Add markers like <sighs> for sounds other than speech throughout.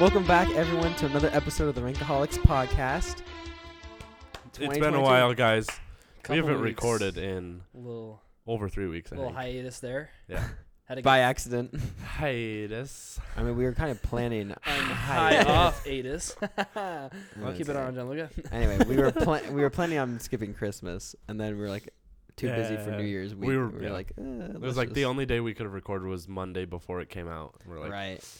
Welcome back, everyone, to another episode of the Rankaholics podcast. It's been a 2022. while, guys. Couple we haven't weeks. recorded in Little over three weeks. I little think. hiatus there. Yeah. <laughs> Had to by accident. hiatus. I mean, we were kind of planning. <laughs> I'm high hiatus. off hiatus. <laughs> Keep it on, John Luca. Anyway, we were pla- we were planning on skipping Christmas, and then we were like too busy for Yeah. New Year's. We week. were- yeah. like, eh, It was like the only day we could have recorded was Monday before it came out. We're like, right.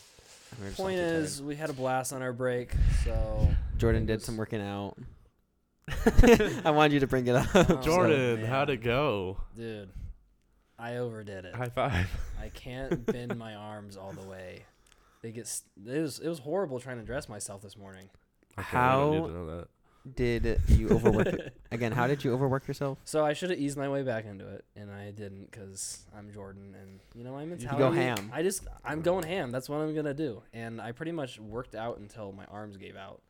And we were just all Point too tired. is, we had a blast on our break, so Jordan it did was- some working <laughs> out. I wanted you to bring it up. so- Jordan, man. how'd it go? dude, I overdid it. High five. <laughs> I can't bend my arms all the way. They get s it was it was horrible trying to dress myself this morning. Okay, we don't How- need to know that. Did you overwork <laughs> it? again? How did you overwork yourself? So I should have eased my way back into it, and I didn't because I'm Jordan, and you know my mentality. go ham. I just I'm going ham. That's what I'm gonna do, and I pretty much worked out until my arms gave out.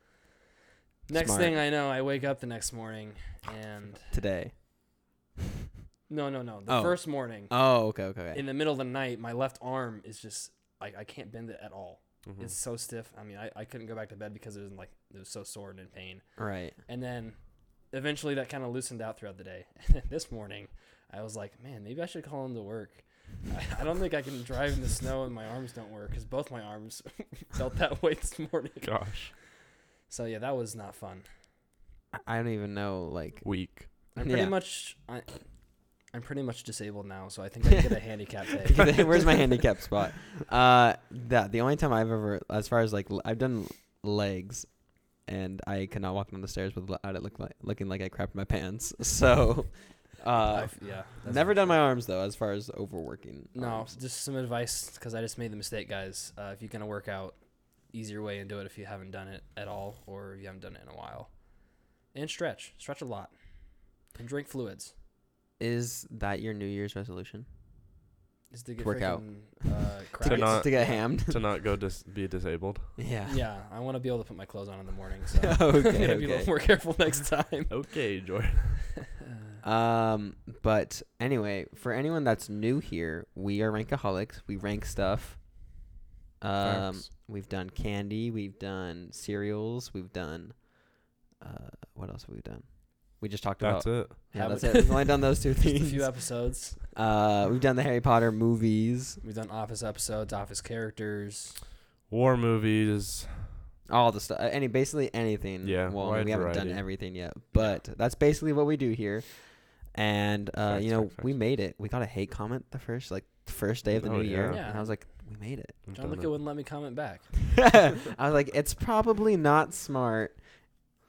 Next Smart. thing I know, I wake up the next morning, and <laughs> today. no, no, no, the Oh. first morning Oh, okay, okay, okay. in the middle of the night, my left arm is just like I can't bend it at all. Hmm. Mhm. It's so stiff. I mean, I, I couldn't go back to bed because it was like it was so sore and in pain. right. And then eventually that kind of loosened out throughout the day. <laughs> this morning, I was like, man, maybe I should call into work. I, I don't think I can drive in the snow and my arms don't work because both my arms <laughs> felt that way this morning. <laughs> Gosh, So yeah, that was not fun. I- I don't even know. <laughs> Like, <laughs> week. I'm pretty Yeah. much I, I'm pretty much disabled now, so I think I can <laughs> get a handicap day. where's my handicap spot? Uh, that the only time I've ever, as far as like, l- I've done legs, and I cannot walk down the stairs without it look like looking like I crapped my pants. <laughs> <laughs> So, uh, <laughs> I've- yeah, that's never for done sure. my arms though. As far as overworking. No, arms. just some advice because I just made the mistake, guys. Uh, if you're gonna work out, easier way and do it if you haven't done it at all or if you haven't done it in a while. And stretch, stretch a lot, and drink fluids. Is that your New Year's resolution? Is to get Work out. freaking, Uh, To crap. not- to get hammed. to not go dis- be <laughs> disabled. <laughs> yeah. Yeah, I want to be able to put my clothes on in the morning, so <laughs> I'm Okay, gonna be a okay. little more careful <laughs> next time. Uh, Okay, Jordan. Um, but anyway, for anyone that's new here, we are rankaholics. We rank stuff. Um, Facts. we've done candy, we've done cereals, we've done. Uh, what else have we done? We just talked That's about. it. Yeah, that's it. Habit. We've only done those two <laughs> Just a few things. episodes. Uh, we've done the Harry Potter movies, We've done office episodes, office characters. War movies. all the stuff. Any basically anything. Yeah, Well, wide we haven't done variety. everything yet, but that's basically what we do here. And uh, Facts, you know, facts, facts. we made it. We got a hate comment the first like the first day of the Oh, new year, yeah. and I was like, we made <laughs> it. <laughs> We've John done Luca it. wouldn't let me comment back. I was like, it's probably not smart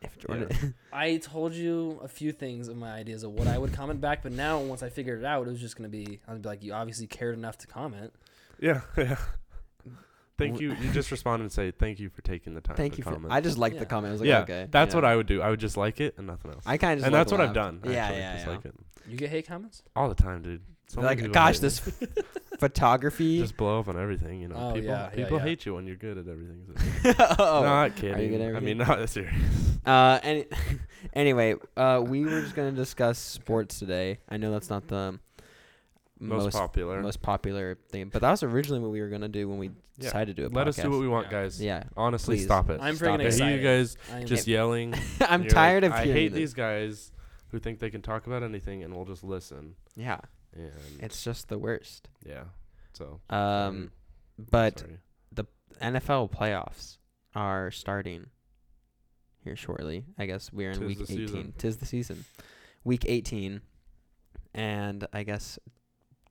if Jordan. I told you a few things of my ideas of what I would comment back, but now once I figured it out, it was just gonna be I'd be like, you obviously cared enough to comment. Yeah, <laughs> yeah. Thank W- you. You just respond and say thank you for taking the time. Thank to you for. comment. I just liked the Yeah. comment. I was like, yeah, okay, that's yeah. what I would do. I would just like it and nothing else. I kind of. and that's what I've done. Yeah, actually, yeah, just yeah. like it You get hate comments? all the time, dude. So many like, people gosh, hate <laughs> this me. photography. just blow up on everything. You know, Oh, people yeah, yeah, people yeah. hate you when you're good at everything. So. <laughs> oh. not at kidding. I everything? mean, <laughs> not serious. Uh, any, <laughs> anyway, uh, we were just gonna discuss sports today. I know that's not the Most, popular. most popular thing, but that was originally what we were gonna do when we Yeah. decided to do a Let us do podcast. what we want, Yeah. <laughs> guys. Yeah, Honestly, Please. stop it. I'm Stop freaking I it. hear you excited. guys I am- just yelling. I'm <laughs> You're tired like, of I hearing hate this. these guys who think they can talk about anything and we'll just listen. Yeah, And it's just the worst. yeah. So Um, but sorry. NFL playoffs are starting here shortly. I guess we're in Tis week the 18. season. Tis the season. Week 18. And I guess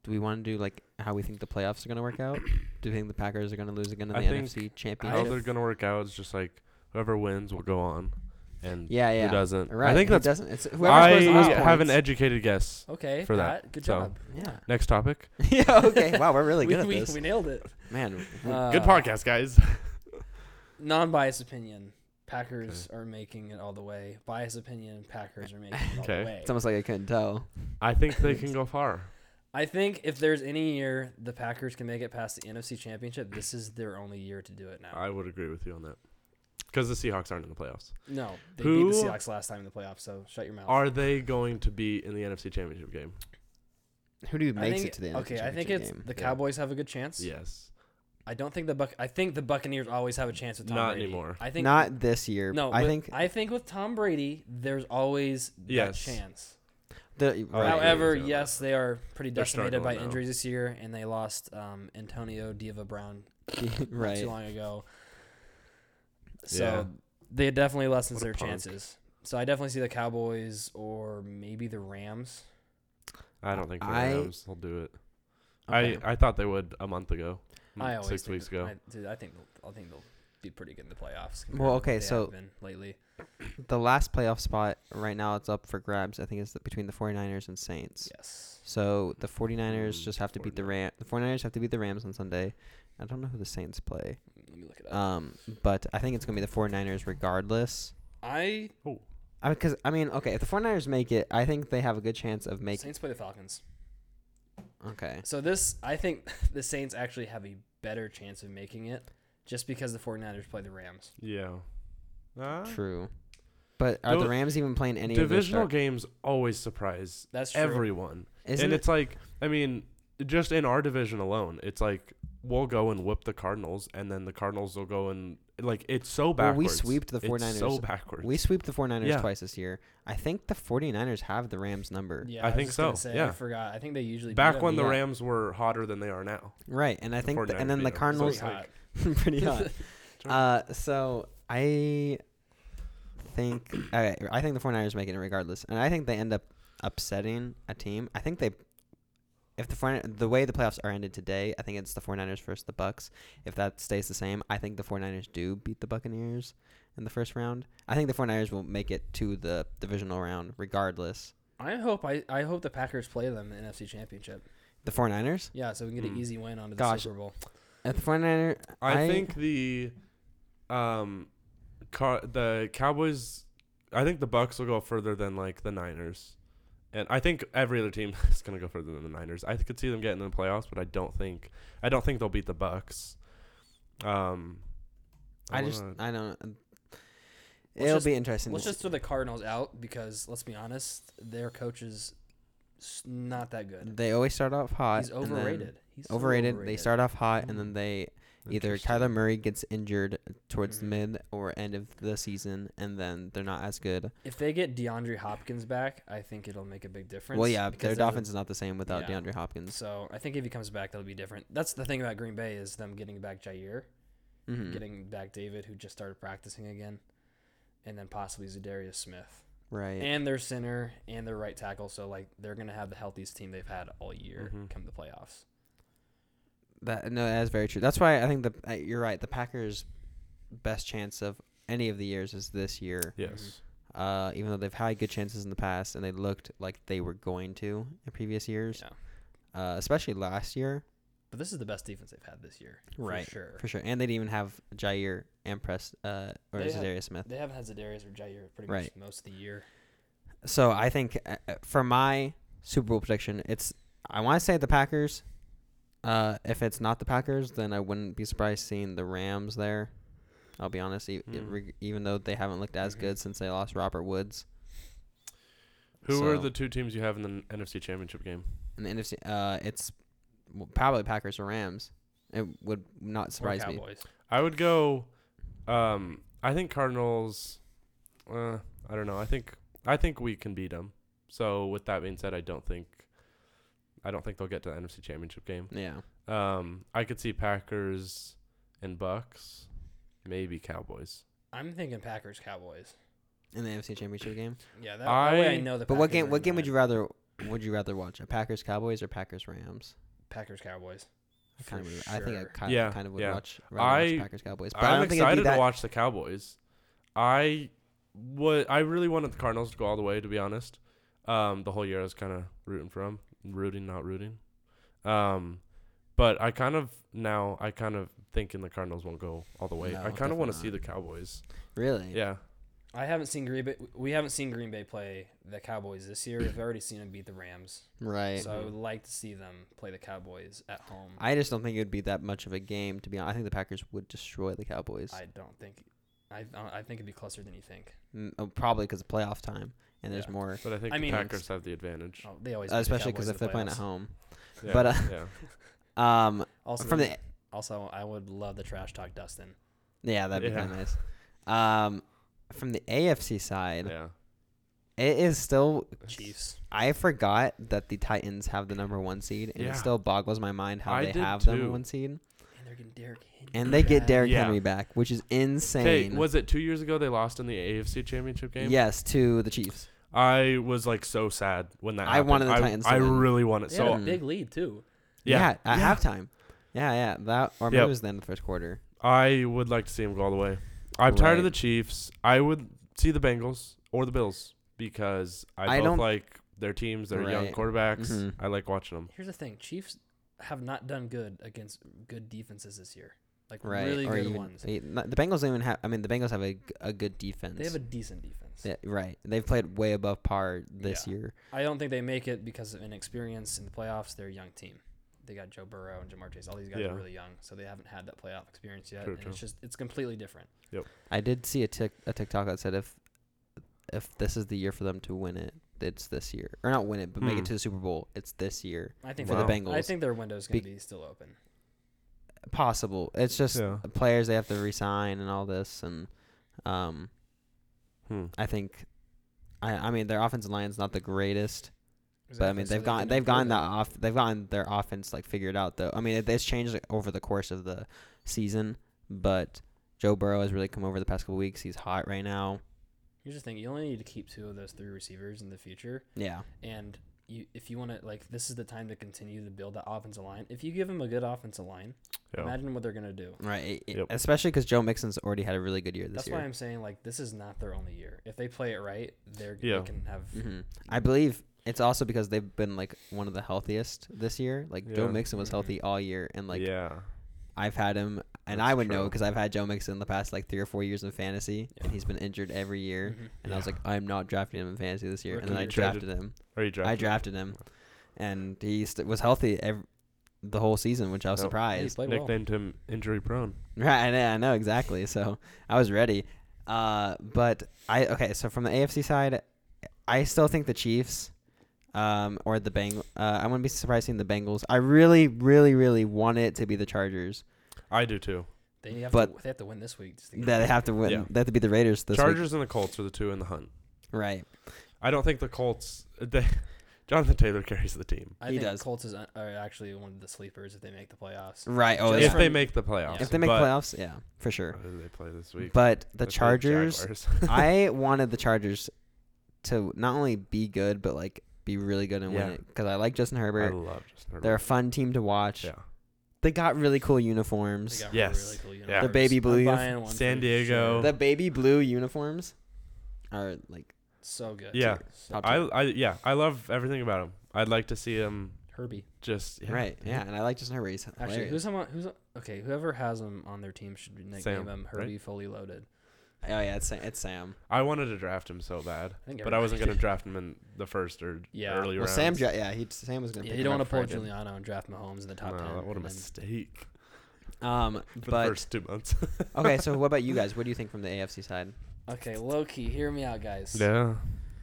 do we want to do like how we think the playoffs are going to work <coughs> out? do we think the Packers are going to lose again in I the think NFC how championship? they're gonna work out is just like whoever wins will go on, and yeah, yeah. who doesn't. Right. I think who that's. doesn't. It's whoever's I supposed to lose have an points. educated guess. Okay, For for that, that. Good so- job. Yeah. <laughs> Next topic. yeah. Okay. Wow, we're <laughs> really we, good at we, this. we nailed it. Man, we- Uh, Good podcast, guys. Non-biased opinion. Packers are making it all the way. Biased opinion. Packers are making it all Okay. the way. it's almost like I couldn't tell. <laughs> I think they can go far. I think if there's any year the Packers can make it past the NFC Championship, this is their only year to do it now. I would agree with you on that. Because the Seahawks aren't in the playoffs. no, they Who- beat the Seahawks last time in the playoffs, so shut your mouth. Are they going to be in the NFC Championship game? Who do you I makes think- it to the NFC Okay, I think championship it's game? the Yeah. Cowboys have a good chance. Yes. I don't think the Buc- I think the Buccaneers always have a chance with Tom Not Brady. anymore. I think Not this year. No, No, I with- think I think with Tom Brady, there's always that Yes. Oh, chance. the, I agree However, with you on yes, they are pretty They're decimated by struggling now. injuries this year, and they lost um, Antonio Diva Brown not <laughs> right. too long ago. So Yeah. they definitely lessens What a their punk. chances. So I definitely see the Cowboys or maybe the Rams. I don't think the I- Rams will do it. Okay. I, I thought they would a month ago, m- I always Hmm, six think weeks that- ago. I, dude, I think they'll, I think they'll be pretty good in the playoffs. compared Well, to what okay, they have so- been lately, the last playoff spot right now it's up for grabs. I think it's the, between the 49ers and Saints. yes. So the 49ers Mm, just have to beat the 49ers. Ram. The 49ers have to beat the Rams on Sunday. I don't know who the Saints play. Let me look it up. Um, but I think it's going to be the 49ers regardless. I I because I mean, okay, if the 49ers make it, I think they have a good chance of making Saints play the Falcons. Okay. So this, I think <laughs> the Saints actually have a better chance of making it just because the 49ers play the Rams. Yeah. Uh, True. But are the Tho- Rams even playing any of their divisional start- games always surprise That's true. everyone. Isn't and it- it's like, I mean, just in our division alone, it's like we'll go and whip the Cardinals, and then the Cardinals will go and like it's so Well, backwards. we sweeped the It's so 49ers. backwards. we sweep the 49ers Yeah. twice this year. I think the 49ers have the Rams number. Yeah, I was think just gonna so, Say, I yeah. forgot. I think they usually back beat when the yeah. Rams were hotter than they are now. Right, and I The think, the, 49ers and then beat the 'em. So Cardinals Cardinals. Cardinals- <laughs> Hot. pretty hot. Uh, so I think okay, I think the 49ers make it regardless, and I think they end up upsetting a team. I think they, if the 49 the way the playoffs are ended today, I think it's the 49ers versus the Bucks. If that stays the same, I think the 49ers do beat the Buccaneers in the first round. I think the 49ers will make it to the divisional round regardless. I hope I, I hope the Packers play them in the NFC Championship. The 49ers? Yeah, so we can get an Hmm. easy win onto the Gosh. Super Bowl. If the 49ers I, I- think the um car the Cowboys I think the Bucks will go further than like the Niners. And I think every other team <laughs> is going to go further than the Niners. I could see them getting in the playoffs, but I don't think I don't think they'll beat the Bucks. Um I, just wanna- I don't Let's It'll just- be interesting. Let's to just throw the Cardinals out because let's be honest, their coach is s- not that good. They always start off hot. He's and then- overrated. Mm-hmm. He's so overrated. They start off hot, and then they either Interesting. Kyler Murray gets injured towards Mhm. mid or end of the season, and then they're not as good. If they get DeAndre Hopkins back, I think it'll make a big difference. well, yeah, because their there's a- Dolphins is not the same without yeah. DeAndre Hopkins. So I think if he comes back, that'll be different. That's the thing about Green Bay is them getting back Jair, Mhm. Mm-hmm. getting back David, who just started practicing again, and then possibly Zadarius Smith, Mm-hmm. Right. and their center and their right tackle. So like they're gonna have the healthiest team they've had all year Mm-hmm. Mhm. come the playoffs. that no, that's very true. That's why I think the uh, you're right. The Packers' best chance of any of the years is this year. Yes. Uh, even though they've had good chances in the past and they looked like they were going to in previous years, Yeah. uh, especially last year But this is the best defense they've had this year, Right. For sure. for sure. And they didn't even have Jair and Press uh, or They had- Zadarius Smith. They haven't had Zadarius or Jair pretty Right. much most of the year. So I think uh, uh, for my Super Bowl prediction, it's I want to say the Packers. Uh, if it's not the Packers, then I wouldn't be surprised seeing the Rams there. I'll be honest, e- e- Hmm. reg- even though they haven't looked as Mhm. good since they lost Robert Woods Who are So- the two teams you have in the N- NFC Championship game? in the NFC, uh, it's w- probably Packers or Rams. It would not Or surprise me. Cowboys. I would go um I think Cardinals uh I don't know. I think I think we can beat them. So with that being said, I don't think I don't think they'll get to the NFC Championship game. Yeah, Um I could see Packers and Bucks, maybe Cowboys. I'm thinking Packers Cowboys. in the NFC Championship game. Yeah, that, that way I I- know the. But what Packers game? are What gonna game would win. you rather? Would you rather watch a Packers Cowboys or Packers Rams? Packers Cowboys. I kind For of, I think I sure. kind, Yeah, kind of would yeah. watch, rather I- watch Packers Cowboys. But I I'm don't think it'd excited be that to watch the Cowboys. I would I really wanted the Cardinals to go all the way to be honest. Um the whole year I was kind of rooting for 'em. rooting not rooting. Um but I kind of now I kind of thinking the Cardinals won't go all the way. No, I kind of want to definitely see not. the Cowboys. really. Yeah. I haven't seen Green Bay. We haven't seen Green Bay play the Cowboys this year. We've already seen them beat the Rams, Right. Mm-hmm. so I would like to see them play the Cowboys at home. I, I just don't think it would be that much of a game. To be honest, I think the Packers would destroy the Cowboys. don't think. I don't- I think it'd be closer than you think. Mm, oh, probably because of playoff time and there's Yeah. more, But I think I the mean- Packers have the advantage. Oh, they always uh, beat the especially Cowboys because in if the they're playing at playoffs. home. Yeah, but, uh, yeah. Um, Also, from the Also, I would love the trash talk Dustin. Yeah, that'd be Yeah. kind of nice. Um, from the AFC side, Yeah. it is still. Chiefs. I forgot that the Titans have the number one seed, and Yeah. it still boggles my mind how I they did have the number too. one seed, And they're getting Derrick Henry. and they get back. Derrick Yeah. Henry back, which is Hey, insane. was it two years ago they lost in the AFC Championship game? Yes, to the Chiefs. I was like so sad when that. I happened. wanted the I, Titans to I win. really wanted. They So had Yeah. a big lead too. Yeah, yeah, at Yeah. halftime. Yeah, yeah, that or maybe Yep. it was the end of the first quarter. I would like to see him go all the way. I'm tired Right. of the Chiefs. I would see the Bengals or the Bills because I, I both don't- like their teams. Their young Right. quarterbacks. Mhm. I like watching them. Here's the thing: Chiefs have not done good against good defenses this year. Like Right, really good even- ones. e- not- the Bengals don't even have. I mean, the Bengals have a, g- a good defense. They have a decent defense. Yeah, right. They've played way above par this Yeah. year. I don't think they make it because of inexperience in the playoffs. They're a young team. They got Joe Burrow and Jamar Chase. All these guys Yeah. are really young, so they haven't had that playoff experience yet. True, and true. it's just it's completely different. I did see a tick a TikTok that said if if this is the year for them to win it, it's this year or not win it, but make Hmm. it to the Super Bowl. It's this year I think for Wow. the their- I Bengals. think their window's going to Be- be still open. Possible. It's just Yeah. players they have to resign and all this, and um, Hmm. I think. I, I mean their offensive line's not the greatest, but I Exactly, mean so they've they gone can they've gotten that improve off they've gotten their offense like figured out though. I mean it, it's changed like, over the course of the season, but Joe Burrow has really come over the past couple weeks. He's hot right now. it. Here's the thing: you only need to keep two of those three receivers in the future, Yeah, and you if you want to like this is the time to continue to build that offensive line. If you give them a good offensive line, Yeah. imagine what they're going to do. right. It- Yep. Especially because Joe Mixon's already had a really good year this That's year. why I'm saying like this is not their only year. If they play it right, they're Yeah. they can have hmm I believe it's also because they've been like one of the healthiest this year. Like Joe Yeah. Mixon was Mhm. healthy all year, and like yeah. I've had him, and That's I would know know true. because I've had Joe Mixon the past like three or four years in fantasy, and Yeah. he's been injured every year. Mhm. And I was Yeah. like, I'm not drafting him in fantasy this year, and then I Rookie year. Traded- drafted him. Are you drafted? I drafted him, and he st- was healthy ev the whole season, which I was Yep. Yeah, he surprised. played well. Nicknamed him injury prone. Right, I know, I know exactly. So I was ready. Uh, but I okay. So from the AFC side, I still think the Chiefs, um, or the Bang. Uh, I wouldn't be surprised seeing the Bengals. I really, really, really want it to be the Chargers I do too. They have But- to, they have to win this week. Just to get that they back. have to win. Yeah. They have to be the Raiders this Chargers and the Colts are the two in the hunt. week, right? I don't think the Colts. <laughs> They, Jonathan Taylor carries the team. I He think does. Colts is un- are actually one of the sleepers if they make the playoffs. Right. Oh, Just yeah. if they from- make the playoffs. If they make but- playoffs, yeah, for sure. Who do they play this week? But the They play Chargers, <laughs> Jaguars. I wanted the Chargers to not only be good, but like be really good and win Yeah. it because I like Justin I Herbert. love Justin They're a Herbert. fun team to watch. Yeah. They got really cool They uniforms. got Yes. really cool The uniforms. baby I'm blue buying uniform. one for San Diego. sure. the baby blue uniforms are like So good. Yeah. So Top I, I yeah, I love everything about him. I'd like to see him Herbie. just yeah. right. Yeah, and I like Justin Herbert. He's Actually, hilarious. who's on? Who's on, okay? Whoever has him on their team should nickname Sam, him Herbie Fully Loaded. oh yeah, it's Sam. It's Sam. I wanted to draft him so bad, I think. but I wasn't everybody- gonna draft him in the first or <laughs> Yeah. early Well, round. Sam. dra- Yeah, he Sam was gonna. <laughs> Yeah, pick you him don't want up to pull for him. Giuliano and draft Mahomes in the top no, ten. what a and then- mistake Um, for the but first two <laughs> months. <laughs> okay. So what about you guys? What do you think from the AFC side? Okay, low key. Hear me out, guys. yeah,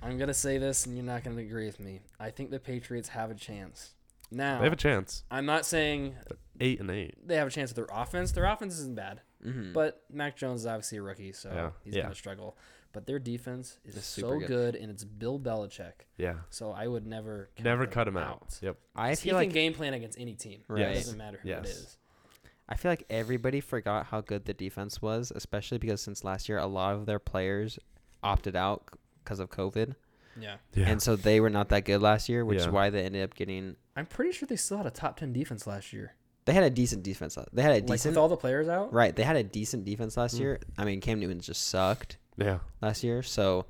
I'm gonna say this, and you're not gonna agree with me. I think the Patriots have a chance. Now, they have a chance. I'm not saying Eight and eight. they have a chance with their offense. Their offense isn't bad, Mm-hmm. but Mac Jones is obviously a rookie, so Yeah. he's Yeah. gonna struggle. But their defense is It's so super good. good. and it's Bill Belichick. Yeah, So I would never count never them cut him out. Yep. I 'Cause He feel can like game plan against any team. Right. It doesn't matter who Yes. it is. I feel like everybody forgot how good the defense was, especially because since last year a lot of their players opted out because of COVID, Yeah, Yeah. and so they were not that good last year, which is Yeah. why they ended up getting. I'm pretty sure they still had a top ten defense last year. They had a decent defense. la- They had a Like decent with all Hmm. the players <laughs> out. Right. They had a decent defense last Mm. year. I mean, Cam Newton just sucked yeah. last year, so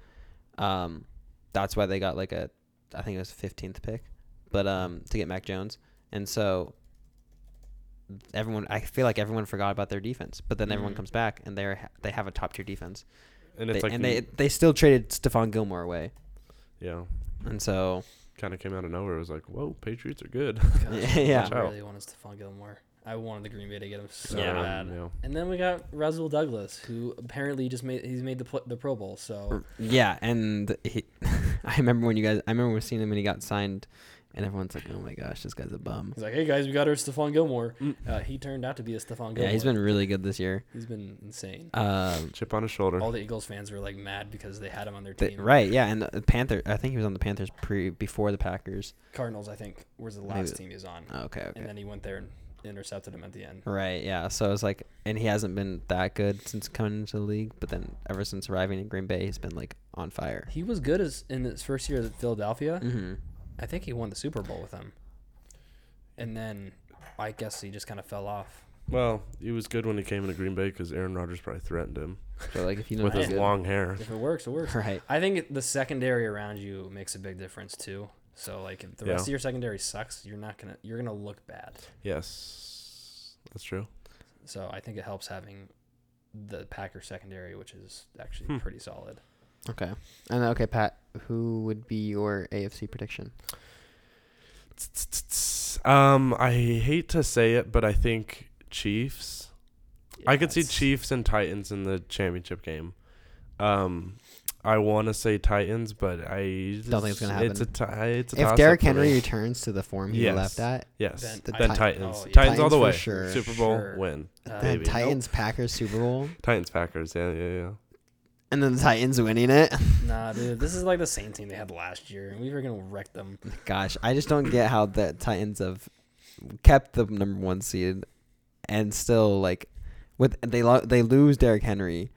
um, that's why they got like a, I think it was fifteenth pick, but um, to get Mac Jones, and so everyone, I feel like everyone forgot about their defense, but then everyone Mhm. comes back and they're they have a top tier defense, And they, it's like and the- they they still traded Stephon Gilmore away, yeah, and so kind of came out of nowhere. It was like, whoa, Patriots are good. Gosh, Yeah. I really wanted Stephon Gilmore. I wanted the Green Bay to get him so Yeah. bad. um, yeah. And then we got Roswell Douglas, who apparently just made he's made the pl- the Pro Bowl. So Hmm. <laughs> yeah, and he, I remember when you guys, I remember seeing him when he got signed and everyone's like, "Oh my gosh, this guy's a bum." He's like, hey guys, we got our Stephon Gilmore. Mm. Uh, he turned out to be a Stephon Gilmore. Hmm. Yeah, he's been really good this year. he's been insane. Um, Chip on his shoulder. All the Eagles fans were like mad because they had him on their the- team. right, yeah, and the Panther. I think he was on the Panthers pre before the Packers. Cardinals, I think, was the Maybe- last team he was on, Okay, Oh, okay. and then he went there and intercepted him at the end. Right, yeah. So it's like, and he hasn't been that good since coming into the league, but then ever since arriving in Green Bay, he's been like on fire. He was good as in his first year at Philadelphia. Mm-hmm. I think he won the Super Bowl with them, and then I guess he just kind of fell off. Well, he was good when he came into Green Bay because Aaron Rodgers probably threatened him So like, if you know with he's his good, long hair. If it works, it works. <laughs> right, I think the secondary around you makes a big difference too. So like, if the rest Yeah. of your secondary sucks, you're not gonna you're gonna look bad. Yes, that's true. So I think it helps having the Packer secondary, which is actually Hmm. pretty solid. okay, and okay, Pat, who would be your AFC prediction? Um, I hate to say it, but I think Chiefs. I could see Yes. Chiefs and Titans in the championship game. Um, I want to say Titans, but I Don't think it's gonna It's a happen. ti- it's a If toss-up Derrick for Henry me. returns to the form he Yes. left at, yes, Then then, The Ti- Titans, oh, yeah. Titans, all the Titans way, for sure. Super Bowl Sure. win, Uh, the Maybe. Titans Packers Super Bowl, Titans Packers, yeah, yeah, yeah. and then the Titans winning it. Nah, dude, this is like the same team they had last year, and we were gonna wreck them. Gosh, I just don't get how the Titans have kept the number one seed and still like with they lo- they lose Derrick Henry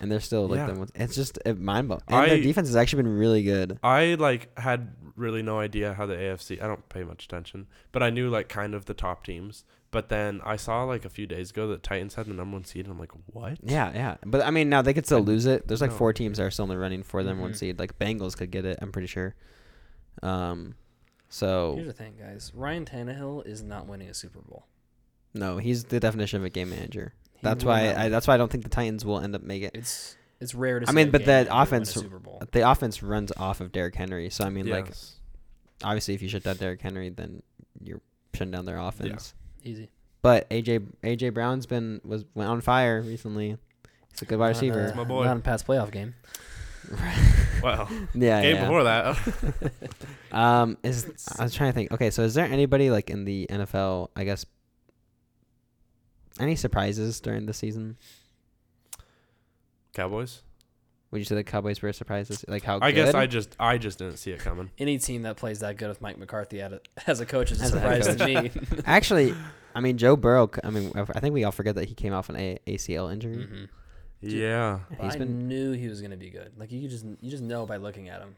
and they're still like Yeah. the ones- it's just uh, mind blowing. And I- their defense has actually been really good. I like had really no idea how the AFC. I don't pay much attention, but I knew like kind of the top teams. But then I saw like a few days ago that Titans had the number one seed, and I'm like, what? Yeah, yeah. But I mean, now they could still lose it. There's like No. Mm-hmm. four teams that are still in the running for them one Mhm. seed. Like Bengals could get it. I'm pretty sure. Um, so Here's the thing, guys. Ryan Tannehill is not winning a Super Bowl. no, he's the definition of a game manager. He That's will why not. I, that's why I don't think the Titans will end up making it. it's it's rare to. I see mean, a but game that manager win a offense- Super Bowl. The offense runs off of Derrick Henry. So I mean, like Yes. obviously if you shut down Derrick Henry, then you're shutting down their offense. Easy. But AJ AJ Brown's been was went on fire recently. He's a good wide Not, receiver. uh, My boy. Not in past playoff game. <laughs> wow, yeah, game yeah. before that. <laughs> Um, is I was trying to think. Okay, so is there anybody like in the NFL? I guess any surprises during the season? Cowboys. Would you say the Cowboys were surprises? Like how I good? guess I just I just didn't see it coming. Any team that plays that good with Mike McCarthy at a, <laughs> as a coach is a As a head surprise to <laughs> me. <laughs> actually. I mean, Joe Burrow. c- I mean, I think we all forget that he came off an a- ACL injury. Mhm. Yeah. Mm-hmm. He's I been- knew he was gonna be good. Like you could just you just know by looking at him.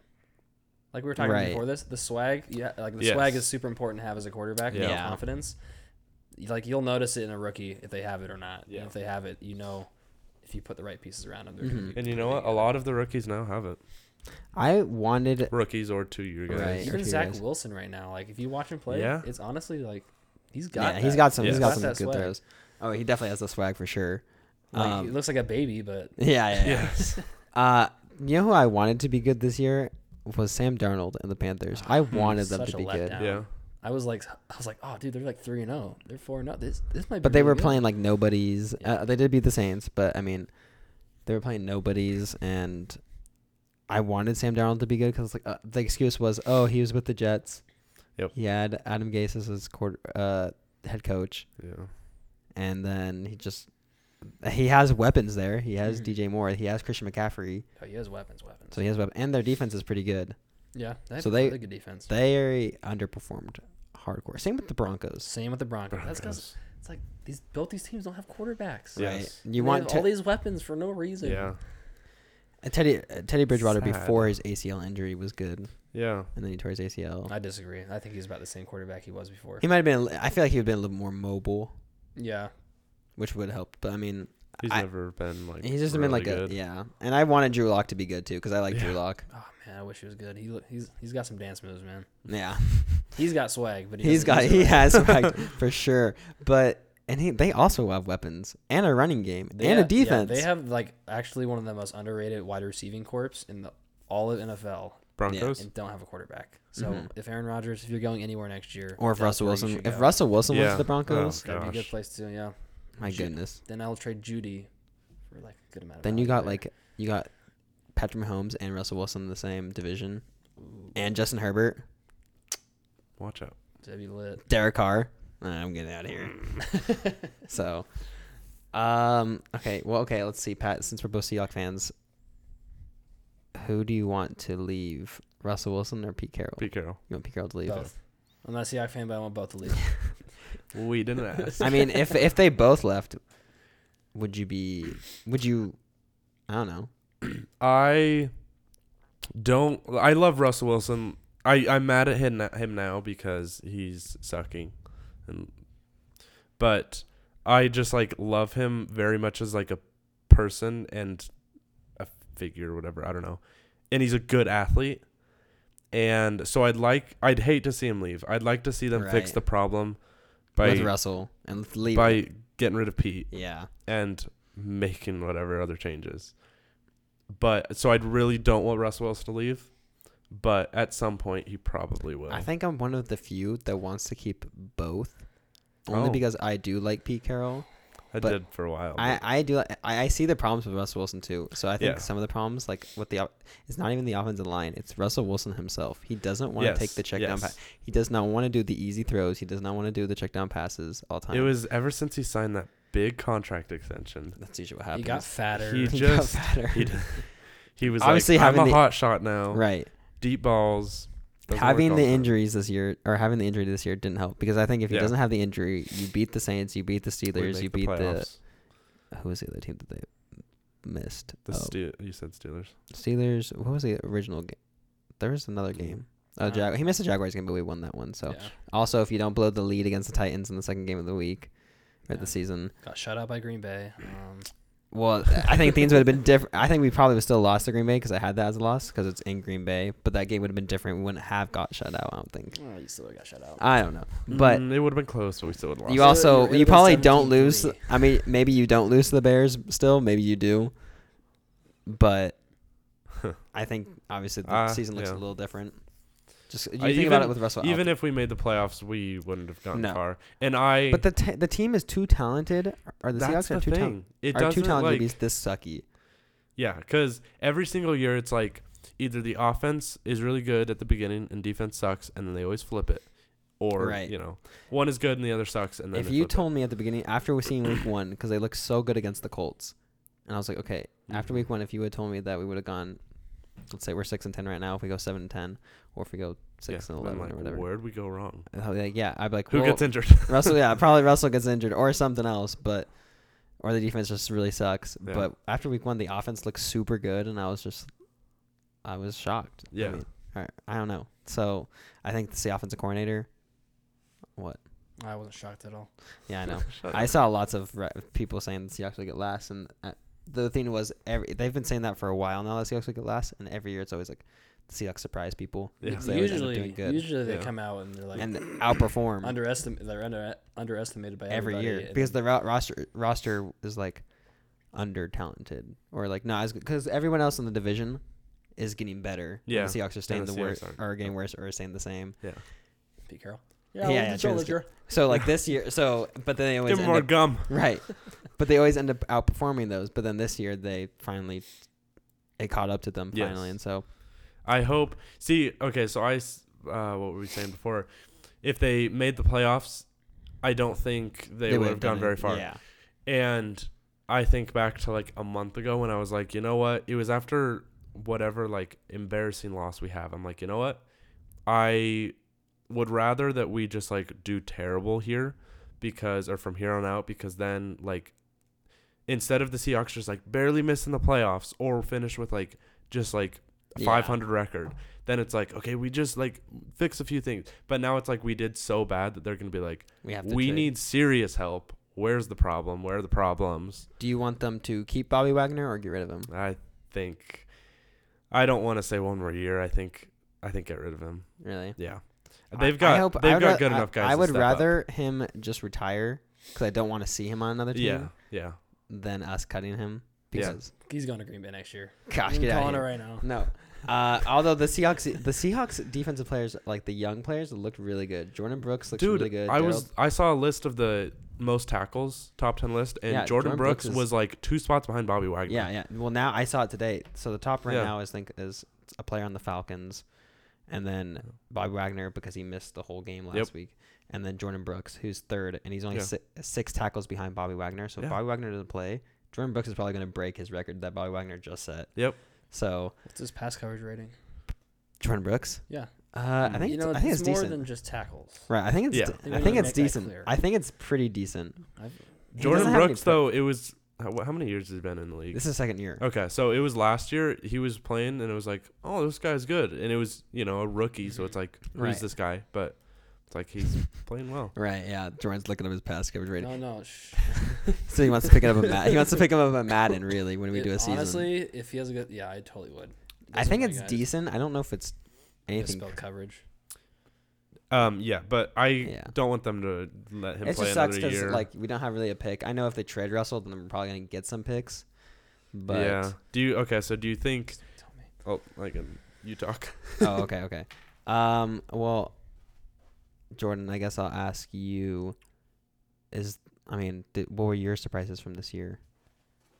Like we were talking Right. before this, the swag, yeah, like the Yes. swag is super important to have as a quarterback. Yeah, Yeah. confidence. Like you'll notice it in a rookie if they have it or not. Yeah. And if they have it, you know, if you put the right pieces around them, they're Mhm. gonna be And you know what? A lot of the rookies now have it. I wanted Rookies or two year guys. Right. Even Or two Zach guys. Wilson right now, like if you watch him play, Yeah. it's honestly like he's got. yeah, he's that. got some. He's Yeah. got, Got some that good swag. throws. Oh, he definitely has the swag for sure. Like, he Um, looks like a baby, but <laughs> yeah, yeah. yeah. Yes. <laughs> Uh, you know who I wanted to be good this year was Sam Darnold and the <sighs> Panthers. I wanted them such to a be good, letdown. yeah. I was like, I was like, oh, dude, they're like three and zero. They're four and zero. This this might. Be but they really were good." playing like nobodies. Yeah. Uh, they did beat the Saints, but I mean, they were playing nobodies, and I wanted Sam Darnold to be good because like uh, the excuse was, oh, he was with the Jets. Yep. He had Adam Gase as his quarter, uh, head coach, Yeah. and then he just he has weapons there. He has Hmm. Mhm. DJ Moore. He has Christian McCaffrey. Oh, he has weapons, weapons. So he has web, and their defense is pretty good. yeah, they have so a they- really good defense. They underperformed hardcore. Same with the Broncos. Same with the Broncos. That's because Broncos. it's like these both these teams don't have quarterbacks. Yeah. right? Yes. You They want have Te- all these weapons for no reason. Yeah. uh, Teddy uh, Teddy Bridgewater Sad. before his ACL injury was good, Yeah. and then he tore his ACL. I disagree. I think he's about the same quarterback he was before. he might have been. a li- I feel like he would have been a little more mobile, Yeah, which would help. But I mean, He's I- never been like. he's just really been like good. a yeah. And I wanted Drew Lock to be good too because I like Drew Yeah. Lock. oh man, I wish he was good. He look, he's he's got some dance moves, man. Yeah, He's got swag, but he he's got doesn't use it he has right. <laughs> swag for sure. But and he they also have weapons and a running game They and a ha- yeah, defense. they have like actually one of the most underrated wide receiving corps in the all of NFL, Broncos. and don't have a quarterback. So Mhm. if Aaron Rodgers, if you're going anywhere next year, or if that's Russell where you Wilson, should if go. Russell Wilson went Yeah. to the Broncos, Oh, that'd be a good Gosh. place to yeah. my Shit. goodness. Then I'll trade Judy for like a good amount. of Then you value got there. like you got Patrick Mahomes and Russell Wilson in the same division, and Justin Herbert. Watch out. That'd be lit. Derek Carr. Nah, I'm getting out of here. <laughs> so, um, okay. Well, okay. Let's see, Pat. Since we're both Seahawks fans, who do you want to leave? Russell Wilson or Pete Carroll? Pete Carroll. You want Pete Carroll to leave? Both. I'm not a Seahawks fan, but I want both to leave. We didn't <laughs> ask. I mean, if if they both left, would you be? Would you? I don't know. <clears throat> I don't. I love Russell Wilson. I I'm mad at him him now because he's sucking, and but I just like love him very much as like a person and a figure, or whatever. I don't know, and he's a good athlete, and so I'd like I'd hate to see him leave. I'd like to see them fix Right. the problem With by Russell and leave. by getting rid of Pete yeah. and making whatever other changes. But so I really don't want Russell Wilson to leave, but at some point he probably will. I think I'm one of the few that wants to keep both. Only Oh. because I do like Pete Carroll. I but did for a while. I, but I do I, I see the problems with Russell Wilson too. So I think Yeah. some of the problems like with the op- it's not even the offensive line. It's Russell Wilson himself. He doesn't want to take Yes, the check down yes. pass. He does not want to do the easy throws. He does not want to do the check down passes all the time. it was ever since he signed that big contract extension. That's usually what <laughs> he happens. got fatter. <laughs> He He got just fatter. he, d- he was Obviously obviously like, having having I'm a the- hot shot now. right. Deep balls. Doesn't work having all the time. injuries this year or having the injury this year didn't help because I think if he Yeah. doesn't have the injury, you beat the Saints, you beat the We Steelers, make you beat the, playoffs. who was the other team that they missed? the Oh, Ste- you said Steelers. Steelers. What was the original game? There was another Hmm. game. Oh, Uh, Jag- he missed the Jaguars game, but we won that one. So Yeah. also, if you don't blow the lead against the Titans in the second game of the week or Yeah. the season, Got shut out by Green Bay. Um, well, I think things would have been different. I think we probably would still lost to Green Bay because I had that as a loss because it's in Green Bay. But that game would have been different. We wouldn't have got shut out. I don't think. oh, you still got shut out. I don't know, but. Mm, it would have been close, but we still would have lost. You So it also would've you been probably don't lose. 17-3. I mean, maybe you don't lose to the Bears still. Maybe you do, but I think obviously the Uh, season looks yeah. a little different. Just you Uh, think about even- it with Russell. <laughs> even if we made the playoffs, we wouldn't have gotten No. far. And I but the t- the team is too talented, or the that's Seahawks are the too, thing. ta- it are too doesn't talented like to be this sucky. yeah, because every single year it's like either the offense is really good at the beginning and defense sucks, and then they always flip it, or Right. you know one is good and the other sucks, and then If they you flip it. told me at the beginning after we seen week one because they looked so good against the Colts, and I was like, okay, after Mhm. week one, if you had told me that we would have gone, let's say we're six and ten right now. If we go seven and ten, or if we go Yeah, six then, and eleven like, or whatever. where'd we go wrong? And I'll be like, yeah, I'd be like, Who well, gets <laughs> injured? Russell, yeah, probably Russell gets injured or something else, but or the defense just really sucks. Yeah. But after week one, the offense looked super good, and I was just, I was shocked. I Yeah. mean, I, I don't know. So I think it's the offensive coordinator. What? I wasn't shocked at all. Yeah, I know. <laughs> Shut I up. saw lots of re- people saying the Seahawks would get last, and uh, the thing was, every they've been saying that for a while now. The Seahawks would get last, and every year it's always like the Seahawks surprise people, Yeah. So they always end up Usually, doing good. usually they Yeah. come out and they're like and outperform. underestimate. They're under, underestimated by every everybody, year and because then- the ro- roster roster is like under talented or like not as because everyone else in the division is getting better. and Yeah, the Seahawks are staying the the, Seahawks worst aren't. or are getting worse or are staying the same. Pete Carroll. Yeah, yeah, it's true, all that's your- So like this year, <laughs> so but then they always Give him end more up, gum. <laughs> right, but they always end up outperforming those. But then this year they finally it caught up to them Yes. finally, and so I hope. See, okay, so I, s- uh, what were we saying before? If they made the playoffs, I don't think they, would have done gone it. very far. Yeah, And I think back to like a month ago when I was like, you know what? It was after whatever like embarrassing loss we have. I'm like, you know what? I would rather that we just like do terrible here because or from here on out because then like instead of the Seahawks just like barely missing the playoffs or finish with like just like a Yeah. 500 record then it's like okay we just like fix a few things but now it's like we did so bad that they're going to be like we have. To we trade. need serious help. Where's the problem? Where are the problems? Do you want them to keep Bobby Wagner or get rid of him? I think I don't want to say one more year. I think I think get rid of him. Really? Yeah, I- they've I got hope- I they've would got ra- good I- enough guys. I to would step up. rather him just retire because I don't want to see him on another team Yeah, yeah. than us cutting him Yeah. because He's going to Green Bay next year. gosh, I'm get out calling of it here. right now. No. Uh, although the Seahawks, the Seahawks defensive players, like the young players, looked really good. Jordan Brooks looked Dude, really good. I Daryl- was I saw a list of the most tackles, top ten list, and Yeah, Jordan, Jordan Brooks, Brooks is- was like two spots behind Bobby Wagner. yeah, yeah. Well, now I saw it today. So the top right Yeah. now is think is a player on the Falcons, and then Yeah. Bob Wagner because he missed the whole game last Yep. week, and then Jordan Brooks who's third, and he's only Yeah. si- six tackles behind Bobby Wagner. So if Yeah. Bobby Wagner doesn't play. Jordan Brooks is probably going to break his record that Bobby Wagner just set. Yep. So What's his pass coverage rating? Jordan Brooks. Yeah. Mm, Uh, I think you it's, know, I think it's, it's, more decent. than just tackles. right. I think it's. Yeah. de- I think we I need think to it's make that decent. clear. I think it's pretty decent. I've- He doesn't Jordan have any Brooks pro- though it was how, wh- how many years has he been in the league? This is second year. Okay, so it was last year he was playing and it was like, oh, this guy's good, and it was you know a rookie, so it's like who's Right. this guy? But it's like he's playing well. <laughs> Right. Yeah. Jordan's looking up his pass coverage rating. No, no. Sh- So he wants to pick it up a Mad- he wants to pick him up a Madden really when we It- do a season. Honestly, if he has a good, yeah, I totally would. I Those are think my it's guys. decent. I don't know if it's anything. Misspelled coverage. Um, yeah, but I Yeah. don't want them to let him It play just sucks another because year. like we don't have really a pick. I know if they trade Russell, then we're probably gonna get some picks. But yeah, do you okay? So do you think? Tell me. Oh, like um, you talk. oh, okay, okay. Um, well, Jordan, I guess I'll ask you. Is I mean, did, what were your surprises from this year?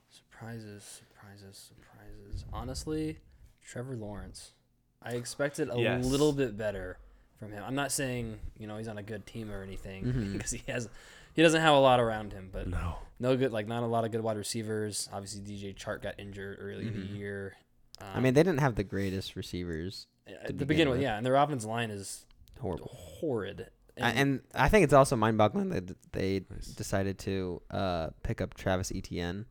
Surprises, surprises, surprises. Honestly, Trevor Lawrence. I expected a Yes. little bit better from him. I'm not saying you know he's on a good team or anything <laughs> Mhm. because he has he doesn't have a lot around him, but <laughs> No. no good like not a lot of good wide receivers. Obviously, DJ Chart got injured early in Mhm. the year. Um, I mean, they didn't have the greatest receivers. to begin with, yeah, and their offense line is Horrible. horrid. I- and I think it's also mind-boggling that d- they Nice. decided to uh, pick up Travis Etienne.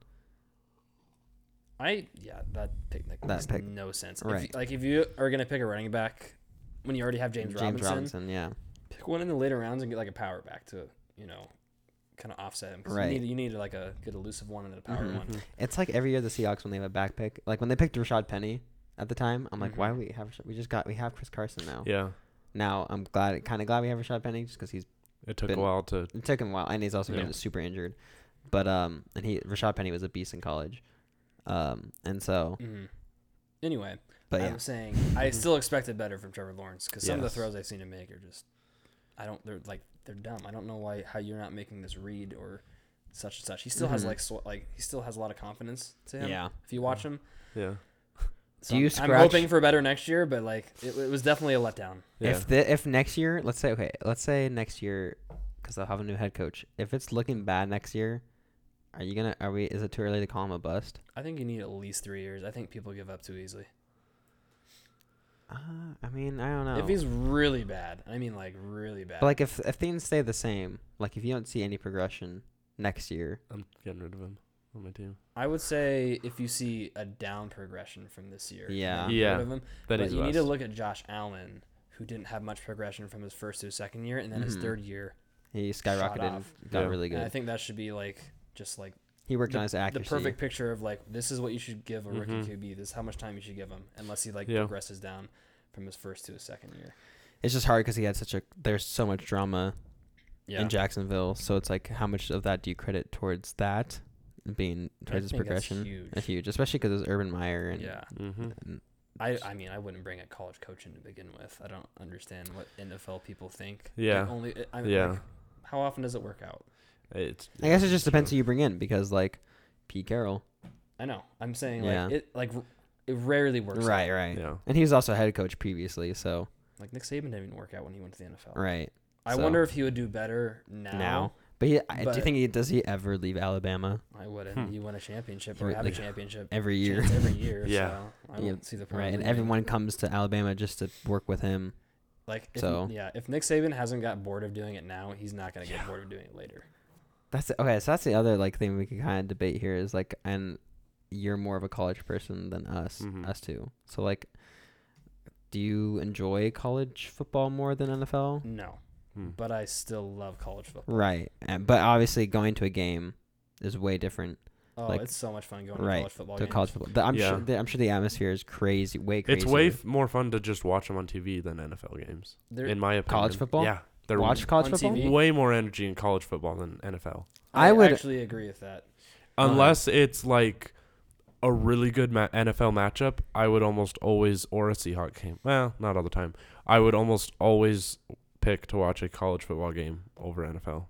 I yeah, that pick that That makes pick. no sense. If Right. you- like if you are gonna pick a running back when you already have James, Robinson, yeah. pick one in the later rounds and get like a power back to you know kind of offset him 'cause Right. you need you need like a good elusive one and a power Mhm. one. It's like every year the Seahawks when they have a back pick, like when they picked Rashad Penny at the time, I'm like, Mhm. why we have Rashad- we just got we have Chris Carson now. Yeah, Now I'm glad, kind of glad we have Rashad Penny just because he's it took Been- a while to. it took him a while and he's also Yeah. been super injured, but um and he Rashad Penny was a beast in college, um and so Mhm. Anyway, but yeah Mm-hmm. I'm saying I still expected better from Trevor Lawrence because some of the Yes. throws I've seen him make are just I don't they're like they're dumb. I don't know why how you're not making this read or such and such. He still has Mhm. like sw- like he still has a lot of confidence to him. yeah If you watch him, Yeah. So Do you I'm- I'm scratch- hoping for better next year, but like it, it was definitely a letdown. Yeah. if the if next year let's say okay let's say next year because they'll have a new head coach if it's looking bad next year, are you gonna are we is it too early to call him a bust? I think you need at least three years. I think people give up too easily. Uh, I mean I don't know. If he's really bad, I mean like really bad. Oh. But like if if things stay the same, like if you don't see any progression next year, I'm getting rid of him on my team. I would say if you see a down progression from this year, then Yeah. get rid Yeah. of him. Then but he's you the need to best. look at Josh Allen, who didn't have much progression from his first to his second year, and then his Mhm. third year. he skyrocketed and off. got Yeah. really And I good. think that should be like just like He worked on his the accuracy. Mm-hmm. perfect picture of like this is what you should give a rookie Mhm. QB. This is how much time you should give him, unless he like Yeah. progresses down from his first to his second year. It's just hard because he had such a there's so much drama Yeah. in Jacksonville, so it's like how much of that do you credit towards that being I towards his think that's progression? huge. That's huge, especially because it's Urban Meyer and Yeah, Mm-hmm. and- I, I mean I wouldn't bring a college coach in to begin with. I don't understand what NFL people think. Like, Yeah. only I mean, Yeah. like, how often does it work out? It's. I guess it just yeah. depends who you bring in because like Pete Carroll, I know. I'm saying Yeah. like it like r- it rarely works. Out. right, right, Yeah. and he was also a head coach previously, so Like Nick Saban didn't even work out when he went to the NFL. right I so- wonder if he would do better now. now. But, he, I do you But- think he does he ever leave Alabama I wouldn't. Hmm. You win a championship He or would, have like, a championship every year? chance every year. Yeah. So I Yeah, don't see the <laughs> point. Right, of and leaving. everyone comes to Alabama just to work with him. like if, so- yeah. If Nick Saban hasn't got bored of doing it now, he's not gonna get Yeah. bored of doing it later. That's okay. So that's the other like thing we could kind of debate here is like, and you're more of a college person than us, Mhm. us two. So like, do you enjoy college football more than NFL? No, Hmm. but I still love college football. Right, and, but obviously going to a game is way different Oh, Like, it's so much fun going right, to college football. to games. college football. The- I'm sure. Yeah. The, I'm sure the atmosphere is crazy. Way crazy. It's way f- more fun to just watch them on TV than NFL games, They're- in my opinion. College football? Yeah, they're watch college on football. TV. way more energy in college football than NFL, I I, would- actually agree with that. Uh-huh. unless it's like a really good ma- NFL matchup. I would almost always, or a Seahawks game. Well, not all the time. I would almost always pick to watch a college football game over NFL,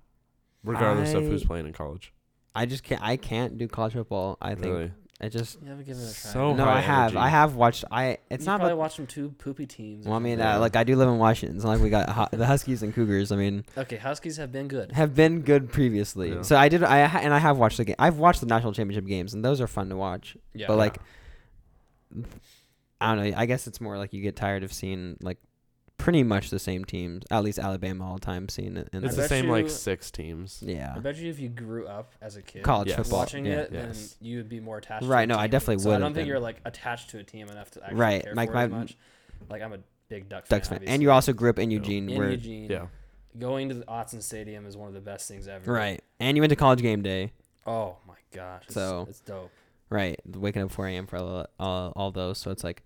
regardless of who's I- playing in college. I just can't. I can't do college football. I think really, I just You haven't given it a try. So- Oh, no. high I have. energy. I have watched. I. It's you not. probably About, watch some two poopy teams. or well, I mean, something. uh, like I do live in Washington. It's not like we got hu- the Huskies and Cougars. I mean, okay, Huskies have been good. have been good previously. Yeah. So I did. I ha- and I have watched the game. I've watched the national championship games, and those are fun to watch. Yeah, but like, I don't know. I guess it's more like you get tired of seeing like pretty much the same teams. At least Alabama all the time seeing it. And It's the I bet same like you- six teams. yeah, I bet you if you grew up as a kid college Yes. football. watching yeah. it, Yes. then you would be more attached. Right, To no, a I team. definitely So I would don't have think been. you're like attached to a team enough to actually Right, care like for it as my- much. Like I'm a big Duck Ducks fan, fan. And you also grew up in Yeah. Eugene, obviously. in where Eugene. Yeah. Going to the Otson Stadium is one of the best things ever. right, and you went to college game day. Oh my gosh. It's, So- it's dope. Right, waking up 4 a.m. for all, all, all those. So it's like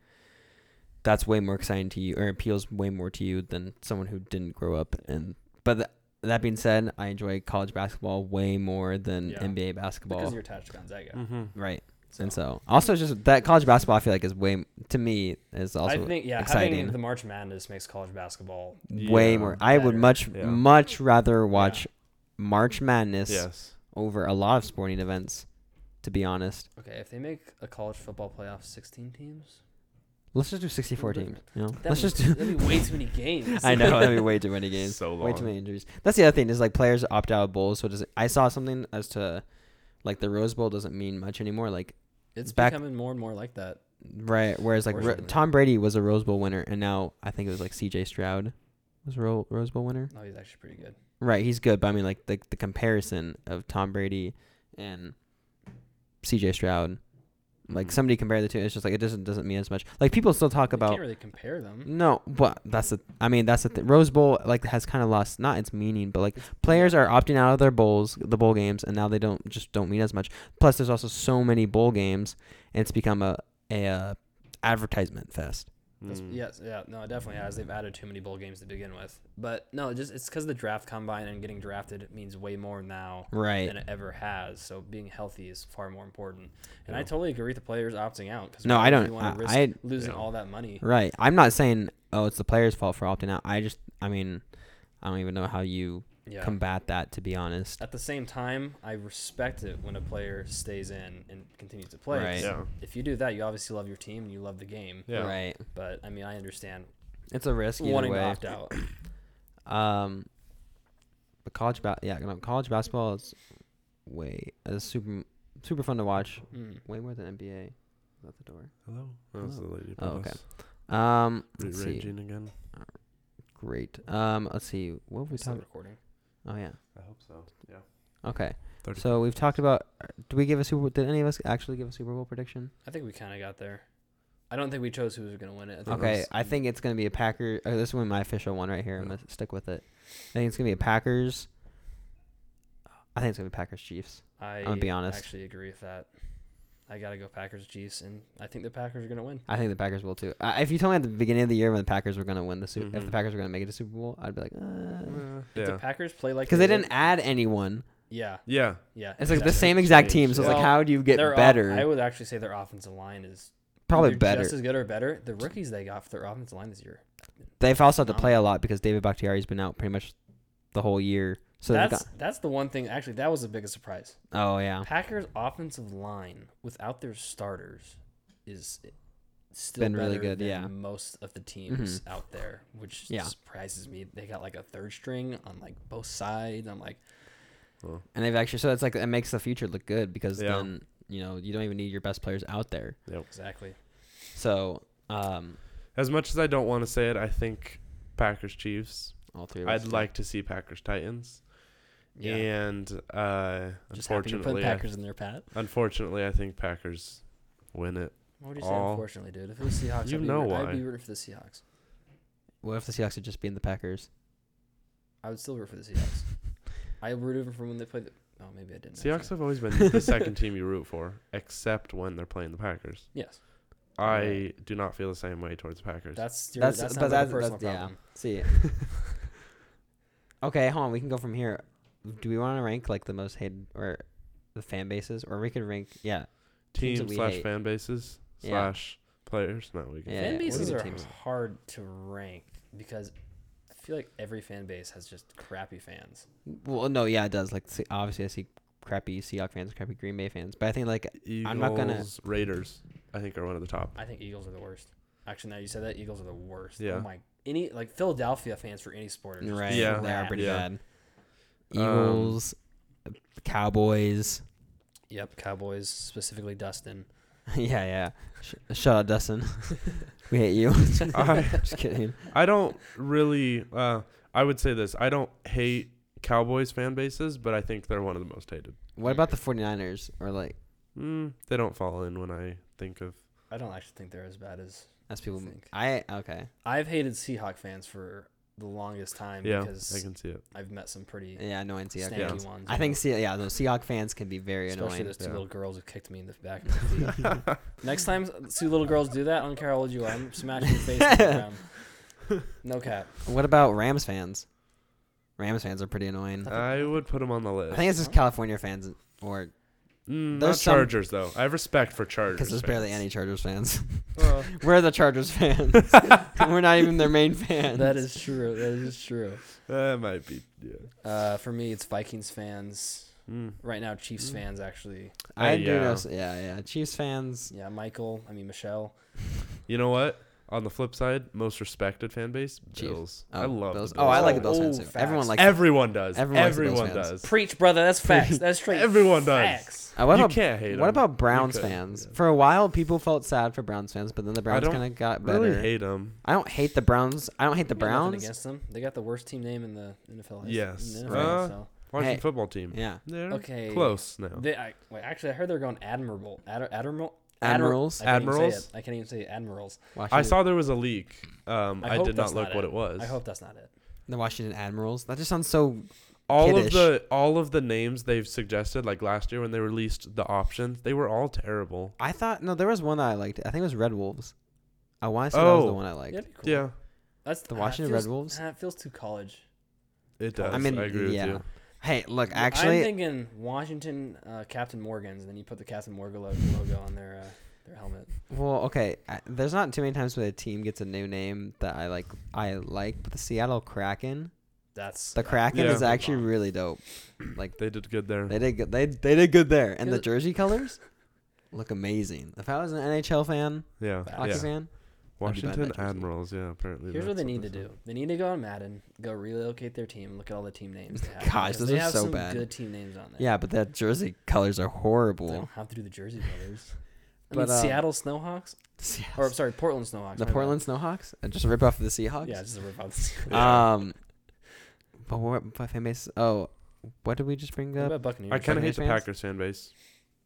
that's way more exciting to you, or appeals way more to you than someone who didn't grow up. And but th- that being said, I enjoy college basketball way more than Yeah. NBA Because basketball. you're attached to Gonzaga. Mm-hmm. Right, and so also just that college basketball, I feel like is way to me is also I think yeah, exciting. having the March Madness makes college basketball. way Yeah. more. I would better. much Yeah. much rather watch March Madness Yes. over a lot of sporting events. To be honest, Okay, if they make a college football playoff 16 teams, let's just do 64 That'd be- teams. You know, that let's would, just do. that'd be way <laughs> too many games. I know that'd be way too many <laughs> games. So long. Way too many injuries. That's the other thing is like players opt out of bowls. So it doesn't, I saw something as to like the Rose Bowl doesn't mean much anymore. Like It's Back- becoming more and more like that. right, whereas like Ro- Unfortunately. Tom Brady was a Rose Bowl winner, and now I think it was like C.J. Stroud was a Ro- Rose Bowl winner. Oh, he's actually pretty good. Right, he's good, but I mean like the the comparison of Tom Brady and C.J. Stroud, like Mhm. somebody compare the two, it's just like it doesn't doesn't mean as much. Like people still talk You about Mm. can't really compare them. No, but that's the. I mean, that's the thing. Rose Bowl like has kind of lost not its meaning, but like players are opting out of their bowls, the bowl games, and now they don't just don't mean as much. Plus, there's also so many bowl games, and it's become a a uh, advertisement fest. That's- Mm. Yes, yeah, no, it definitely has. They've added too many bowl games to begin with. But no, it just it's because the draft combine and getting drafted means way more now Right. than it ever has. So being healthy is far more important. And I totally agree with the players opting out. Cause No, why I would don't- you I- wanna risk I- losing Yeah. all that money. Right. I'm not saying oh it's the players' fault for opting out. I just I mean I don't even know how you Yeah. combat that to be honest. At the same time, I respect it when a player stays in and continues to play. 'cause Right. Yeah. If you do that, you obviously love your team and you love the game. Yeah. Right. But I mean, I understand It's a risk either wanting way. to opt out. <clears throat> Um, but college ba- yeah, no, college basketball is way is super super fun to watch. Mm. Way more than NBA. Is that the door? Hello. That was the lady. Oh, okay. boss. Um, let's see. Rearranging again. Great. Um, let's see. What have We we still talked? recording. Oh yeah. I hope so. Yeah. Okay. 30. So we've talked about. uh, Do we give a Super? Did any of us actually give a Super Bowl prediction? I think we kind of got there. I don't think we chose who was going to win it. I think it Okay. was- I think it's gonna be a Packer. Oh, this is my official one right here. I'm gonna stick with it. I think it's gonna be a Packers. I think it's gonna be Packers Chiefs. I gonna be honest. actually agree with that. I got to go Packers Chiefs, and I think the Packers are going to win. I think the Packers will too. Uh, if you told me at the beginning of the year when the Packers were going to win the Super, Mm-hmm. if the Mhm. Packers were going to make it to Super Bowl, I'd be like, because Uh, If The yeah. Packers play Mm, like they did- didn't add anyone. Yeah, Yeah. yeah. It's like the exactly. same exact team. changed. So it's like, Well, how do you get Their off- better? I would actually say their offensive line is Probably either better. just as good or better. The rookies they got for their offensive line this year. They've also had to play a lot because David Bakhtiari's been out pretty much the whole year. So they've that's got, that's the one thing. Actually, that was the biggest surprise. oh yeah, Packers offensive line without their starters is still Been really better good, than yeah. Mm-hmm. most of the teams out there, which Yeah. surprises me. They got like a third string on like both sides. I'm like, and they've actually so it's like it makes the future look good because Yeah. then you know you don't even need your best players out there. exactly. So um, As much as I don't want to say it, I think Packers Chiefs. all three. Of us- I'd like to see Packers Titans. Yeah. And uh, Just happy to put unfortunately, I, Packers in there, Pat. unfortunately, I think Packers win it. What do you say? All- Unfortunately, dude, if it was Seahawks, You I'd, be know root- why. I'd be rooting for the Seahawks. What if the Seahawks would just be in the Packers? I would still root for the Seahawks. I rooted for when they played. The, oh, maybe I didn't. Seahawks actually. have always been <laughs> the second team you root for, except when they're playing the Packers. Yes, I Yeah. do not feel the same way towards the Packers. that's your, That's- that's, but not like a that's- personal that's- yeah. problem. <laughs> See. okay, hold on. We can go from here. Do we want to rank like the most hated or the fan bases, or we could rank? Yeah, teams Team that we slash hate. fan bases Yeah. slash players. No, we can. Yeah, fan what are bases the are teams? hard to rank because I feel like every fan base has just crappy fans. Well, no, yeah, it does. Like, see, obviously, I see crappy Seahawks fans, crappy Green Bay fans. But I think like Eagles, I'm not gonna- Raiders. I think are one of the top. I think Eagles are the worst. Actually, now you said that Eagles are the worst. Yeah. Oh my, any like Philadelphia fans for any sport are just right, Yeah. they are pretty Yeah. bad. Um, Eagles, Cowboys. <laughs> Yep, Cowboys specifically Dustin. yeah, yeah. Sh- shut up, <laughs> Dustin. we hate you. <laughs> I Just kidding. I don't really. Uh, I would say this. I don't hate Cowboys fan bases, but I think they're one of the most hated. What about the 49ers? Or like, Mm, they don't fall in when I think of. I don't actually think they're as bad as as people, think. I okay, I've hated Seahawk fans for the longest time Yeah, because I can see it. I've met some pretty yeah, annoying Seahawks. snaky Yeah. fans. ones. I you think know, Se- yeah, those Seahawks fans can be very especially annoying. those two yeah. little girls who kicked me in the back <laughs> of my feet. Next time two little girls do that, I don't care how old you are, I'm smashing your face on <laughs> the ground. No cap. What about Rams fans? Rams fans are pretty annoying. I would put them on the I list. think it's just California fans, or Mm, not there's some- Chargers though. I have respect for Chargers. because there's barely fans. any Chargers <laughs> fans. <laughs> Well, We're the Chargers <laughs> fans. We're not even their main fans. That is true. That is true. that might be. Yeah. Uh, for me, it's Vikings fans. Mm. Right now, Chiefs Mm. fans actually. I Uh, do yeah. know. s- Yeah, yeah. Chiefs fans. Yeah, Michael. I mean Michelle. You know what? On the flip side, most respected fan base, Chief. Bills. Oh, I love Bills. The Oh, Bills. I like the Oh, Bills fans oh, too. Everyone facts. likes. the- Everyone does. Everyone Everyone, likes the Bills fans. does. Preach, brother. That's facts. That's straight. Everyone does. facts. Uh, what you about can't hate 'em. what about Browns couldn't, fans? yeah. For a while, people felt sad for Browns fans, but then the Browns don't kind of got better. Really hate them. I don't hate the Browns. I don't hate the I got nothing Browns. against them. They got the worst team name in the NFL. history- Yes. Uh, in the Right. NFL, so. Washington Hey. football team. Yeah, They're Okay. close now. They, I, wait, actually, I heard they're going admirable. Ad, admiral. Admirals? I can't even say Admirals? it. I can't even say it. admirals. I Washington, saw there was a leak. Um, I I, hope did not that's look not what it. it was. I hope that's not it. the Washington Admirals. That just sounds so. all kiddish. of the all of the names they've suggested, like last year when they released the options, they were all terrible. I thought no, there was one that I liked. I think it was Red Wolves. I want to say that was the Oh. one I liked. That'd be cool. Yeah, That's The ah, it Washington feels- Red Wolves? ah, it feels too college. it does. I mean, agree yeah. with you. Hey, look, I'm actually, thinking Washington uh, Captain Morgan's, and then you put the Captain Morgan lo- logo on their uh, their helmet. well, okay. I, there's not too many times where a team gets a new name that I like. I like but the Seattle Kraken. That's The uh, that- Kraken Yeah. is actually really dope. Like They did good there. They did good. They they did good there, and the Good. jersey colors look amazing. If I was an NHL fan, yeah, hockey fan, I'd yeah. be buying Washington that jersey. Admirals. Yeah, apparently. Here's what that's they need to this is. do. They need to go on Madden, go relocate their team, look at all the team <laughs> names. They have Gosh, because those they are have so some bad. Good team names on there. yeah, but that jersey colors are they don't horrible. have to do the jersey colors. I But, mean, um, Seattle Snowhawks, or I'm sorry, Portland Snowhawks. my the bad. Portland Snowhawks, and just a rip off of the Seahawks. Yeah, just a rip off. Yeah. Um, but what my fan base? Oh, what did we just bring up? What <laughs> about Buccaneers? I kind of hate the fans? Packers fan base.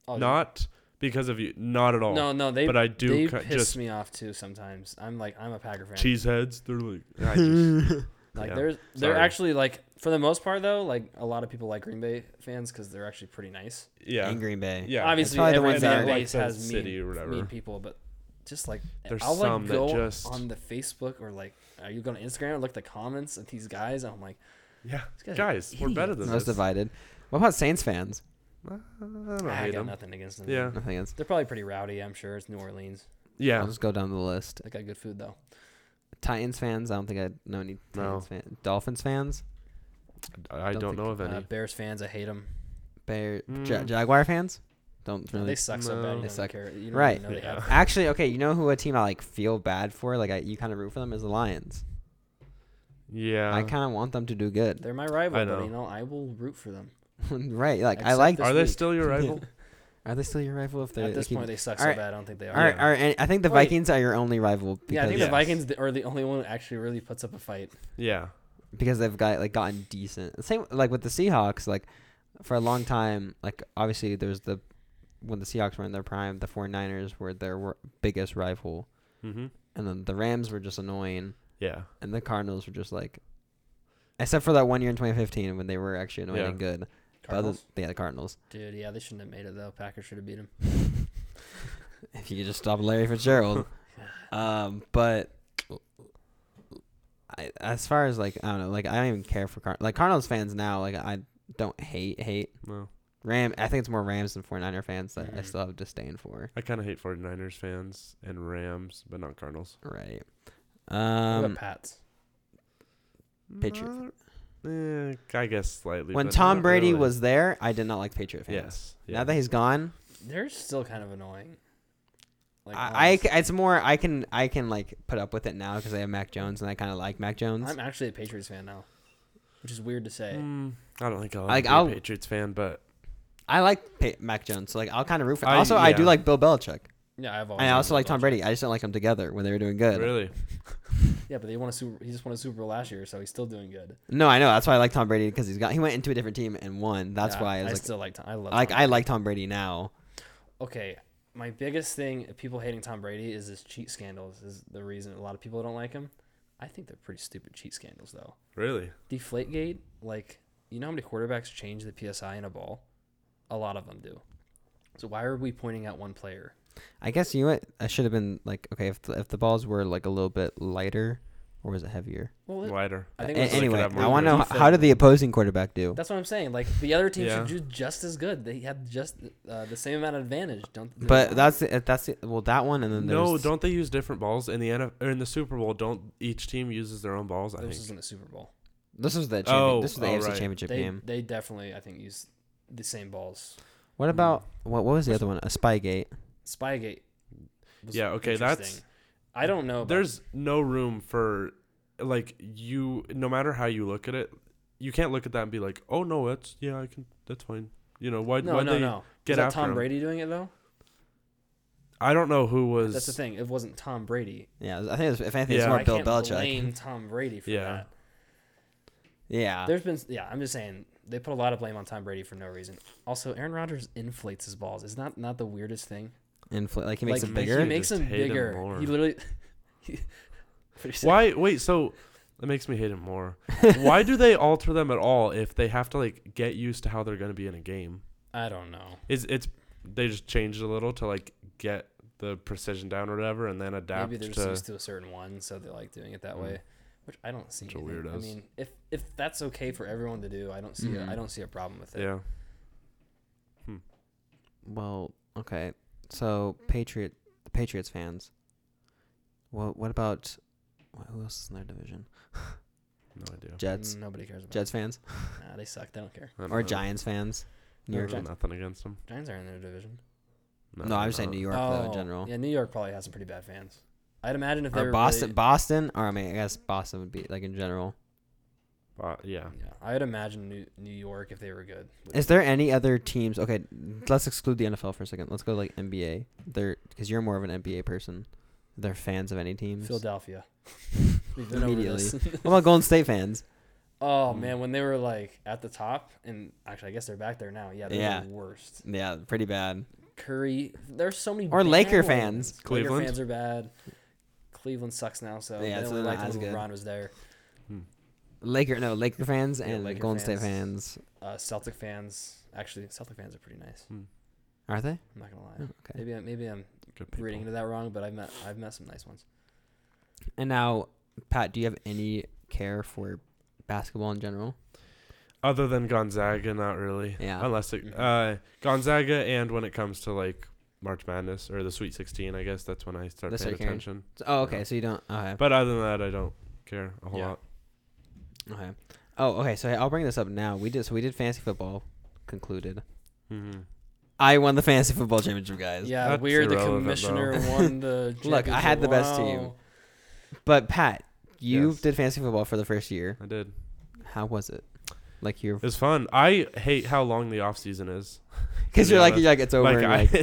Oh, yeah. Not because of you. Not at all. No, no, they but I do they ki- piss just me off too sometimes. I'm like I'm a Packer fan. cheeseheads. They're like, <laughs> I just, Like Yeah. there's they're Sorry. actually like for the most part though, like a lot of people like Green Bay fans because they're actually pretty nice. yeah, In Green Bay. yeah. Obviously, probably the every ones that fan are- base Like the has mean, city or whatever. mean people, but just like There's I'll some like that go just- on the Facebook or like are you going to Instagram and look at the comments of these guys? And I'm like, yeah. guys are Guys, we're better than Most this. divided. What about Saints fans? <laughs> I don't I, hate got 'em. nothing against them. Yeah, Nothing else. they're probably pretty rowdy. I'm sure it's New Orleans. yeah. I'll just go down the list. They got good food though. Titans fans. I don't think I know any No. Titans fans. Dolphins fans. I I don't don't think- know of Uh, any. Bears fans, I hate them. Bear, Ja- Mm. Jaguar fans. Don't really Hmm. They suck so bad. No. You They they suck. suck. Care. You don't Right. even know they Yeah. have- Actually, okay, you know who a team I like feel bad for? Like I, you kind of root for them is the Lions. Yeah. I kind of want them to do good. Uh-huh. They're my rival, I but know. you know I will root for them. <laughs> right? Like I Except like. this Are they week. <laughs> still your Yeah. rival? Are they still your rival? If they're At this they keep- point, they suck so Alright. bad. I don't think they are. are, Yeah. are any- I think the Wait. Vikings are your only rival because yeah, I think Yes. the Vikings th- are the only one that actually really puts up a fight. Yeah. because they've got like gotten decent. Same like with the Seahawks. Like for a long time, like obviously there's the when the Seahawks were in their prime, the 49ers were their wor- biggest rival, Mm-hmm. and then the Rams were just annoying. Yeah. and the Cardinals were just like, except for that one year in 2015 when they were actually annoying Yeah. and good. But other- Cardinals? yeah, the Cardinals. <laughs> Dude, yeah, they shouldn't have made it though. Packers should have beat them. If you could just stop Larry Fitzgerald. um, but I, as far as like I don't know, like I don't even care for Card- like Cardinals fans now. Like I don't hate hate No. Ram. I think it's more Rams than 49er fans that I Mhm. still have disdain for. I kind of hate 49ers fans and Rams, but not Cardinals. Right. What about Um, Pats? Patriots. Not Eh, I guess slightly. When but Tom not Brady really. was there, I did not like Patriot fans. yes, yeah. Now that he's gone, They're still kind of annoying. Like I, I honest- c- it's more I can I can like put up with it now because I have Mac Jones and I kind of like Mac Jones. I'm actually a Patriots fan now, which is weird to say. Mm, I don't think I'll Like, be I'll- a Patriots fan, but I like pa- Mac Jones, so like I'll kind of root for. I- also, I do yeah. like Bill Belichick, Oh, Yeah, I've always. and I liked also like Bill Tom Brady. I just don't like them together when they were doing good. really, Belichick. Yeah, but they won a super. He just won a Super Bowl last year, so he's still doing good. No, I know that's why I like Tom Brady because he's got he went into a different team and won. That's Yeah, why I I was like, still like. Tom, I love. like Tom I like Tom Brady now. okay, my biggest thing of people hating Tom Brady is his cheat scandals is the reason a lot of people don't like him. I think they're pretty stupid cheat scandals though. really. Deflategate, like you know how many quarterbacks change the PSI in a ball? A lot of them do. So why are we pointing out one player? I guess you know what I should have been like okay if the, if the balls were like a little bit lighter or was it heavier? Well, it- Lighter. I think A- it was like anyway, that I movement. want to know how did the opposing quarterback do? that's what I'm saying. Like the other team Yeah. should do just as good. They had just uh, the same amount of advantage. Don't. they? But that's it- that's it. well that one and then there's No, don't they use different balls in the NFL or in the Super Bowl? Don't each team uses their own balls? I this think. isn't a Super Bowl. this was the champion, Oh, this was the oh, AFC right. Championship They game. they definitely I think use the same balls. What about what what was the other one? A Spygate. Spygate. was Yeah, okay, that's- interesting. I don't know. About There's no room for like you. No matter how you look at it, you can't look at that and be like, "Oh no, that's yeah, I can. That's fine." You know why? no, why no, they no. Get Is that after Tom him? Brady doing it though? I don't know who was. That's the thing. It wasn't Tom Brady. Yeah, I think it was, if anything, it's Yeah. more I Bill can't Belichick. blame Tom Brady for Yeah. <laughs> Yeah, that. There's been yeah. I'm just saying they put a lot of blame on Tom Brady for no reason. Also, Aaron Rodgers inflates his balls. Is not not the weirdest thing. Infl- like he makes like it he bigger. He makes Just him hate him bigger. more. he literally. <laughs> he- what do you Why? Wait. So that makes me hate him more. <laughs> why do they alter them at all if they have to like get used to how they're going to be in a game? say? I don't know. Is it's they just changed a little to like get the precision down or whatever, and then adapt Maybe they're just to. used to a certain one, so they like doing it that Mm. way. Which I don't see. Bunch of anything- I weirdos. mean, if if that's okay for everyone to do, I don't see. Mhm. A, I don't see a problem with it. yeah. Well, okay. So Patriot, the Patriots fans. Well, what about wh- who else is in their division? No idea. Jets, Mm, Nobody cares about. Jets fans, them. Nah, they suck. They don't care. I don't or know. Giants fans? New I York. have Uh, Giants. Nothing against them. Giants are in their division. No, I was saying New York though in Oh, general. Yeah, New York probably has some pretty bad fans. I'd imagine if they Or were Boston, really- Boston, or I mean, I guess Boston would be like in general. Uh, yeah. yeah, I'd imagine New, New York if they were good. would- Is there any other teams? Okay, let's exclude the NFL for a second. Let's go like NBA. They're because you're more of an NBA person. They're fans of any teams. <laughs> Philadelphia. We've been over Immediately. this. <laughs> what <laughs> about Golden State fans? oh man, when they were like at the top, and actually I guess they're back there now. Yeah, they're Yeah. the worst. Yeah, pretty bad. Curry. There's so many. Or Laker bandwagons. fans. Cleveland? Laker fans are bad. Cleveland sucks now, so Yeah, they so they're only not liked as them when good. LeBron was there. Laker, no, Laker fans Yeah, and Laker Golden State fans. fans. Uh, Celtic fans, actually, Celtic fans are pretty nice. Are they? I'm not gonna lie. Oh, okay. Maybe I- maybe I'm Good reading people. into that wrong, but I've met I've met some nice ones. And now, Pat, do you have any care for basketball in general? Other than Gonzaga, not really. Yeah. Unless it, uh, Gonzaga and when it comes to like March Madness or the Sweet 16, I guess that's when I start That's paying what you're caring. attention. So- oh, okay. So you don't. Okay. But other than that, I don't care a whole Yeah. lot. okay. Oh, okay. So I'll bring this up now. We did. So we did fantasy football. Concluded. Mm-hmm. I won the fantasy football championship, guys. Yeah, That's weird. The irrelevant, commissioner won the. <laughs> Look, I had the best championship. team. But Pat, you Yes. did fantasy football for the first year. I did. How was it? Like <laughs> you're, It's fun. I hate how long the off season is. because to be you're like, honest. you're like it's over. Like, and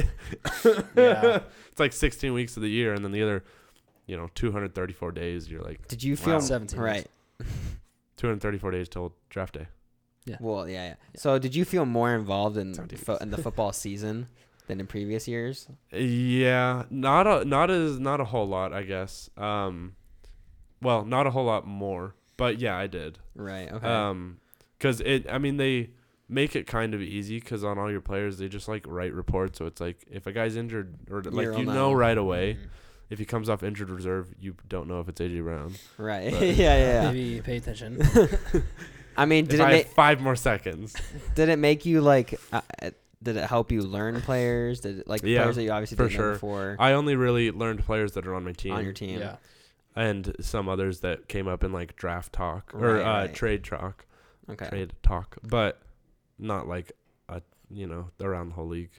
I, <laughs> like, Yeah. it's like 16 weeks of the year, and then the other, you know, 234 days. You're like did you Wow. feel 17 years. right? 234 days till draft day. Well, yeah, yeah. So did you feel more involved in 17 fo- in the football season than in previous years? Yeah, not a not as not a whole lot, I guess. Um, well, not a whole lot more, but yeah, I did. Right. Okay. Um 'cause because it, I mean, they make it kind of easy because on all your players, they just like write reports. So it's like if a guy's injured or like You're you on know that. <laughs> right away Mhm. if he comes off injured reserve, you don't know if it's AJ Brown. right. <laughs> but- yeah, yeah. yeah. Maybe you pay attention. I mean, If did it I make have five <laughs> more seconds, did it make you like? Uh, uh, did it help you learn players? Did it, like Yeah, players that you obviously for didn't know sure. before I only really learned players that are on my team, on your team? Yeah. and some others that came up in like draft talk or Right, uh, right. trade talk. Okay. trade talk, but not like a you know around the whole league.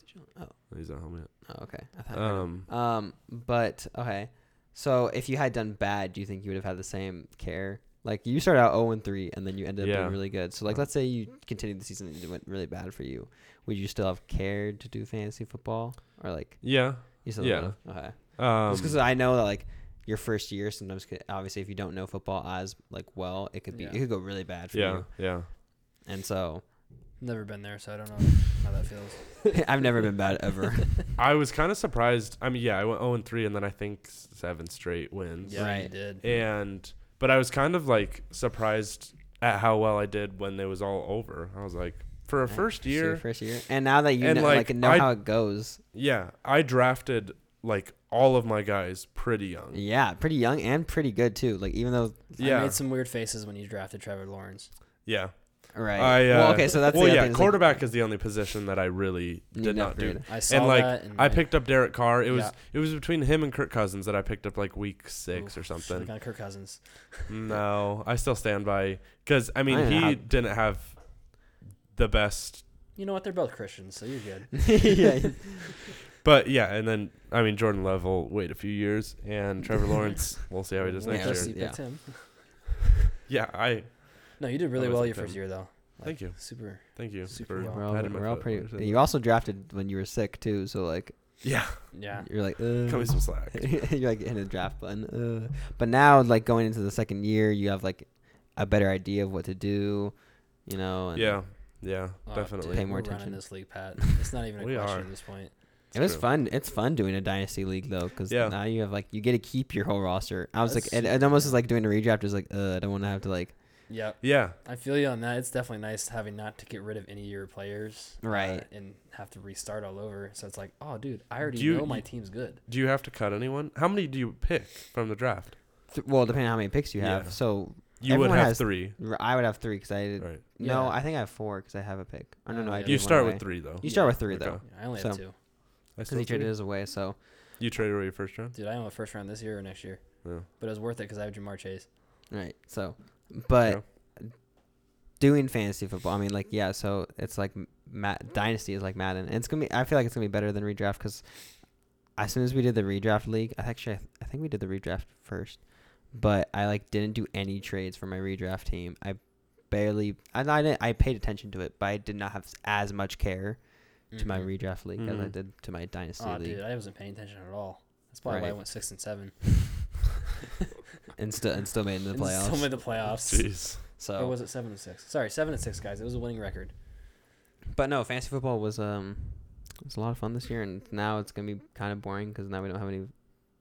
Did you- Oh, He's not home yet. oh, okay. I thought Um, Um, but okay. So if you had done bad, do you think you would have had the same care? Like you started out 0 and 3 and then you ended up Yeah. doing really good. So like let's say you continued the season and it went really bad for you. Would you still have cared to do fantasy football or like yeah. you still Yeah. would? Okay. Um, Just cuz I know that like your first year sometimes could, obviously if you don't know football as like well, it could be Yeah. it could go really bad for yeah, you. yeah. And so Never been there, so I don't know how that feels. <laughs> I've never been bad <laughs> ever. I was kind of surprised. I mean, yeah, I went 0 and 3, and then I think s- seven straight wins. Yeah, you Right. did. And but I was kind of like surprised at how well I did when it was all over. I was like, for a Right. first So your year, first year. And now that you And, know, like, like, know I- how it goes. yeah, I drafted like all of my guys pretty young. Yeah, pretty young and pretty good too. Like even though I Yeah, made some weird faces when you drafted Trevor Lawrence. yeah. Right. I, uh, well, okay, so that's well, the other yeah. thing, is, like, quarterback is the only position that I really you did not upgrade do. <laughs> it. I saw And like that. And I picked up Derek Carr. It was Mm. Yeah. it was between him and Kirk Cousins that I picked up like week six or something. Mm, Like on Kirk Cousins. No, I still stand by because I mean I he have- didn't have the best, You know what? They're both Christians, so you're <laughs> good. yeah, but yeah, and then I mean Jordan Love will wait a few years, and Trevor Lawrence, we'll see how he does We'll next just year. see. You picked him. Yeah, I No, you did really was well like your first them. year though. Thank you. Super. thank you. Super for well. we're all, patting my we're all foot pretty. on the You back. also drafted when you were sick too, so like <laughs> yeah, Yeah. you're like cut me uh, <laughs> some slack. you're like in a draft button. Uh. But now, like going into the second year, you have like a better idea of what to do, you know. And Yeah, yeah, Oh, definitely. dude, Pay more we're attention. running this <laughs> league, Pat. It's not even a We question are. at this point. It was True. fun. It's fun doing a dynasty league though, because Yeah. now you have like you get to keep your whole roster. I was like, That's- it, it almost is like doing a redraft. Is like, uh, I don't want to have to like. Yep. Yeah, I feel you on that. It's definitely nice having not to get rid of any of your players, uh, Right. and have to restart all over. So it's like, oh, dude, I already Do you- know my you- team's good. do you have to cut anyone? How many do you pick from the draft? Th- well, depending on how many picks you have. Yeah. So You Everyone would have has- three, r- I would have three because I did. right? No, Yeah. I think I have four because I have a pick. I don't know. Oh, I yeah. gave You one start away. with three though. You start Yeah, with three okay. though, I only So- have two. I because still he traded three. his away. So You traded away your first round. Dude, I don't have a first round this year or next year. Yeah. But it was worth it because I have Jamar Chase. right. So, but doing fantasy football, I mean, like yeah. So it's like M- Matt Dynasty is like Madden. And it's gonna be. I feel like it's gonna be better than redraft because as soon as we did the redraft league, I actually I, th- I think we did the redraft first, but I like didn't do any trades for my redraft team. I barely. I I, didn't, I paid attention to it, but I did not have s- as much care. to my Mm-hmm. Mhm. redraft league as I Mhm. did to my dynasty Oh, league, dude, I wasn't paying attention at all. That's probably why I Right. went six and seven. and still and still made it in the <laughs> And playoffs. Still made the playoffs. Jeez. so, Or was it seven and six? Sorry, seven and six, guys. It was a winning record. but no, fantasy football was um, it was a lot of fun this year, and now it's gonna be kind of boring because now we don't have any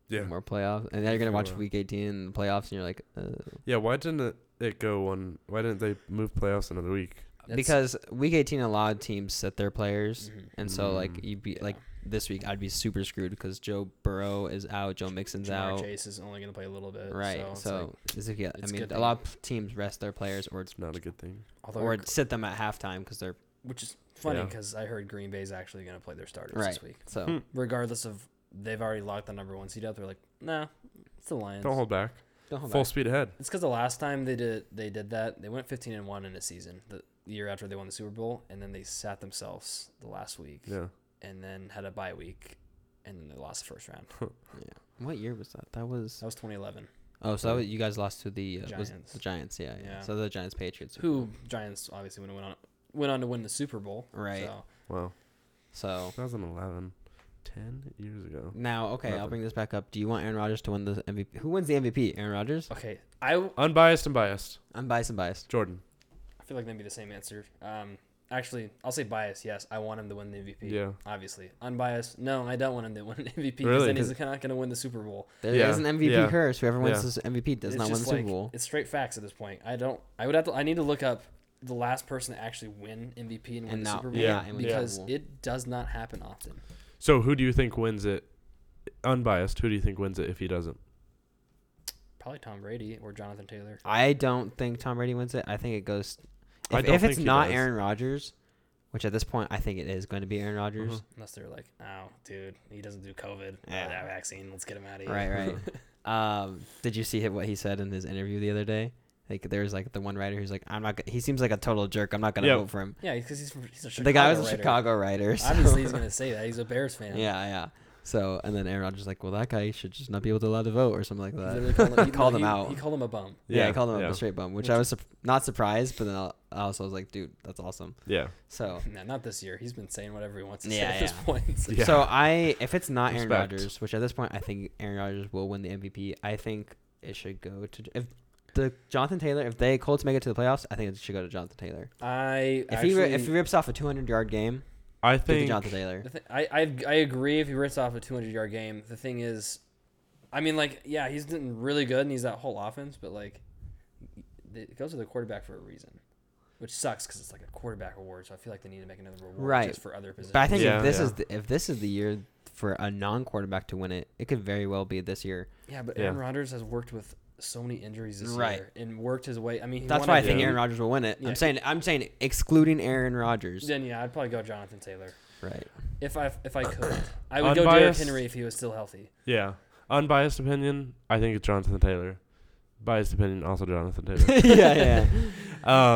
Yeah. more playoffs, and now you're For gonna a watch while. week 18 in the playoffs, and you're like, uh, Yeah, why didn't it, it go one? Why didn't they move playoffs another week? That's- because week 18 allowed teams set their players, Mhm. and so like Mm. you'd be Yeah. like this week I'd be super screwed because Joe Burrow is out, Joe Mixon's Jamar out. Chase is only going to play a little bit. Right, So, it's like- so, is it yeah, I it's mean, good a thing. lot of teams rest their players or it's It's not a good thing. although, or sit them at halftime because they're which is funny Yeah. because I heard Green Bay's actually going to play their starters this Right. week. so. Hmm. Regardless of they've already locked the number one seed up, they're like, nah, it's the Lions. Don't hold back. Don't hold Full back. speed ahead. It's because the last time they did they did that, they went 15 and one in a season, the year after they won the Super Bowl, and then they sat themselves the last week, Yeah. and then had a bye week, and then they lost the first round. What year was that? That was That was 2011. oh, so that was, you guys lost to the uh, was Giants. the Giants, yeah, yeah. Yeah. So the Giants Patriots, Who Giants obviously went on went on to win the Super Bowl. Right. So Wow. So 2011. 10 years ago. now, okay, I'll Nothing. bring this back up. Do you want Aaron Rodgers to win the MVP? Who wins the MVP? Aaron Rodgers? okay, I w- Unbiased and biased. I'm biased and biased. Jordan. I feel like that'd be the same answer. Um, actually, I'll say bias. Yes, I want him to win the MVP. Yeah. Obviously, unbiased. No, I don't want him to win an MVP because Really? then he's 'Cause- not going to win the Super Bowl. There Yeah, is an MVP yeah, curse. Whoever wins yeah. this MVP does It's not win the just Super like- Bowl. It's straight facts at this point. I don't. I would have to. I need to look up the last person to actually win MVP and win And the not- Super Bowl. yeah, and win the because Super Bowl. it does not happen often. So who do you think wins it? Unbiased. Who do you think wins it if he doesn't? Probably Tom Brady or Jonathan Taylor. I don't think Tom Brady wins it. I think it goes. I If, don't if it's think he not does. Aaron Rodgers, which at this point I think it is going to be Aaron Rodgers. Mhm. Unless they're like, oh, dude, he doesn't do COVID. Oh, Yeah. that Uh-huh. <laughs> vaccine. Let's get him out of here. Right, right. um, did you see what he said in his interview the other day? Like there's like the one writer who's like, I'm not. Gonna, he seems like a total jerk. I'm not gonna Yeah. vote for him. Yeah, because he's from, he's a Chicago the guy was a writer. Chicago <laughs> writer. so- Obviously, <laughs> he's gonna say that he's a Bears fan. Yeah, yeah. So and then Aaron Rodgers is like, well, that guy should just not be able to allow to vote or something like He that. literally <laughs> called him, he- Called no, him he- out. He called him a bum. yeah, Yeah, I called him yeah. a straight bum, which Which- I was sup- not surprised, but then I I also was like, dude, that's awesome. Yeah. So No, not this year. He's been saying whatever he wants to Yeah, say at this yeah. point. <laughs> So- Yeah. So I, if it's not Aaron Respect. Rodgers, which at this point I think Aaron Rodgers will win the MVP, I think it should go to if the Jonathan Taylor. If they Colts make it to the playoffs, I think it should go to Jonathan Taylor. I If actually, he ri- if he rips off a 200 yard game, I give it to think Jonathan Taylor. The thi- I, I I agree if he rips off a 200 yard game. The thing is, I mean, like, yeah, he's doing really good and he's that whole offense, but like, the- it goes to the quarterback for a reason, which sucks because it's like a quarterback award. So I feel like they need to make another reward Right. just for other positions. But I think Yeah. if this Yeah. is the, if this is the year for a non quarterback to win it, it could very well be this year. yeah, but Yeah. Aaron Rodgers has worked with so many injuries this Right. year and worked his way. I mean, he That's won why a I think game. Yeah. Aaron Rodgers will win it. Yeah. I'm saying I'm saying excluding Aaron Rodgers. Then yeah, I'd probably go Jonathan Taylor <laughs> Right. if I if I could. I would go Derrick Unbiased. Henry if he was still healthy. yeah. Unbiased opinion, I think it's Jonathan Taylor. Biased opinion, also <laughs> Jonathan Taylor. <laughs> yeah, yeah.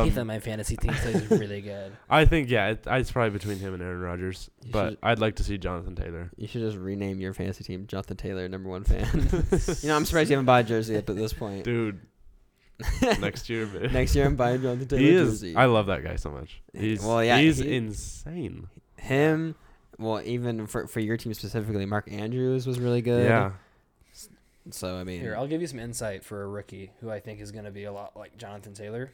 Um, He's on my fantasy team, so he's really good. I think yeah, it, it's probably between him and Aaron Rodgers, You but should- I'd like to see Jonathan Taylor. You should just rename your fantasy team Jonathan Taylor, number one <laughs> fan. you know, I'm surprised you haven't bought a jersey up at this point. <laughs> <laughs> Dude, next year, <laughs> man. Next year, I'm buying Jonathan Taylor he is. jersey. I love that guy so much. He's Well, yeah, he's he- insane. Him, well, even for for your team specifically, Mark Andrews was really good. Yeah, So I mean, Here, I'll give you some insight for a rookie who I think is going to be a lot like Jonathan Taylor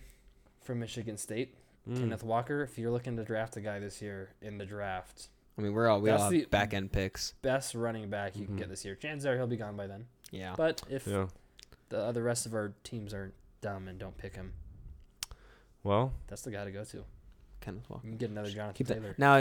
from Michigan State. Hmm. Mm. Kenneth Walker, if you're looking to draft a guy this year in the draft, I mean, we're all we That's all have the- back end picks. best running back you can get Mhm. this year. Chances are he'll be gone by then. Mm-hmm. Yeah. But if Yeah. the other rest of our teams are dumb and don't pick him, Well, that's the guy to go to. You Kenneth Walker. can get another Jonathan Keep <laughs> Taylor. that. Now,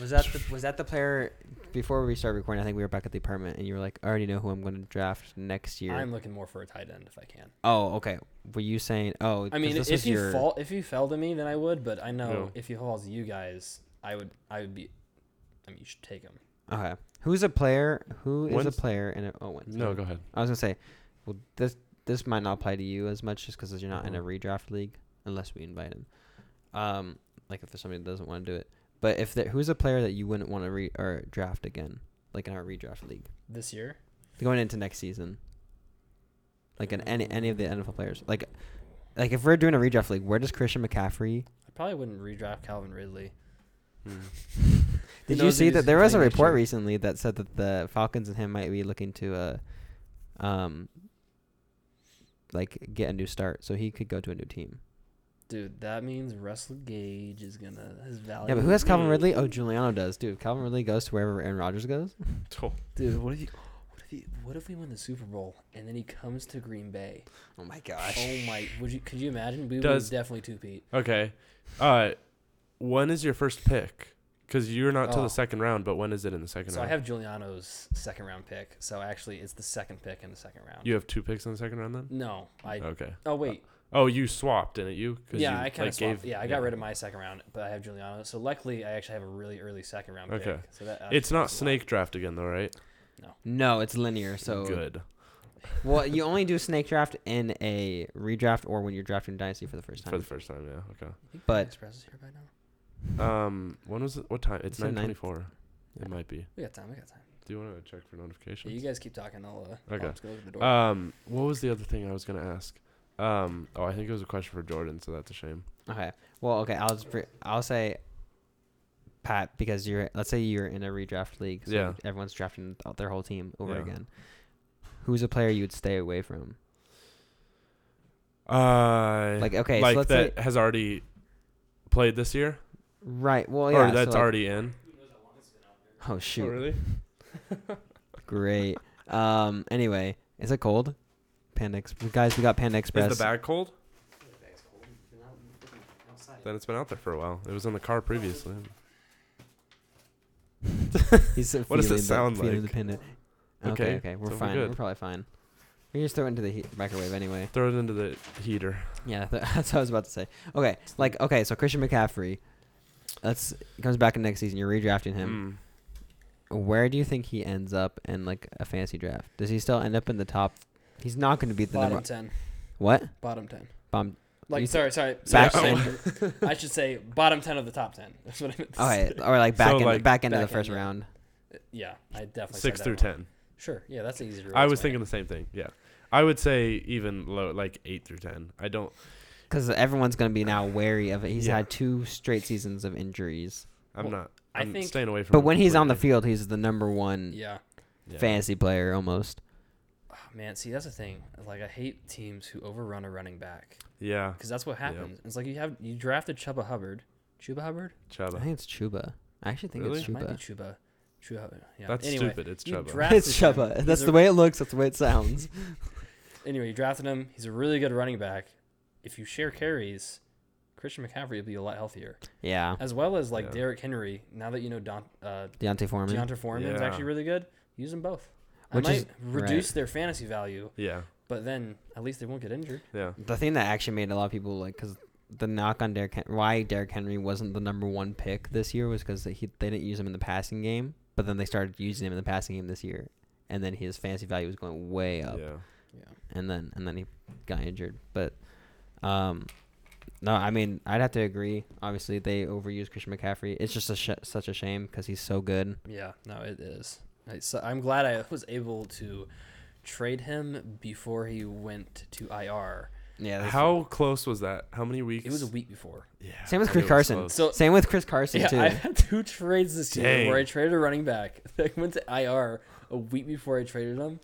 was that the, was that the player before we started recording? I think we were back at the apartment, and you were like, "I already know who I'm going to draft next year." I'm looking more for a tight end if I can. oh, okay. Were you saying? Oh, I 'cause mean, this if was he your, fall, if he fell to me, then I would. But I know Yeah. if he falls to you guys, I would. I would be. I mean, you should take him. Okay. Who's a player? Who is a Wednes- player? And oh, Wednesday. no, go ahead. I was gonna say, well, this this might not apply to you as much just because you're not in a redraft league unless we invite him. Um, like if there's somebody that doesn't want to do it, but if there, who's a player that you wouldn't want to re or draft again, like in our redraft league, This year, going into next season, like in any any of the NFL players, like like if we're doing a redraft league, where does Christian McCaffrey? I probably wouldn't redraft Calvin Ridley. Who Did you knows if see he's that there was a playing next report year? recently that said that the Falcons and him might be looking to uh um like get a new start so he could go to a new team. Dude, that means Russell Gage is gonna his value. Yeah, but who has Calvin Mm. Ridley? Oh, Giuliano does. Dude, if Calvin Ridley goes to wherever Aaron Rodgers goes. Mm. <laughs> Dude, what if you? What if he? What if we win the Super Bowl and then he comes to Green Bay? Oh my Oh my! Would you? Could you imagine? We Does- would definitely two peat. Okay. Uh, when is your first pick? Because you're not to Oh. the second round, but when is it in the second So I round? have Giuliano's second round pick. So actually, it's the second pick in the second round. you have two picks in the second round then. no, I. Okay. Oh wait. Oh, you swapped, didn't you? 'Cause Yeah, you, I kind like, of gave- yeah, I got rid of my second round, but I have Giuliano. So luckily, I actually have a really early second round pick. Okay. So that uh, It's not actually helps snake draft again though, right? No, it's linear. So Good. well, you only do snake draft in a redraft or when you're drafting dynasty for the first time. For the first time, yeah. Okay. a lot. You think but- Panda Express is here by now. Um, when was it? What time? It's It's at nine nine. twenty-four. It might be. We got time. We got time. Do you want to check for Yeah, you notifications? guys keep talking. I'll. Uh, Okay. I'll just go to the door. Um, what was the other thing I was gonna ask? Um, oh, I think it was a question for Jordan, so that's a shame. Okay. Well, okay. I'll just, br- I'll say Pat because you're let's say you're in a redraft league. So Yeah. Everyone's drafting th- their whole team over Yeah. again. Who's a player you would stay away from? Uh, Like okay, like so let's that say has already played this year, right. Well, Oh, yeah. or so, that's like- already in. Oh shoot! Oh, really? <laughs> Great. Um. Anyway, is it cold? Panda Express. Guys, we got Panda Express. <laughs> Is the bag cold? Then it's been out there for a while. It was in the car previously. <laughs> He's uh, What does feeling it sound the, feeling like? The panda. Okay. Okay, Okay. We're so we're fine. We're, good. probably fine. We just throw it into the heat microwave anyway. Throw it into the heater. Yeah, <laughs> th- that's what I was about to say. Okay, like okay, so Christian McCaffrey, that's comes back in next season. You're redrafting him. Mm. Where do you think he ends up in like a fantasy draft? Does he still end up in the top? He's not going to be the Bottom number ten. what Bottom ten. Bottom. You Like, said- sorry, sorry. sorry Back Yeah. end. <laughs> I should say bottom 10 of the top 10. <laughs> That's what I meant. to All say. right, or like back So, end, like, back end of back the first end, yeah. round. Yeah, I definitely. six said that through wrong. ten. Sure. Yeah, that's an easier. I way to was explain thinking the same thing. Yeah, I would say even low, like eight through ten. I don't. Because everyone's going to be now wary of it. He's Yeah. had two straight seasons of injuries, I'm Well, not. I I'm think- staying away from. but him when he's on the completely. field, he's the number one it. Yeah. Yeah. fantasy player almost. Oh, man, see, that's the thing. Like, I hate teams who overrun a running back Yeah, because that's what Yep. happens. It's like you have you drafted Chuba Hubbard. Chuba Hubbard? I Chuba. think it's Chuba. I actually think Really? it's It might be Chuba. Chuba. Chuba. Yeah. That's anyway, stupid. It's you Chuba. <laughs> drafted It's him. Chuba. He's That's a- the way it looks. That's the way it sounds. Anyway, you drafted him. He's a really good running back. If you share carries, Christian McCaffrey will be a lot healthier, Uh, yeah, as well as like Yeah. Derrick Henry. Now that you know Don, uh, Deontay Foreman. Deonta Foreman's Yeah. actually really good. Use them both. Which I might is- reduce their fantasy value, yeah, but then at least they won't get injured. yeah. The thing that actually made a lot of people like, because the knock on Derrick, Hen- why Derrick Henry wasn't the number one pick this year was because they he- they didn't use him in the passing game, but then they started using him in the passing game this year, and then his fantasy value was going way up. Yeah. Yeah. and then and then he got injured. But um, no, I mean I'd have to agree. Obviously, they overused Christian McCaffrey. It's just a sh- such a shame because he's so good. Yeah, no, it is. I- So I'm glad I was able to trade him before he went to IR. Yeah. How close was that? How many weeks? It was a week before. Yeah. Same with I Chris knew it was Carson. close. So Same with Chris Carson yeah, too. I had two trades this year where I Dang. traded a running back <laughs> that went to IR a week before I traded him.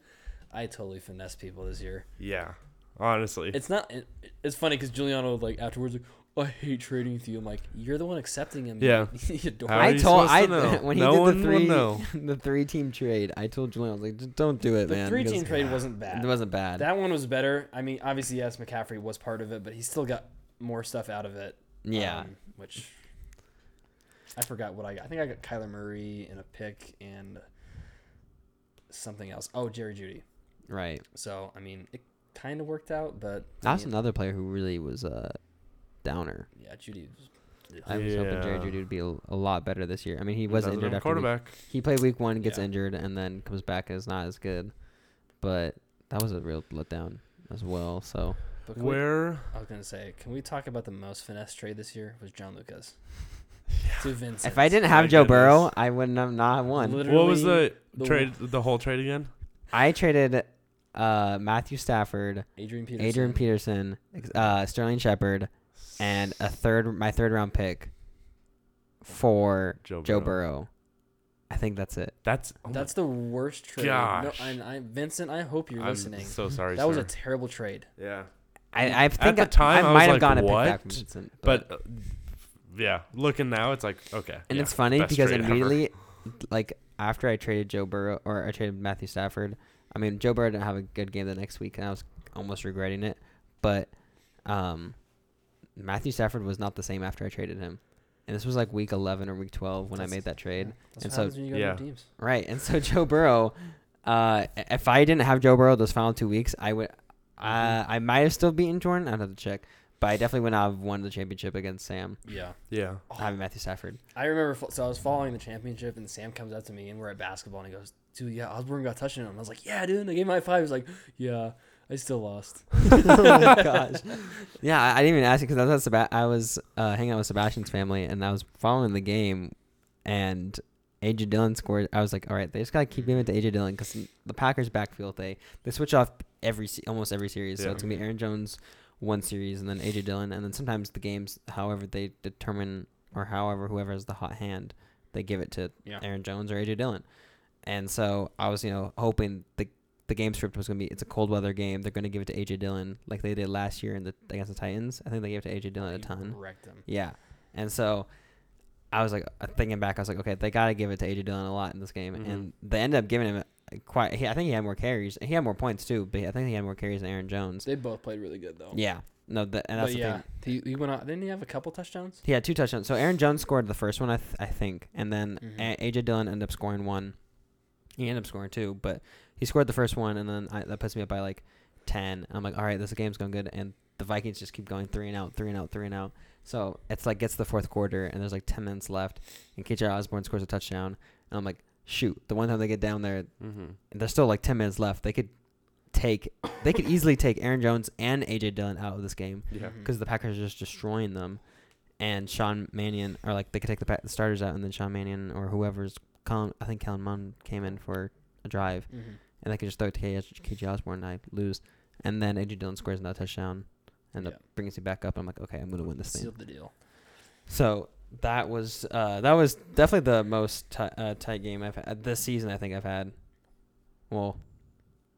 I totally finessed people this year. Yeah. Honestly. It's not. It, it's funny because Giuliano like afterwards like "Oh, I hate trading with you. I'm like you're the one accepting him. you- Yeah. <laughs> you dork. How are I you told I supposed to <laughs> know? when he No one did will the three know. <laughs> the three team trade. I told Julian I was like, "Just don't do it, the man. three team 'cause trade wasn't bad. It wasn't bad. That one was better. I mean, obviously, yes, McCaffrey was part of it, but he still got more stuff out of it. yeah. um, which I forgot what I got. I think I got Kyler Murray and a pick and something else. Oh, Jerry Judy. right. So I mean, it kind of worked out, but That was yeah, another player who really was a downer. yeah, Judy. was- I was hoping Jerry Yeah. Judy would be a, a lot better this year. I mean, he was Doesn't injured have a after week quarterback. He played week one, gets Yeah. injured, and then comes back and is not as good. But that was a real letdown as well. So But can we- Where? I was gonna say, can we talk about the most finesse trade this year? Was <laughs> John Lucas to Vincent? if I didn't have my Joe Burrow, goodness. I wouldn't have not won. What was Literally the, trade? The whole trade again? I traded uh, Matthew Stafford, Adrian Peterson. Adrian Peterson, uh, Sterling Shepard, and a third my third round pick for Joe, Joe Burrow. I think that's it. That's. Oh my That's the worst trade. gosh. No, and I, Vincent, I hope you're I'm listening. so sorry. that was a sir. terrible trade. yeah. I, I think the I- time, I, I might was have gone like, a pick back from "What?" Vincent, But uh, yeah, looking now, it's like okay. And yeah, it's funny best because trade ever. immediately, like after I traded Joe Burrow or I traded Matthew Stafford, I mean Joe Burrow didn't have a good game the next week, and I was almost regretting it. But um, Matthew Stafford was not the same after I traded him, and this was like week eleven or week twelve when I That's- made that trade, That's And what so- happens when you go yeah. to teams. right? And so <laughs> Joe Burrow, uh, if I didn't have Joe Burrow those final two weeks, I would, uh, I might have still beaten Jordan. I'd have to check, but I definitely would not have won the championship against Sam Yeah. yeah, having Matthew Stafford. I remember, fo- so I was following the championship, and Sam comes up to me, and we're at basketball, and he goes, "Dude, yeah, Osborne got touching him." I was like, "Yeah, dude." And I gave him a high five. He was like, "Yeah, I still lost." oh my gosh. Yeah, I, I didn't even ask you because I was, Seba- I was uh, hanging out with Sebastian's family and I was following the game, and AJ Dillon scored. I was like, all right, they just gotta keep giving it to AJ Dillon because the Packers backfield they they switch off every se- almost every series, so Yeah. it's gonna be Aaron Jones one series and then AJ Dillon, and then sometimes the games, however they determine or however whoever has the hot hand, they give it to Yeah. Aaron Jones or AJ Dillon. And so I was, you know, hoping the the game script was gonna be it's a cold weather game. They're gonna give it to AJ Dillon like they did last year in the against the Titans. I think they gave it to AJ Dillon a He ton. wrecked him. Yeah, and so I was like uh, thinking back. I was like, okay, they gotta give it to AJ Dillon a lot in this game, Mm-hmm. Mhm. and they ended up giving him uh, quite. He, I think he had more carries. He had more points too, but I think he had more carries than Aaron Jones. They both played really good though. Yeah, no, th and but that's the yeah, thing. he, he went out. Didn't he have a couple touchdowns? He had two touchdowns. So Aaron Jones scored the first one, I, th- I think, and then Mhm. a- AJ Dillon ended up scoring one. He ended up scoring two, but he scored the first one, and then I, that puts me up by like ten. I'm like, all right, this game's going good, and the Vikings just keep going three and out, three and out, three and out. So it's like gets the fourth quarter, and there's like ten minutes left, and KJ Osborne scores a touchdown, and I'm like, shoot, the one time they get down there, mm-hmm. and there's still like ten minutes left. They could take they could easily take Aaron Jones and AJ Dillon out of this game Yeah. Mhm. because the Packers are just destroying them, and Sean Mannion or like they could take the, pa- the starters out and then Sean Mannion or whoever's Colin, I think Kellen Mond came in for a drive Mhm. and they could just throw it to KJ KJ Osborne and I lose, and then AJ Dillon scores another touchdown, and Yeah. it brings me back up. I'm like, okay, I'm gonna win this thing. Sealed the deal. So that was uh, that was definitely the most ti uh, tight game I've had this season. I think I've had. Well,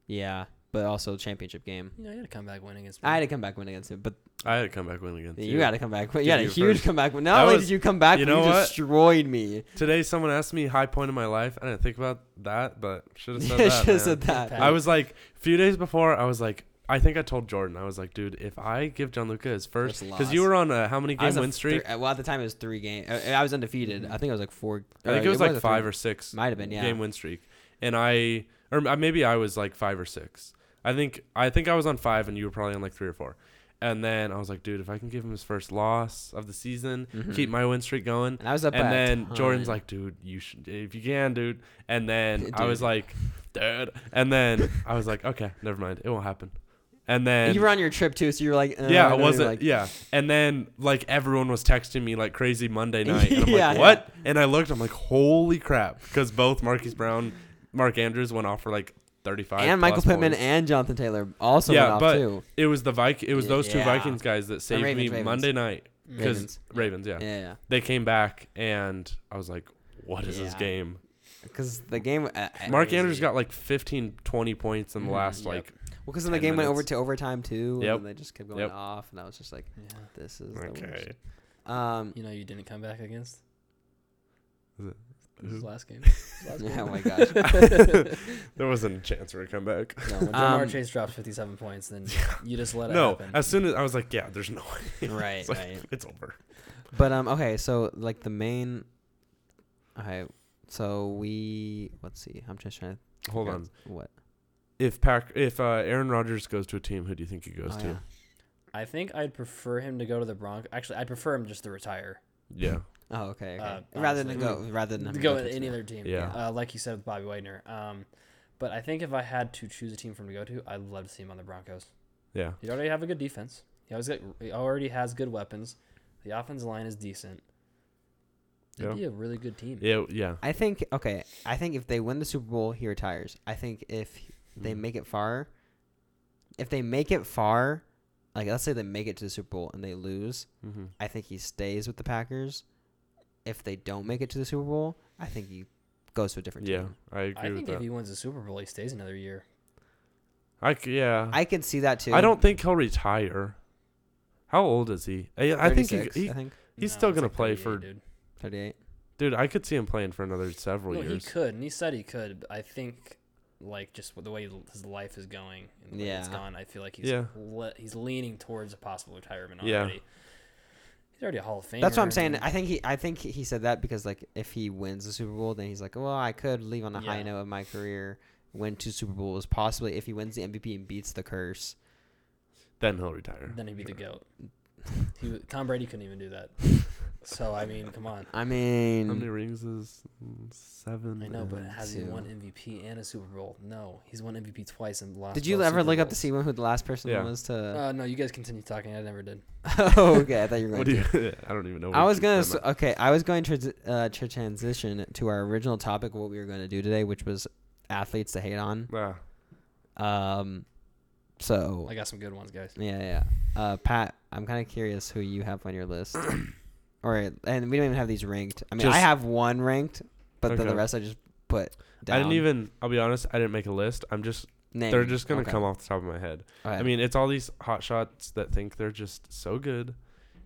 yeah, but also championship game. You know, you got to come back win against. I had me. to come back win against it, but I had a comeback win against you got to come back. win. You had Did a you huge first. comeback. win. Not That only was- did you come back, you you, know you what? destroyed me. Today, someone asked me high point of my life. I didn't think about that, but should <laughs> have said You that. should've man. said that. I I was like, a few days before, I was like, I think I told Jordan, I was like, dude, if I give John Luca his first, First because loss. you were on a how many I was game a win streak? three- well, at the time it was three games. I was undefeated. I think uh, it was like four. I think or it was like a five three- or six Might have been yeah. game win streak, and I or m- maybe I was like five or six. I think I think I was on five, and you were probably on like three or four. And then I was like, dude, if I can give him his first loss of the season, Mhm. keep my win streak going. and I was up. by and a then Jordan's ton. like, dude, you should if you can, dude. And then <laughs> I Dude. was like, dude. And then I was like, okay, never mind, it won't happen. And then you were on your trip too, so you were like, uh, yeah, I I know, wasn't. Like, yeah, and then like everyone was texting me like crazy <laughs> Monday night. And I'm Yeah. like, what? And I looked. I'm like, holy crap! Because both Marquise Brown, Mark Andrews went off for like 35. and Michael plus Pittman points. and Jonathan Taylor also Yeah, went off but too. it was the Viking. It was those two Yeah. Vikings guys that saved Ravens, me Ravens. Monday night Mhm. because Ravens. Ravens. Yeah, yeah. yeah. they came back and I was like, what is this Yeah. game? Because the game, uh, uh, Mark was- Andrews got like 15, 20 points in the Mhm, last Mm-hmm. yep. like. well, because then the 10 game went over minutes. to overtime too, Yep. and they just kept going Yep. off, and I was just like, Yeah. this is the worst. Okay. Um, You know, you didn't come back against. Is it- <laughs> This is who? last game. <laughs> yeah, <laughs> oh my gosh. <laughs> There wasn't a chance for a <laughs> <laughs> comeback. No, when Jamar Um, Chase drops 57 <laughs> points, then you just let it No, happen. as soon as I was like, yeah, there's no <laughs> way. right, It's like, right. It's over. But um, okay, so like the main. Okay, so we let's see. I'm just trying to Hold figure on. out What? If Pack, if uh, Aaron Rodgers goes to a team, who do you think he goes Oh, to? I think I'd prefer him to go to the Broncos. Actually, I'd prefer him just to retire. Yeah. Oh, okay. okay. Uh, rather than go, honestly. rather than To having go to to any Tampa. other team. Yeah. Uh, like you said with Bobby Wagner. Um, but I think if I had to choose a team for him to go to, I'd love to see him on the Broncos. yeah, He already have a good defense. He always got, he already has good weapons. The offensive line is decent. It'd Yeah. be a really good team. yeah, yeah, I think okay. I think if they win the Super Bowl, he retires. I think if they Mm. make it far, if they make it far, like let's say they make it to the Super Bowl and they lose, hmm I think he stays with the Packers. If they don't make it to the Super Bowl, I think he goes to a different yeah. team. I agree I with think if that. he wins the Super Bowl, he stays another year. I c- yeah. I, I can see that too. don't think he'll retire. How old is he? I, I think he, 36, he, I think He's still it's gonna play 38, for dude. thirty-eight. dude. I could see him playing for another several No, he years. could, and he said he could. But I think, like, just with the way his life is going and the way it's Yeah. gone, I feel like he's Yeah. le- he's leaning towards a possible retirement Yeah. already. He's already a Hall of Famer. That's what I'm and- saying. I think he. I think he said that because like if he wins the Super Bowl, then he's like, well, I could leave on a high Yeah. note of my career. Win two Super Bowls, possibly if he wins the MVP and beats the curse. Then he'll retire. then he'd be the Sure. goat. He, w- Tom Brady couldn't even do <laughs> that. So I mean, come on. I mean, How many rings is mm, seven? I know, but Mm, has he two. won MVP and a Super Bowl? No, he's won MVP twice and lost. Did you both ever Super look up to Bowls. see when who the last person Yeah. was to? Uh, no, you guys continue talking. I never did. <laughs> oh, okay, I thought you were going. What do to. you, I don't even know. I <laughs> what was you- gonna I'm s not- okay. I was going to uh, to transition to our original topic, what we were going to do today, which was athletes to hate on. Ah, Um, so I got some good ones, guys. yeah, yeah. Uh, Pat, I'm kind of curious who you have on your <clears throat> list. or and we don't even have these ranked. I mean, I Just- have one ranked, but then the Okay. rest I just put. Down. I didn't even. I'll be honest. I didn't make a list. I'm just. Name. They're just gonna Okay. come off the top of my head. Okay. I mean, it's all these hotshots that think they're just so good,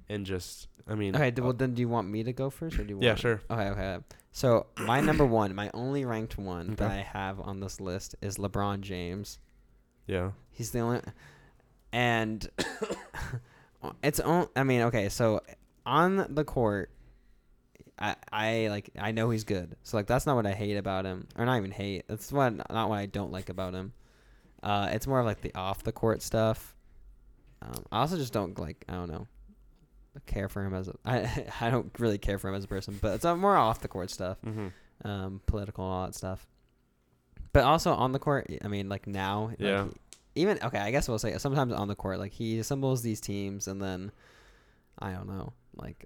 and just I mean, uh, okay. d- Well, then, do you want me to go first, or do you? yeah, want sure. Okay, okay. So my number one, my only ranked one that Okay. I have on this list is LeBron James. Yeah, He's the only, and <coughs> it's on. I mean, okay, so on the court, I I like I know he's good. So like that's not what I hate about him, or not even hate. That's what not what I don't like about him. Uh, it's more of like the off the court stuff. Um, I also just don't like I don't know care for him as a <laughs> I I don't really care for him as a person, but it's uh, more off the court stuff mm-hmm. um, political and all that stuff. But also on the court, I mean, like now, like, Yeah. he- even okay, I guess we'll say sometimes on the court, like he assembles these teams, and then I don't know, like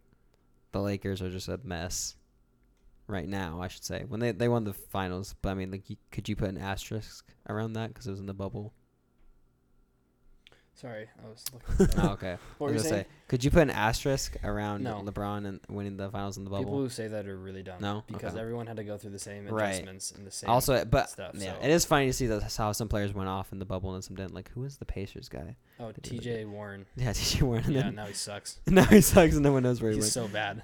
the Lakers are just a mess right now. I should say when they they won the finals, but I mean, like, you, could you put an asterisk around that because it was in the <laughs> bubble? Sorry, I was <laughs> looking. at that. oh, okay. I what were you was gonna saying? say, could you put an asterisk around No. LeBron and winning the finals in the People bubble? who say that are really dumb. No? because Okay. everyone had to go through the same Right. adjustments and the same. Also, but stuff, yeah, so- it is funny to see that how some players went off in the bubble and some didn't. Like, who was the Pacers guy? <laughs> oh, did really T.J. Warren. Yeah, TJ Warren. And Yeah, then, now <laughs> he sucks. now he sucks and no one knows where he He's went. <laughs> so bad.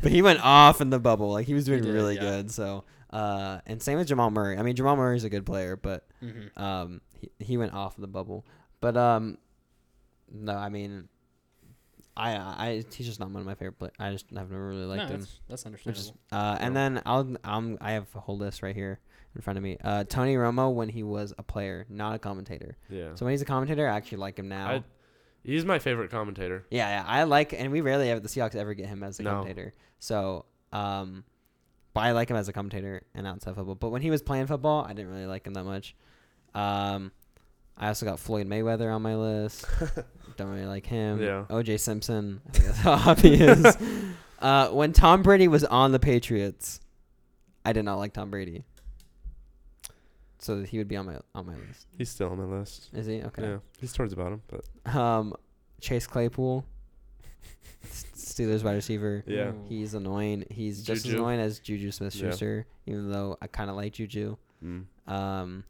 but he went off in the bubble. Like he was He doing did, really yeah. good. So uh, and same with Jamal Murray. I mean Jamal Murray's a good player, but hmm um, he he went off in the bubble. But um, no, I mean, I I he's just not one of my favorite players. I just I've never really liked no, him. That's, that's Which understandable. is, uh, and Cool. then I'll um I have a whole list right here in front of me. Uh, Tony Romo when he was a player, not a commentator. Yeah. So when he's a commentator, I actually like him now. I, he's my favorite commentator. Yeah, yeah, I like, and we rarely have the Seahawks ever get him as a No. commentator. So, um, but I like him as a commentator and outside football. But when he was playing football, I didn't really like him that much. Um, I also got Floyd Mayweather on my <laughs> list. Don't really like him. Yeah. OJ Simpson. I think that's <laughs> obvious. uh, when Tom Brady was on the Patriots, I did not like Tom Brady. So he would be on my on my list. He's still on my list. Is he okay? Yeah. He's towards the bottom, but Um, Chase Claypool, S- Steelers wide receiver. yeah. Ooh. He's annoying. He's just as Juju. annoying as Juju Smith Yeah. Schuster, even though I kind of like Juju. Mm. Um,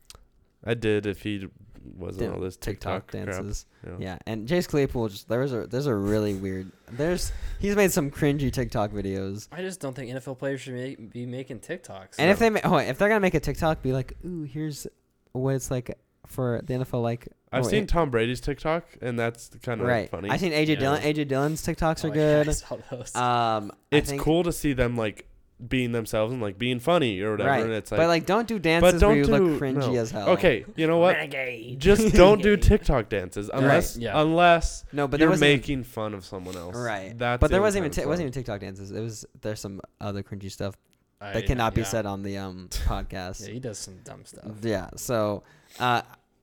I did if he wasn't Damn, all this TikTok, TikTok, crap. dances. Yeah. Yeah, and Chase Claypool just there was a there's a really weird there's he's made some cringy TikTok videos. I just don't think NFL players should make, be making TikToks. And if they ma- oh if they're gonna make a TikTok, be like, ooh, here's what it's like for the NFL. Like I've oh, seen it- Tom Brady's TikTok, and that's kind of right. funny. I've seen AJ Yeah. Dillon. AJ Dillon's TikToks Oh, are yeah, good. I saw those. Um, I it's think- cool to see them like being themselves and like being funny or whatever. Right. And it's but like, like, oh, don't do dances where don't you do- look cringy no. as hell. <laughs> okay, you know what? Renegade. Just don't do TikTok dances unless Yeah. unless No, but there you're was making fun of someone else. right. That's but the there only wasn't time even it's t- it fun. wasn't even TikTok dances. It was there's some other cringy stuff I- that cannot be yeah. said on the <laughs> um Yeah, podcast. he does some dumb stuff. yeah. So, uh,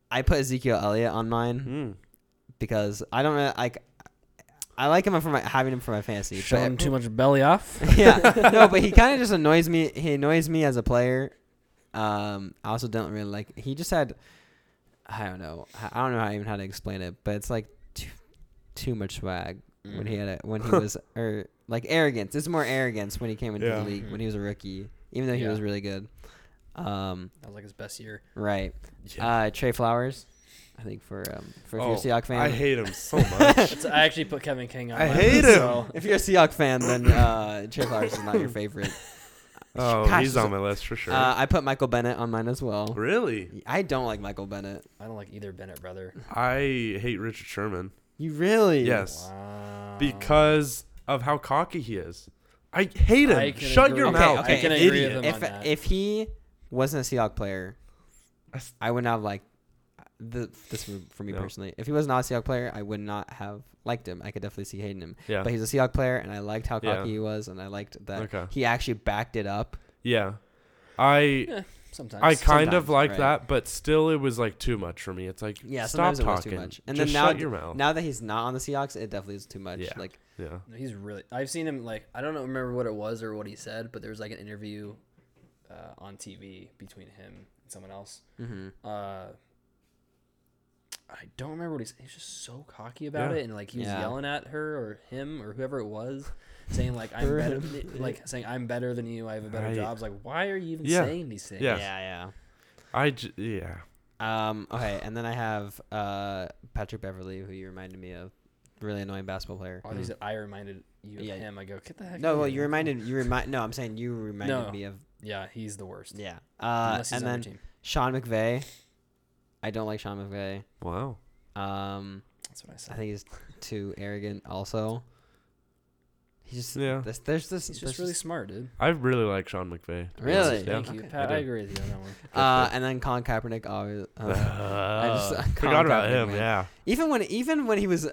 I put Ezekiel Elliott on mine Mm. because I don't really like. I like him for my having him for my fantasy. but- Showing too much <laughs> belly off. yeah. No, <laughs> but he kind of just annoys me. He annoys me as a player. Um, I also don't really like. He just had, I don't know. I I don't know how even how to explain it, but it's like too, too much swag when he had a, when he <laughs> was or like arrogance. It's more arrogance when he came into Mm. Yeah. the league when he was a rookie, even though he Yeah. was really good. Um, That was like his best year. right. Uh, Trey Flowers, I think for um for Oh, if you're a Seahawk fan. I hate him <laughs> so much. That's- I actually put Kevin King on. I my hate list, him. so- if you're a Seahawk fan, then uh, Trey Flowers is not your favorite. oh, Gosh, he's so- on my list for sure. Uh, I put Michael Bennett on mine as well. really? I don't like Michael Bennett. I don't like either Bennett brother. I hate Richard Sherman You really? Yes. Wow. because of how cocky he is. I hate I him. can Shut agree your with- mouth. Okay, I I can agree with idiot. him. If on that. if he wasn't a Seahawk player, I s- I would not have liked the, this for- for me No. personally. If he was not a Seahawk player, I would not have liked him. I could definitely see hating him. Yeah. But he's a Seahawk player, and I liked how Yeah. cocky he was, and I liked that Okay. he actually backed it up. Yeah. I sometimes I kind sometimes, of like right. that, but still it was like too much for me. It's like Yeah, stop sometimes it was too talking. much. And And Just then now shut d- your mouth. Now that he's not on the Seahawks, it definitely is too much. Oh. Yeah. Like yeah. No, He's really. I've seen him like I don't know- remember what it was or what he said, but there was like an interview uh, on TV between him and someone else. mhm. Uh, I don't remember what he's. He's just so cocky about Yeah. it, and like he was Yeah. yelling at her or him or whoever it was, saying like I'm Her, better, him. <laughs> like saying I'm better than you. I have a better Right. job. It's like why are you even Yeah. saying these things? Yeah. Yes. Yeah, I j- yeah. yeah. Um, okay, and then I have uh, Patrick Beverly, who you reminded me of, really annoying basketball player. All these that I reminded you of Mm. Yeah. him. I go get the heck. out No, of well, here." you reminded you remind. No, I'm saying you reminded No. me of Yeah, he's the worst. yeah. Uh, Unless he's and on your then team. Sean McVay. I don't like Sean McVay. Wow. Um, That's what I I said. think he's too arrogant. Also, he just Yeah. This, there's this. He's there's just really this- smart, dude. I really like Sean McVay. to be Really? honest. Yeah. <laughs> Thank you, Okay. Pat. I I, do. agree with you on that one. uh, and then Colin Kaepernick. Obviously, Oh, <laughs> I just- Uh, Colin forgot about Kaepernick, him. man. Yeah. even when even when he was,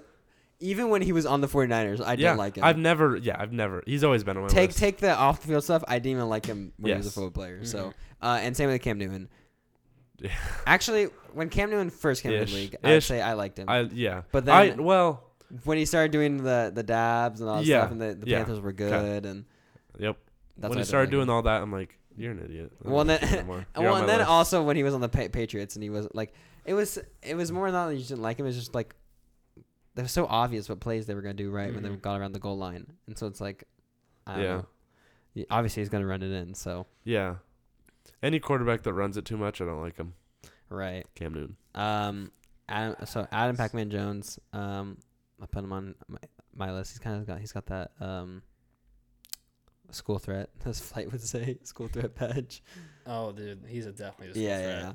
even when he was on the 49ers, I yeah. didn't like him. I've never. Yeah. I've never. He's always been on my take list. take the off the field stuff. I didn't even like him when he was a Yes. football player. Mhm. So uh, and same with Cam Newton. Actually, when Cam Newton first came to Ish. the league, I'd Ish. say I liked him. <laughs> I yeah. but then I well, when he started doing the, the dabs and all that Yeah. stuff, and the, the Yeah. Panthers were good, and yep. that's why I when he didn't started like doing him. all that, I'm like, you're an idiot. I don't Well, and like then- <laughs> you anymore. And You're well, on and my then list." also when he was on the pa- Patriots, and he was like, it was it was more not that you didn't like him. It's just like they were so obvious what plays they were gonna do right when they Mhm. got around the goal line, and so it's like, I don't Mm-hmm. Yeah. know. Y- Obviously, he's gonna run it in. So yeah. Any quarterback that runs it too much, I don't like him. right. Cam Newton. Um, Adam, so Adam Pac-Man Jones. Um, I put him on my, my list. He's kind of got he's got that um school threat. <laughs> As flight would say, school threat badge. Oh, dude, he's a definitely. Just Yeah, yeah. yeah.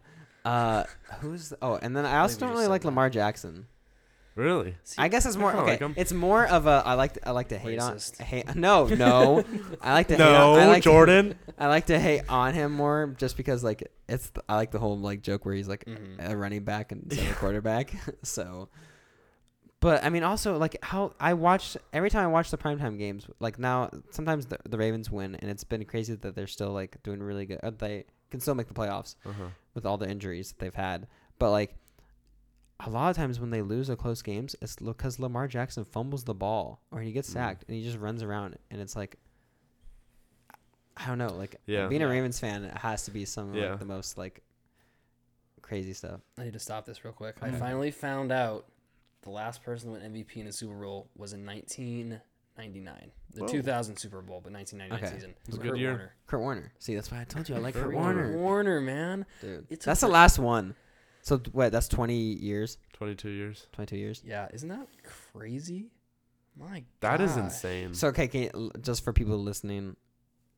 Uh, who's the, oh, and then I also we don't just really said like that. Lamar Jackson. Really? I guess it's more kinda okay. like him. it's more of a I like to, I like to hate Racist. on hate. <laughs> No, <laughs> no, I like to hate No, on, I like Jordan. I like to hate on him more just because like it's the, I like the whole like joke where he's like Mhm. a running back and instead of a quarterback. <laughs> so, but I mean, also like how I watched every time I watch the primetime games. Like now, sometimes the, the Ravens win, and it's been crazy that they're still like doing really good. uh, They can still make the playoffs Uh-huh. with all the injuries that they've had. But like a lot of times when they lose the close games, it's because Lamar Jackson fumbles the ball or he gets Mm. sacked and he just runs around, and it's like. I don't know, like Yeah. being a Yeah. Ravens fan, it has to be some of Yeah. like, the most like crazy stuff. I need to stop this real quick. I Okay. finally found out the last person to win MVP in a Super Bowl was in 1999, the Whoa. 2000 Super Bowl, but 1999 Okay. season. was a Kurt good year. Warner. Kurt Warner. See, that's why I told you I like Kurt Kurt, Kurt Warner. Warner. Warner, man. dude. It took That's the like- last one. So th- what? That's twenty years, 22 years. twenty-two years. Yeah, isn't that crazy? My That is gosh. insane. So okay, can you, l- just for people listening,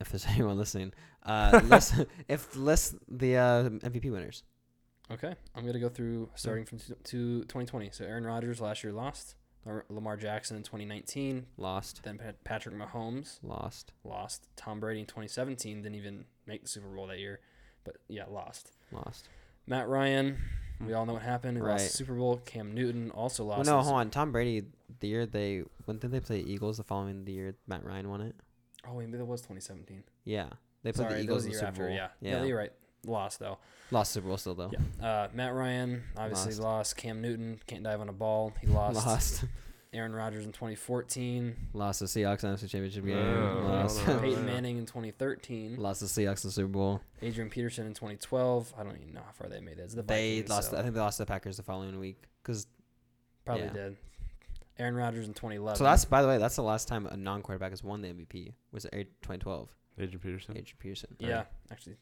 if there's <laughs> anyone listening, uh, <laughs> list, if list the uh, MVP winners. Okay, I'm gonna go through starting from two, to 2020. So Aaron Rodgers last year lost. Lar- Lamar Jackson in 2019. Lost, Then Pat- Patrick Mahomes lost, lost. Tom Brady in 2017 didn't even make the Super Bowl that year, but yeah, lost. lost. Matt Ryan, we all know what happened. He lost Right. the Super Bowl. Cam Newton also Well, lost. no, his- hold on. Tom Brady. The year they when did they play the Eagles? The following the year Matt Ryan won it. Oh, wait, maybe that was 2017. Yeah, they played Sorry, the that Eagles was in the the year Super after. Bowl. Yeah. yeah, you're right. Lost though. lost Super Bowl still though. Yeah. Uh, Matt Ryan obviously Lost. lost. Cam Newton can't dive on a ball. He lost. Lost, <laughs> Aaron Rodgers in 2014. lost the Seahawks in the NFC Championship game. Yeah, lost, I don't know. Peyton Manning in 2013. <laughs> lost the Seahawks in the Super Bowl. Adrian Peterson in 2012. I don't even know how far they made it. It's the They Vikings, lost. so I think they lost the Packers the following week. Cause probably yeah. did. Aaron Rodgers in 2011. so that's by the way, that's the last time a non-quarterback has won the MVP was eight- 2012. Adrian Peterson. Adrian Peterson. Mm. yeah, actually.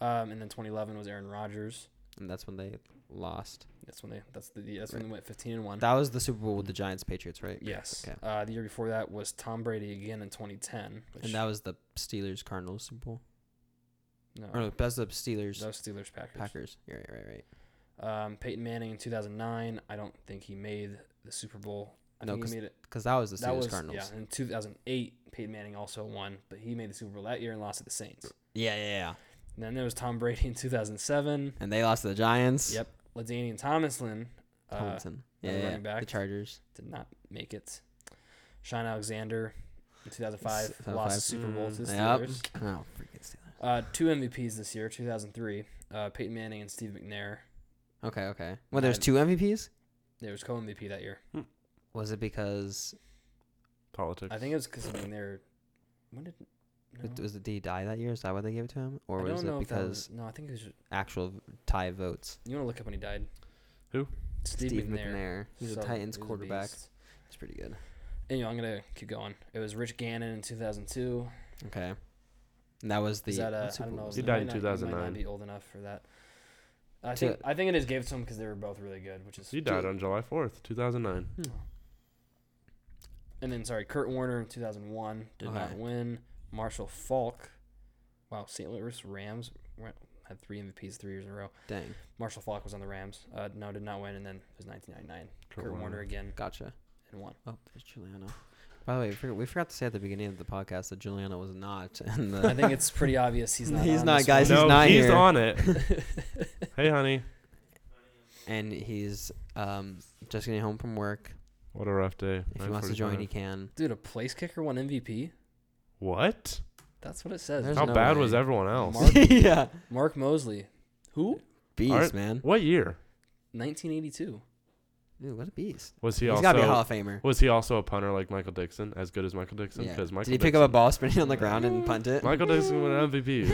Um, and then 2011 was Aaron Rodgers. and that's when they lost. That's when they. That's the. That's when they went 15 and one. That was the Super Bowl with the Giants Patriots, right? Yes. Okay. Uh, the year before that was Tom Brady again in 2010. Which, And that was the Steelers Cardinals Super Bowl. no, Or no, that that's the Steelers was Steelers Oh. Packers. Packers. Yeah, right, right, right. Um, Peyton Manning in 2009. I don't think he made the Super Bowl. I No, think 'cause he made it. Because that was the that Steelers was Cardinals. yeah. In 2008, Peyton Manning also won, but he made the Super Bowl that year and lost to the Saints. Yeah. yeah, yeah, And then there was Tom Brady in 2007. And they lost to the Giants. Yep. Ladanian Tomlinson uh, Tomlinson. the yeah, yeah, The running back. Chargers. did not make it. Sean Alexander in 2005 uh, S- lost the 2005. Super Bowl to the yep. Steelers. Oh, freaking Steelers. Uh, two MVPs this year, 2003. Uh, Peyton Manning and Steve McNair. Uh, Okay, okay. Well, there's Nine. two MVPs. There was co-MVP that year. Was it because Politics. I think it was because McNair. When did? No, It- Was it, did he die that year? Is that why they gave it to him, or I was don't it know if that because was. No, I think it was. actual tie votes? You want to look up when he died? Who? Steve, McNair. He's So, a Titans he was a quarterback. beast. It's pretty good. And, you know, I'm gonna keep going. It was Rich Gannon in 2002. Okay. And that was the Is that uh, what I Super don't Bowl know. was He that? I died might in not- Might 2009. not be old enough for that. I To- think I think it is gave it to him because they were both really good, which is. he died on July 4th, 2009. And then sorry, Kurt Warner in 2001 did not Okay. win. Marshall Falk. Wow, St. Louis Rams went, had three MVPs three years in a row. Dang. Marshall Falk was on the Rams. Uh, no, did not win, and then it was 1999. Kurt, Warner. again Gotcha. <laughs> and won. Oh, there's Juliano. By the way, we forgot, we forgot to say at the beginning of the podcast that Juliano was not <laughs> in the. I think it's pretty obvious he's <laughs> not. He's on not, this guys, one. no, he's not he's here. on it. hey, honey. and he's um just getting home from work. What a rough day. If he wants to join, he 9:45. can. <laughs> Dude, a place kicker won MVP. What? That's what it says. There's How no bad way. <laughs> was everyone else? Mark- yeah. Mark Mosley. Who? beast, Art- man. What year 1982. Dude, what a beast. was he He's also? got to be a Hall of Famer. Was he also a punter like Michael Dixon, as good as Michael Dixon? Yeah. Because Did Michael he pick Dixon, up a ball spinning on the ground and punt it? Michael Dixon won <laughs> an <laughs> MVP.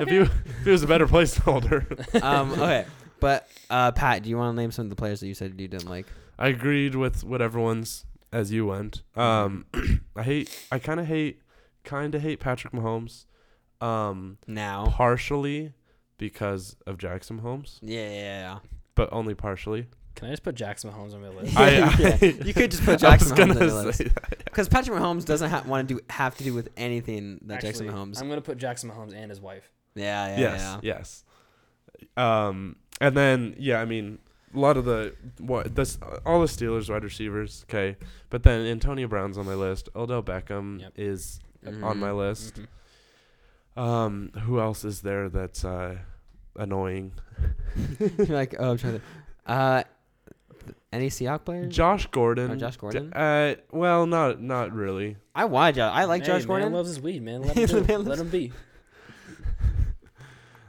if he if he was a better placeholder, um, okay. But uh, Pat, do you want to name some of the players that you said you didn't like? I agreed with what everyone's as you went. Um, <clears throat> I hate. I kind of hate. Kind of hate Patrick Mahomes. Um, Now. partially because of Jackson Mahomes, Yeah, yeah, yeah. but only partially. Can I just put Jackson Mahomes on my list? <laughs> I- Yeah, I- you <laughs> could just put I was Jackson Mahomes on gonna your list. say Because Patrick Mahomes doesn't ha- want to do have to do with anything <laughs> that Jackson Actually, Mahomes. I'm gonna put Jackson Mahomes and his wife. yeah, yeah, yes, yeah. yes. Um, and then yeah, I mean, a lot of the what this all the Steelers wide receivers, okay. But then Antonio Brown's on my list. Odell Beckham Yep. is Yep. on my Mhm. list. Mhm. Um, who else is there that's uh, annoying? <laughs> <laughs> You're like, oh, I'm trying to. Uh, th- any Seahawk players? Josh Gordon. Oh, Josh D- Gordon? Uh, well, not not really. I want Josh. I like Hey, Josh man Gordon. loves his <laughs> weed, man. Let him, do The it. man Let loves- <laughs> him be.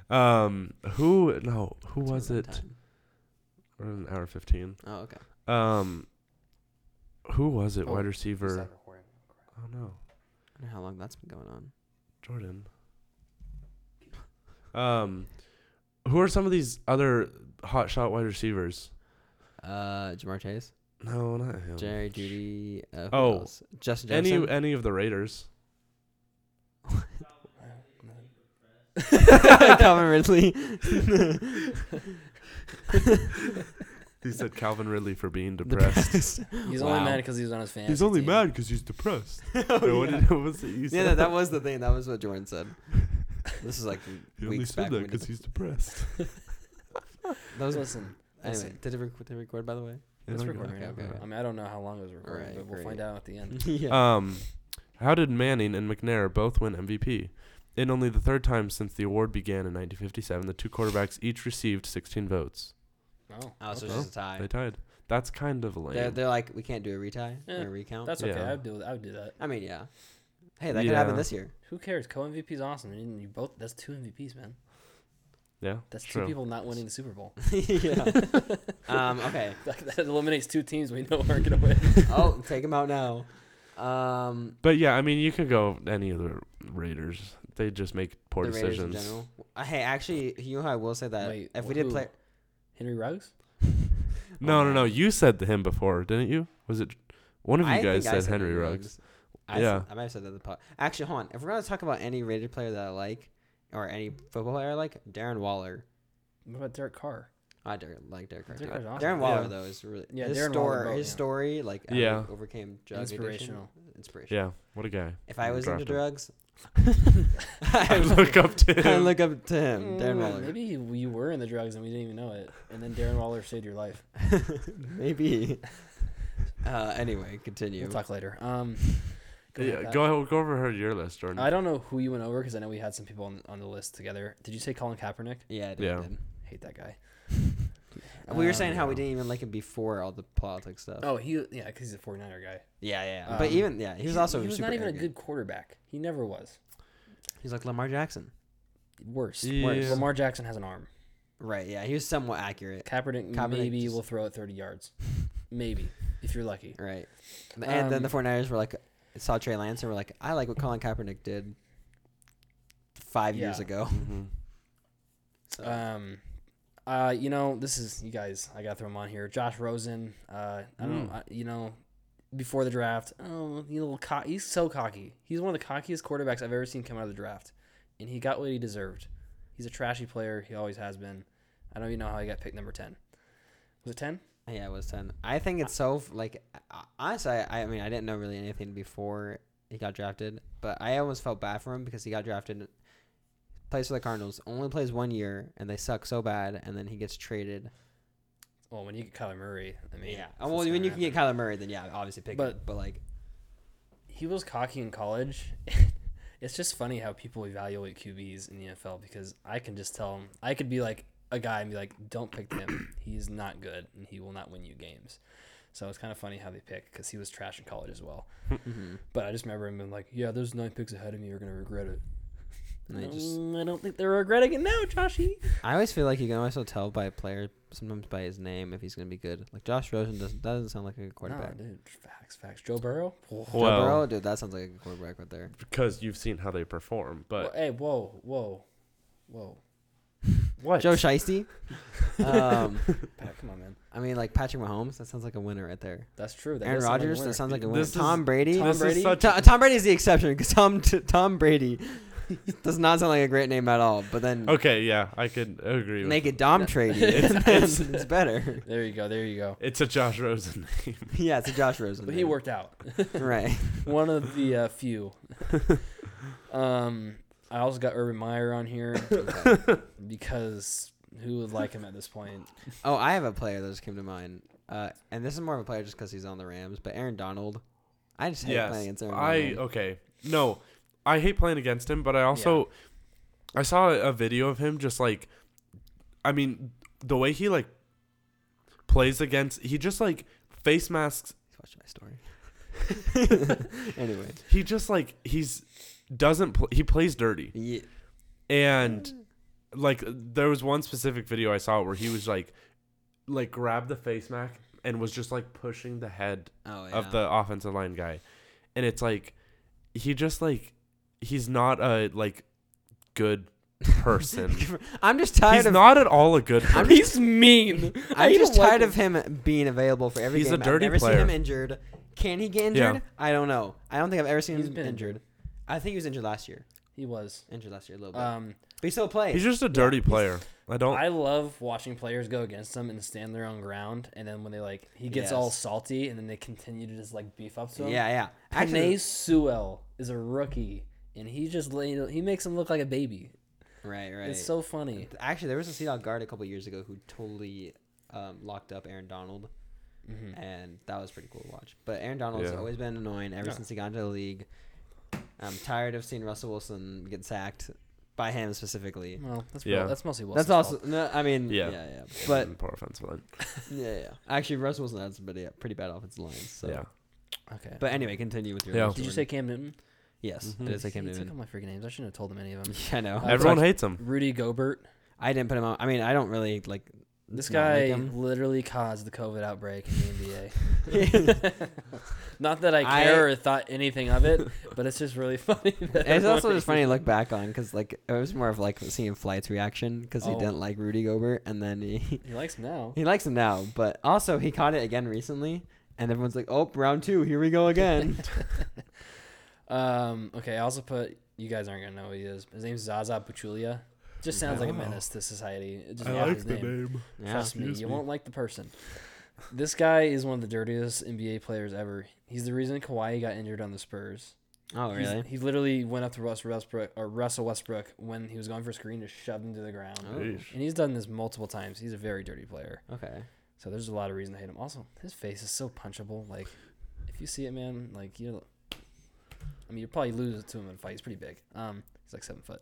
Um, who no, who It's was over it? time. We're in an hour fifteen. Oh, okay. Um, who was it? Oh, Wide receiver. Stop recording. Oh no. I wonder how long that's been going on. Jordan. Um, who are some of these other hot shot wide receivers? Uh, Jamar Chase, No, not him. Jerry Judy. Uh, who Oh, else? Justin any Jefferson. any <laughs> of the Raiders? <laughs> Calvin Ridley. He said Calvin Ridley <laughs> for being depressed. He's only Wow. mad because he's on his fantasy. He's only team. mad because he's depressed. <laughs> Oh, Wait, what yeah. did- what <laughs> was it you Yeah, said? no, that was the thing. That was what Jordan said. This <laughs> is like He only weeks said back. that when we did because <laughs> he's depressed. the- that was Listen, anyway. listen. Did it, rec- did it record by the <laughs> way? Yeah, it's okay. recording right okay, now. okay. I mean, I don't know how long it was recording, Alright, but we'll great. find out at the end. yeah. Um, how did Manning and McNair both win MVP? In only the third time since the award began in 1957, the two quarterbacks each received 16 votes. Oh, oh, so okay. it's just a tie. They tied. That's kind of lame. They're, they're like, we can't do a retie Yeah, or a recount. that's okay. Yeah. I'd do. I would do that. I mean, yeah. Hey, that could happen Yeah. this <laughs> year. Who cares? Co MVP's awesome. And you both. That's two MVPs, man. yeah, That's true. two people not winning the <laughs> Super Bowl. <laughs> yeah. um. Okay. That, that eliminates two teams we know aren't <laughs> gonna win. Oh, take him out now. Um. But yeah, I mean, you could go any of the Raiders. They just make poor the Raiders in decisions. general. Uh, hey, actually, you know how I will say that Wait, if we did who? play, Henry Ruggs. Oh, No, no, man. no. You said him before, didn't you? Was it one of you I guys think I said Henry Ruggs? I Yeah. said- I might have said that in the pod. Actually, hold on. If we're gonna talk about any rated player that I like or any football player I like, Darren Waller. What about Derek Carr? I Derek, like Derek Carr. Derek too. Carr's awesome. Darren Waller Yeah. though is really Yeah, his Darren Waller story. both, His yeah. story like how Yeah. he overcame drug addiction. Inspirational. Inspirational. Yeah, what a guy. If I was Draft into him. drugs, <laughs> <laughs> <laughs> I look up to I him. look up to him, Darren Mm, Waller. Maybe. Maybe you were in the drugs and we didn't even know it, and then Darren Waller saved your life. <laughs> <laughs> Uh, anyway, continue. We'll talk later. <laughs> Um, go ahead, yeah, Pat. go go over her your list, Jordan. I don't know who you went over because I know we had some people on, on the list together. Did you say Colin Kaepernick? yeah, I did, Yeah. I did. hate that guy. <laughs> we were Um, saying how we didn't even like him before all the politics stuff. Oh, he yeah, because he's a 49er guy. Yeah, yeah. Um, but even yeah, he was also he was super not even a arrogant. good quarterback. He never was. He's like Lamar Jackson. Worse, Yeah. worse. Lamar Jackson has an arm. Right. Yeah, he was somewhat accurate. Kaepernick, Kaepernick maybe just- will throw it <laughs> 30 yards, maybe if you're lucky. Right. And then the Um, 49ers were like saw Trey Lance and were like, I like what Colin Kaepernick did five years Yeah. ago. <laughs> Mhm. So, Um, uh, you know, this is you guys. I gotta throw him on here. Josh Rosen. Uh, I don't. Mm. Hmm. I, you know, before the draft, oh, you know, co- he's so cocky. He's one of the cockiest quarterbacks I've ever seen come out of the draft, and he got what he deserved. He's a trashy player. He always has been. I don't even know how he got picked number ten. Was it ten? yeah, it was ten. I think it's so f- like uh, honestly, I, I mean, I didn't know really anything before he got drafted, but I almost felt bad for him because he got drafted, plays for the Cardinals, only plays one year, and they suck so bad, and then he gets traded. Well, when you get Kyler Murray, I mean, Yeah. that's Oh, well, what's when gonna you can get happen. Kyler Murray, then yeah, obviously pick But- him. But like, he was cocky in college. <laughs> it's just funny how people evaluate QBs in the NFL because I can just tell him I could be like a guy and be like, "Don't pick <clears throat> him. He's not good, and he will not win you games." So it's kind of funny how they pick because he was trash <laughs> in college as well. mhm. But I just remember him being like, "Yeah, those nine picks ahead of me are gonna regret it." And they just, Um, I don't think they're regretting it now, Joshy. I always feel like you can also tell by a player sometimes by his name if he's gonna be good. Like Josh Rosen doesn't that doesn't sound like a good Nah, quarterback. dude. Facts, facts. Joe Burrow. Joe Well- Burrow, dude, that sounds like a good quarterback right there. because you've seen how they perform. Whoa, But hey, whoa, whoa, whoa. what? Joe <laughs> Shiesty. um, Pat, come on, man. I mean, like Patrick Mahomes, that sounds like a winner right there. That's true. That Aaron does sound like a Rodgers, that winner. sounds like a winner. This is- Tom Brady. Tom this Brady? is such. To- Tom Brady is the exception because Tom <laughs> t- Tom Brady does not sound like a great name at all. But then okay, yeah, I could agree. With make it Dom Trady, <laughs> It's- and then it's, better. <laughs> <laughs> There you go. There you go. It's a Josh Rosen name. Yeah, it's a Josh Rosen. But he name. <laughs> worked out. <laughs> right. One of <laughs> the uh, few. um, I also got Urban Meyer <laughs> on here because who would like him at <laughs> this point? Oh, I have a player that just came to mind, uh, and this is more of a player just because he's on the Rams. But Aaron Donald, I just hate playing yes, against Aaron I Donald. okay. No, I hate playing against him, but I also, I saw a video of him just like, I mean, the way he like plays against, he just like face masks Watch my story. <laughs> anyway, he just like he's doesn't pl- he plays dirty yeah, and like there was one specific video i saw where he was like like grabbed the face mask and was just like pushing the head oh, yeah. <laughs> of the offensive line guy and it's like he just like he's not a like <laughs> good person I'm just tired he's of. not at all a good person He's mean. <laughs> I'm I just don't like tired him. of him being available for every He's a game. dirty I've never player. seen him injured. Can he get Yeah. injured? I don't know. I don't think I've ever seen He's him been injured. injured. I think he was injured last year. He was. Injured last year a little bit. Um, but he still plays. he's just a dirty player i don't I love watching players go against them and stand their own ground, and then when they like, he gets all Yes. salty, and then they continue to just like beef up to him. yeah, yeah. Panay Actually, Sewell is a rookie, and he just you know, he makes him look like a baby. right, right. It's so funny. Actually, there was a Sea Dog guard a couple years ago who totally um, locked up Aaron Donald, Hmm. Mm-hmm. and that was pretty cool to watch. But Aaron Donald's Yeah. always been annoying ever since he got into the league. I'm tired of seeing Russell Wilson get sacked by him specifically. Well, that's Yeah. yeah. that's mostly Wilson's That's also no, I mean, Yeah. yeah, yeah. But <laughs> poor offensive line yeah, yeah. Actually, Russell Wilson had some pretty, pretty bad offensive lines. So. yeah fault. Okay. But anyway, continue with your. Yeah. list, Did you Jordan. say Mm-hmm. Cam Newton? yes? Mhm. I Did I say Cam He took Newton? all my freaking names. I shouldn't have told him any <laughs> of them. Yeah, <laughs> I know. everyone hates him Rudy Gobert. I didn't put him on. I mean, I don't really like This not guy like him. literally caused the COVID outbreak in <laughs> <laughs> the NBA. Not that I I- care or thought anything of it, <laughs> but it's just really funny. that It's also everyone- just funny to <laughs> look back on because like it was more of like seeing Flight's reaction because he Oh. didn't like Rudy Gobert and then he He likes him now. <laughs> he likes him now, but also he caught it again recently and everyone's like, oh, round two, here we go <laughs> again. Um, okay, I also put you guys aren't gonna know who he is. His name's Zaza Pachulia. Just sounds like a Oh. menace to society. It Just half his name. yeah. Trust me, Excuse you me. won't like the person. This guy is one of the dirtiest NBA players ever. He's the reason Kawhi got injured on the Spurs. Oh He's- really? he literally went up to Russ Westbrook or Russell Westbrook when he was going for a screen to shove him to the ground. Oh. Yeesh. And he's done this multiple times. He's a very dirty player. Okay. So there's a lot of reason to hate him. Also, his face is so punchable. Like, if you see it, man, like you, I mean, you'll probably lose to him in a fight. He's pretty big. Um, he's like seven foot.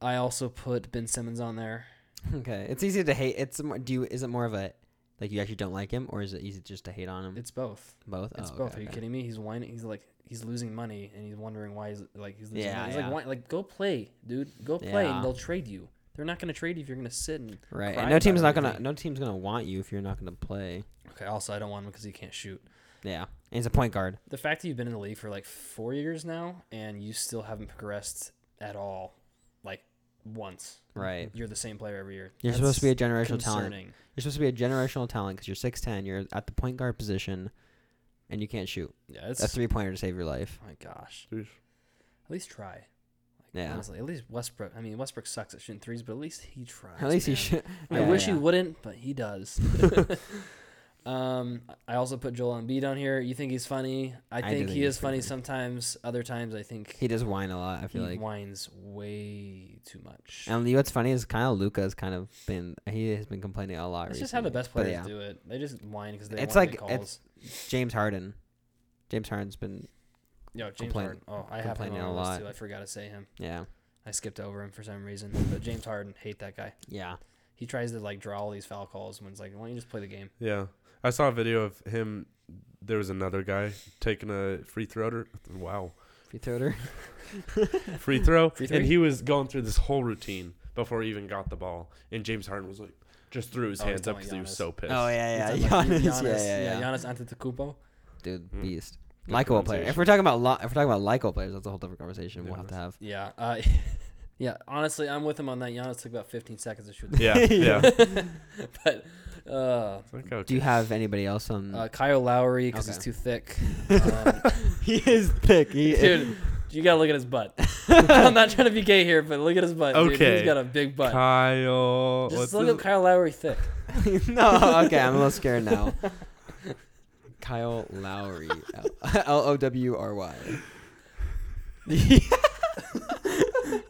I also put Ben Simmons on there. Okay. It's easy to hate. It's more, do you is it more of a like you actually don't like him or is it easy just to hate on him? It's both. both. It's Oh, both. okay, Are you okay. kidding me? He's whining. He's like he's losing money, and he's wondering why he's like he's losing. Yeah, money. He's yeah. like, why, like go play, dude. Go play, Yeah. and they'll trade you. They're not gonna trade you if you're gonna sit and. Right. cry And no about team's it not or gonna anything. no team's gonna want you if you're not gonna play. Okay. Also, I don't want him because he can't shoot. Yeah. And he's a point guard. The fact that you've been in the league for like four years now and you still haven't progressed at all, like once. Right. You're the same player every year. You're supposed to be a That's generational talent. concerning. You're supposed to be a generational talent because you're six ten. You're at the point guard position, and you can't shoot Yeah, it's a three pointer to save your life. Oh <laughs> my gosh. Yeesh. At least try. Like, Yeah. Honestly, at least Westbrook. I mean, Westbrook sucks at shooting threes, but at least he tries. at least man. he should. I Yeah, wish yeah. he wouldn't, but he <laughs> does. <laughs> um, I also put Joel Embiid on here. You think he's funny? I I do think think he he's is funny pretty funny. sometimes. Other times, I think He does whine a lot. I he feel like. whines way too much. And you know what's funny is Kyle Luca has kind of been he has been complaining a lot It's recently. just how the best But players yeah. do it. They just whine because they It's want to like- get it's- calls. James Harden. James Harden's been Yo, James complain- Harden. Oh, I have him complaining on a a lot. lot. Too. I forgot to say him. yeah I skipped over him for some reason. But James Harden, hate that guy. yeah He tries to like draw all these foul calls when it's like, why don't you just play the game? Yeah. I saw a video of him. There was another guy taking a free throw. To, wow. Free throater. free throw. <laughs> Free and three? he was going through this whole routine before he even got the ball. And James Harden was like, just threw his Oh, he's hands up talking because he Giannis. was so pissed. Oh yeah, He's yeah, talking about Giannis, Gi- yeah, yeah, yeah, Hmm. Giannis Antetokounmpo. Dude, Mm. beast. Good Lyco player. If pronunciation. we're talking about Li- if we're talking about Lyco players, that's a whole different conversation we'll have to have. Yeah. Uh, <laughs> yeah. Honestly, I'm with him on that. Giannis took about 15 seconds to shoot. <laughs> <laughs> Yeah, yeah. It's but uh, like, okay. Do you have anybody else on? uh, Kyle Lowry because he's Okay. too thick. Um, Uh, <laughs> he is thick. He <laughs> dude, you gotta look at his <laughs> butt. I'm not trying to be gay here, but look at his butt. dude. Okay. he's got a big butt. Kyle? Just what's look his- up Kyle Lowry thick. no, okay, I'm a little scared now. <laughs> Kyle Lowry, L <laughs> O W R Y. <laughs>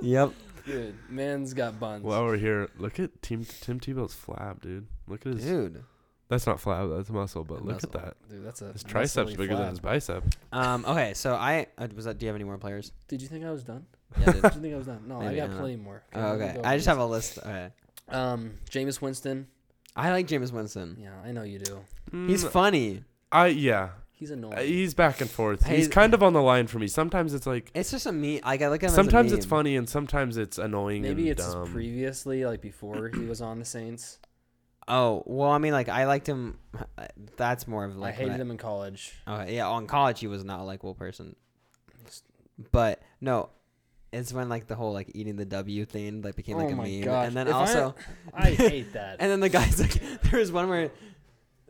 Yep. Dude, man's got buns. While we're here, look at Tim Tim Tebow's flab, dude. Look at his. Dude. That's not flab. That's muscle. But look Muscle. at that. Dude, that's a His triceps muscly bigger than flab. his bicep. Um. Okay. So I uh, was that. Do you have any more players? Did you think I <laughs> was done? Yeah. Did you think I was done? No, I Maybe got not. plenty more. Oh, let me okay. go I over just have these. a list. Okay. um Jameis Winston. I like James Winston. Yeah, I know you do. He's Mm, funny. I yeah. He's annoying. Uh, He's back and forth. Hey- He's kind of on the line for me. Sometimes it's like. It's just a me. Like I look at him. Sometimes as a it's meme. funny and sometimes it's annoying. Maybe and it's dumb. previously, like before he was on the Saints. Oh well, I mean, like I liked him. uh, That's more of <clears throat> like. I what hated him in college. Okay, Uh, yeah, on college he was not a likable person. But no, it's when like the whole like eating the W thing like became like oh a my meme, gosh. and then If I- also, <laughs> I, hate that. <laughs> and then the guys like there was one where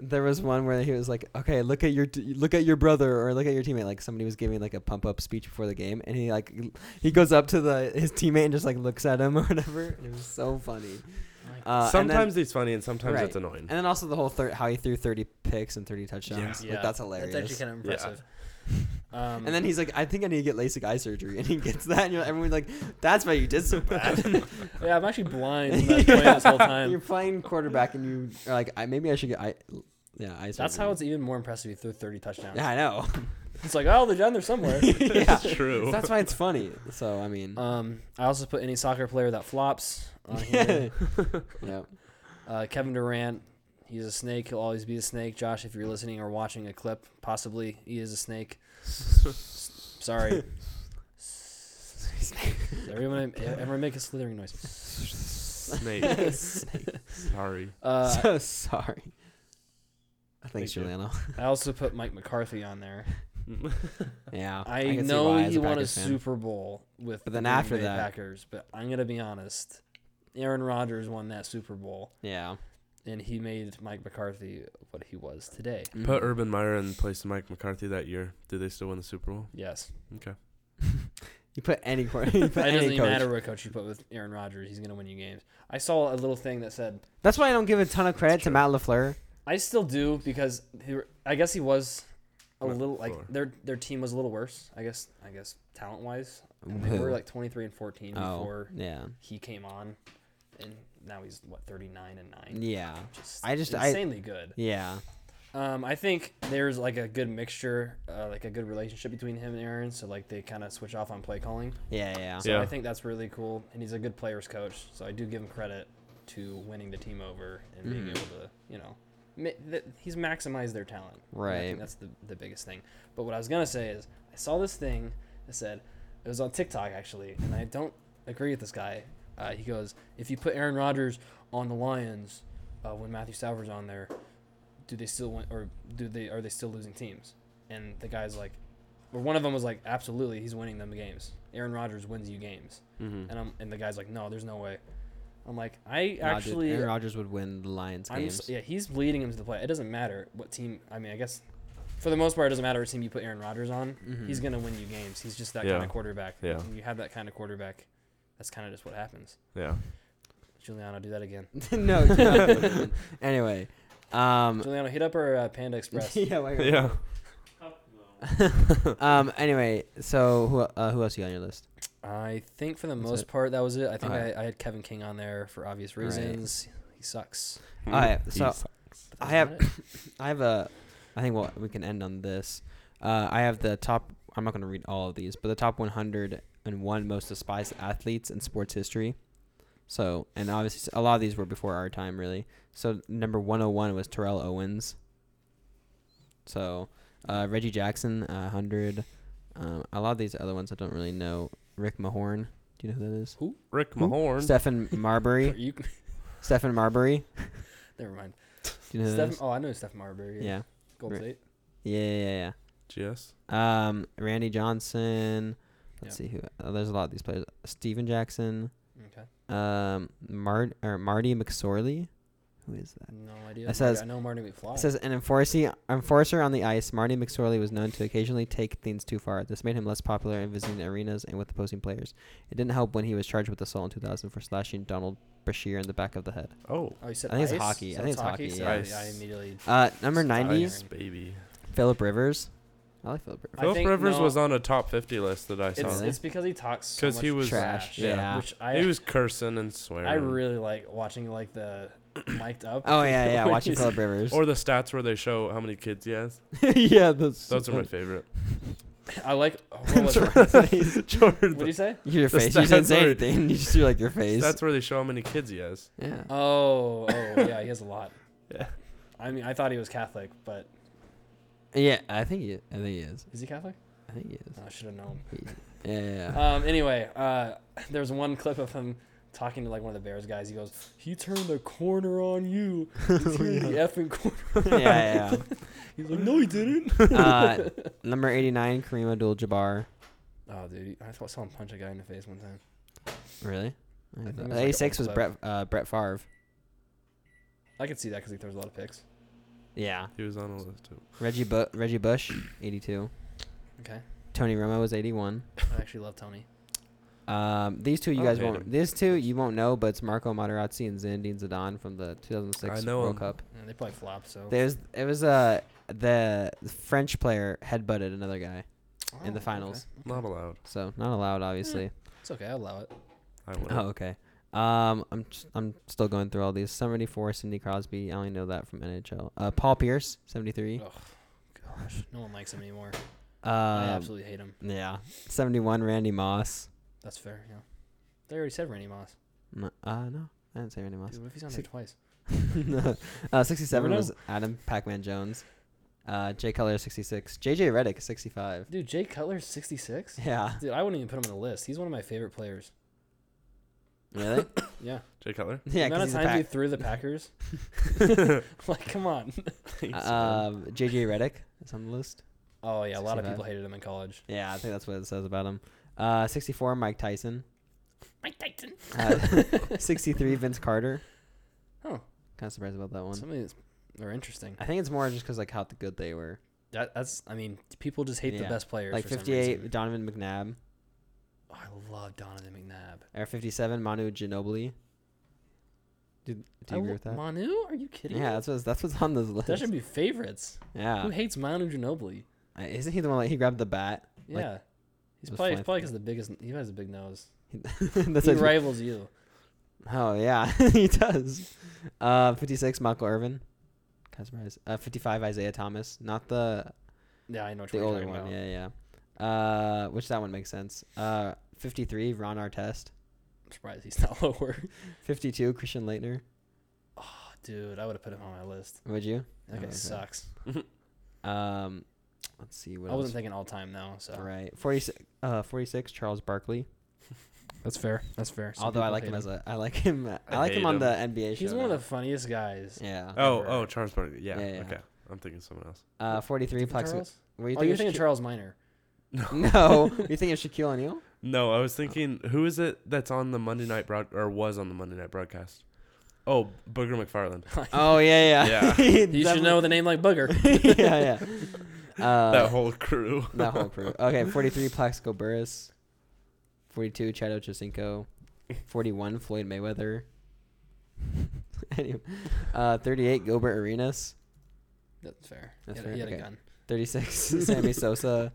there was one where he was like, okay, look at your t- look at your brother or look at your teammate. Like somebody was giving like a pump up speech before the game, and he like he goes up to the his teammate and just like looks at him <laughs> or whatever. It was so funny. Like, Uh, and then- sometimes it's funny and sometimes Right. it's annoying. <laughs> and then also the whole thir- how he threw thirty picks and thirty touchdowns. Like, that's hilarious. That's actually kind of Yeah. impressive. <laughs> And Um, then he's <laughs> like, I think I need to get LASIK eye surgery. <laughs> And he gets that, and you're, everyone's like, that's why you did so bad. <laughs> yeah, I'm actually blind. from that play this You're whole time. playing quarterback, and you are like, I, maybe I should get eye, yeah, eye surgery. That's how it's even more impressive. He threw 30 touchdowns. Yeah, I know. It's like, oh, they're down <laughs> there somewhere. yeah. True. That's why it's funny. So, I mean, <laughs> um, I also put any soccer player that flops on yeah. here. yeah. Uh, Kevin Durant, he's a snake. He'll always be a snake. Josh, if you're listening or watching a clip, possibly he is a snake. Sorry. everyone, e-, everyone make a slithering noise. Snake. <laughs> <laughs> Sorry. Uh, so sorry. Thanks, Thank you. Juliano. <laughs> I also put Mike McCarthy on there. Yeah. I, can see know why as he won a Packers fan. Super Bowl with But the then Green after Bay that- Packers, but I'm gonna be honest. Aaron Rodgers won that Super Bowl, Yeah. and he made Mike McCarthy what he was today. Mm-hmm. Put Urban Meyer in place of Mike McCarthy that year. Did they still win the Super Bowl? <laughs> Yes, You put any <laughs> quarterback. You it put doesn't any even coach. matter what coach you put with Aaron Rodgers; he's gonna win you games. I saw a little thing that said That's why I don't give a ton of credit to true. Matt Lafleur. I still do because he, I guess he was a Went little lower. like their their team was a little worse. I guess I guess talent wise, they Who? were like 23 and 14 Oh, before yeah, he came on, and now he's what 39 and nine. yeah, Just I just- I- insanely good. yeah. Um, I think there's like a good mixture, uh, like a good relationship between him and Aaron. So like they kind of switch off on play calling. Yeah, yeah. So Yeah. I think that's really cool, and he's a good players coach. So I do give him credit to winning the team over and being Mhm. able to, you know, ma- th- he's maximized their talent. And I Right. think that's the the biggest thing. But what I was gonna say is I saw this thing that said it was on TikTok actually, and I don't agree with this guy. Uh, he goes, if you put Aaron Rodgers on the Lions uh, when Matthew Stafford's on there, do they still win or do they are they still losing teams? And the guy's like, or one of them was like, absolutely, he's winning them games. Aaron Rodgers wins you games. Mm-hmm. And I'm and the guy's like, no, there's no way. I'm like, I Rodgers- actually, Aaron Rodgers would win the Lions I'm games. s yeah, he's leading him to the play. It doesn't matter what team. I mean, I guess for the most part, it doesn't matter what team you put Aaron Rodgers on. Mm-hmm. He's gonna win you games. He's just that kind Yeah. of quarterback. Yeah. When you have that kind of quarterback, that's kind of just what happens. Yeah. Giuliano, do that again. <laughs> <laughs> no, do not do it again. <laughs> anyway, um, Giuliano, hit up our uh, <laughs> Panda Express. yeah, <laughs> why- Yeah. um, anyway, so who uh, who else you got on your list? I think for the That's most it. part that was it. I think Alright. I, I had Kevin King on there for obvious Right. reasons. He sucks. Alright, He so- sucks. But I that's have- about it. I have a, I think what we can end on this. Uh, I have the top. I'm not going to read all of these, but the top 101 most despised athletes in sports history. So, and obviously, a lot of these were before our time, really. So, number 101 was Terrell Owens. So, uh, Reggie Jackson, uh, 100. Um, a lot of these other ones I don't really know. Rick Mahorn. Do you know who that is? Rick Who? Mahorn. Stephen Are Marbury. <laughs> you, Stephen Marbury. never mind. Do you know who that Steph, is? oh, I know Steph Marbury. Yeah. Gold Right. State. Yeah, yeah, yeah. GS. yeah. Um, Randy Johnson. Let's Yeah. see who. Oh, there's a lot of these players. Steven Jackson. Okay. Um, Mar- or Marty McSorley. Who is that? No idea. It Marty- says- I know Marty Oh. McFly. It says an enforcer, enforcer on the ice, Marty McSorley was known to occasionally take things too far. This made him less popular in visiting arenas and with opposing players. It didn't help when he was charged with assault in 2000 for slashing Donald Bashir in the back of the head. Oh. oh, you said I think it's ice? hockey. So I think it's hockey, So yeah. I, I Ice. immediately. Uh, number Just 90, Ice, baby. Philip Rivers. I like <laughs> Philip Rivers. I Philip think- Rivers no. was on a top 50 list that I saw. It's, Really? it's because he talks so 'Cause much he was- Trash, trash. yeah. Which I he was cursing and swearing. I really like watching like the <coughs> mic'd up. Oh, <laughs> yeah, yeah, <laughs> when watching he's- Philip Rivers. Or the stats where they show how many kids he has. <laughs> yeah, that's, <laughs> Those are <laughs> my favorite. I like. oh, what was it? <laughs> favorite. Jordan. What do you say? Your The face. You didn't stats say are- anything. <laughs> You just do like your face. That's where they show how many kids he has. yeah. Oh, oh yeah, he has a lot. <laughs> Yeah. I mean, I thought he was Catholic, but Yeah, I think he, I think he is. is he Catholic? I think he is. Oh, I should have known. Yeah, yeah, yeah. Um, anyway, uh, there's one clip of him talking to like one of the Bears guys. He goes, "He turned the corner on <laughs> you. He turned the effing corner." Oh, yeah, <laughs> yeah. yeah. He's like, "No, he didn't." <laughs> uh, number 89, Kareem Abdul-Jabbar. Oh, dude, I saw- saw him punch a guy in the face one time. Really? I think it was like Eighty six on was Brett uh, Brett Favre. I could see that because he throws a lot of picks. Yeah. He was on a list too. Reggie Bu- Reggie Bush, eighty two. Okay, Tony Romo was eighty one. I actually love Tony. Um, these two you I guys hate won't. him. These two you won't know, but it's Marco Materazzi and Zinedine Zidane from the 2006 I know World him. Cup. And they probably flop. So There's it was uh the French player headbutted another guy, in Oh, the okay. finals. Not allowed. so not allowed obviously. It's okay. I'll allow it. I will. Oh okay. Um, I'm just, I'm still going through all these. Seventy four, Cindy Crosby. I only know that from NHL. Uh, Paul Pierce, seventy three. Oh gosh, no one likes him anymore. I Um, absolutely hate him. Yeah. 71 Randy Moss. That's fair. Yeah, they already said Randy Moss. No, uh, no I didn't say Randy Moss. <laughs> Dude, what if he's on there Sick. twice? <laughs> No. uh, 67 Never was Adam Pac-Man Jones. Uh, Jay Cutler 66. JJ Reddick <laughs> 65. Dude, Jay Cutler's <laughs> 66. Yeah. Dude, I wouldn't even put him on the list. He's one of my favorite players. <laughs> Really? <laughs> Yeah. Jay Cutler. <laughs> The yeah, amount of cuz times he pac- <laughs> threw the Packers. <laughs> like, come on. He's <laughs> um on. JJ Reddick is on the list. Oh yeah, a lot of 65. people hated him in college. Yeah, I think that's what it says about him. Uh, 64 Mike <laughs> Tyson. Mike <laughs> Tyson. Uh, 63 Vince Carter. <laughs> Huh. Kind of surprised about that one. <laughs> Some of these are interesting. I think it's more just cuz like how good they were. That, that's, I mean, people just hate Yeah. the best players. Like for some 58 reason. Donovan McNabb, Oh, I love Donovan McNabb. or 57 Manu Ginobili. Did, do I you agree lo- with that? Manu? Are you kidding? Yeah, me? that's what's that's what's on this list. that should be favorites. <laughs> Who yeah, hates Manu Ginobili? Uh, isn't he the one like he grabbed the bat? <laughs> Like, Yeah, he's was probably flying probably through. because the biggest he has a big nose. that's he what- rivals you. <laughs> Oh yeah, <laughs> he does. Uh, fifty-six Michael Irvin. Kind of surprised. Uh, fifty-five Isaiah Thomas, not the Yeah, I know which the one you're older talking one. about. Yeah, yeah. Uh, which that one makes sense. Uh, fifty-three Ron Artest. I'm surprised he's not <laughs> lower. Fifty-two Christian Leitner. Dude, I would have put him on my list. Would you? That guy Okay. sucks. Um, let's see what I wasn't else. thinking all time though, so Right, forty-six. Uh, forty-six Charles Barkley. that's fair. That's fair. Although I like him as a, I like him. I, I like him hate on him. the NBA show. he's one of now. the funniest guys. Yeah. oh, Ever. oh, Charles Barkley. Yeah, Yeah, yeah. Okay. I'm thinking someone else. Uh, 43 Plex. Charles? Were you oh, thinking you're thinking <laughs> Charles Minor. Shaq- No. <laughs> you thinking of Shaquille O'Neal? No, I was thinking who is it that's on the Monday night broad or was on the Monday night broadcast? Oh, Booger McFarland. Oh, yeah, yeah. <laughs> Yeah. You should know the name like Booger. yeah, <laughs> yeah. Uh, that whole crew. that whole crew. Okay, 43 Plaxico Burris. 42 Chad Ochocinco. 41 Floyd Mayweather. <laughs> anyway, uh, 38 Gilbert Arenas. That's fair. <laughs> That's he had, fair, he had okay. a gun. <laughs> 36 Sammy Sosa.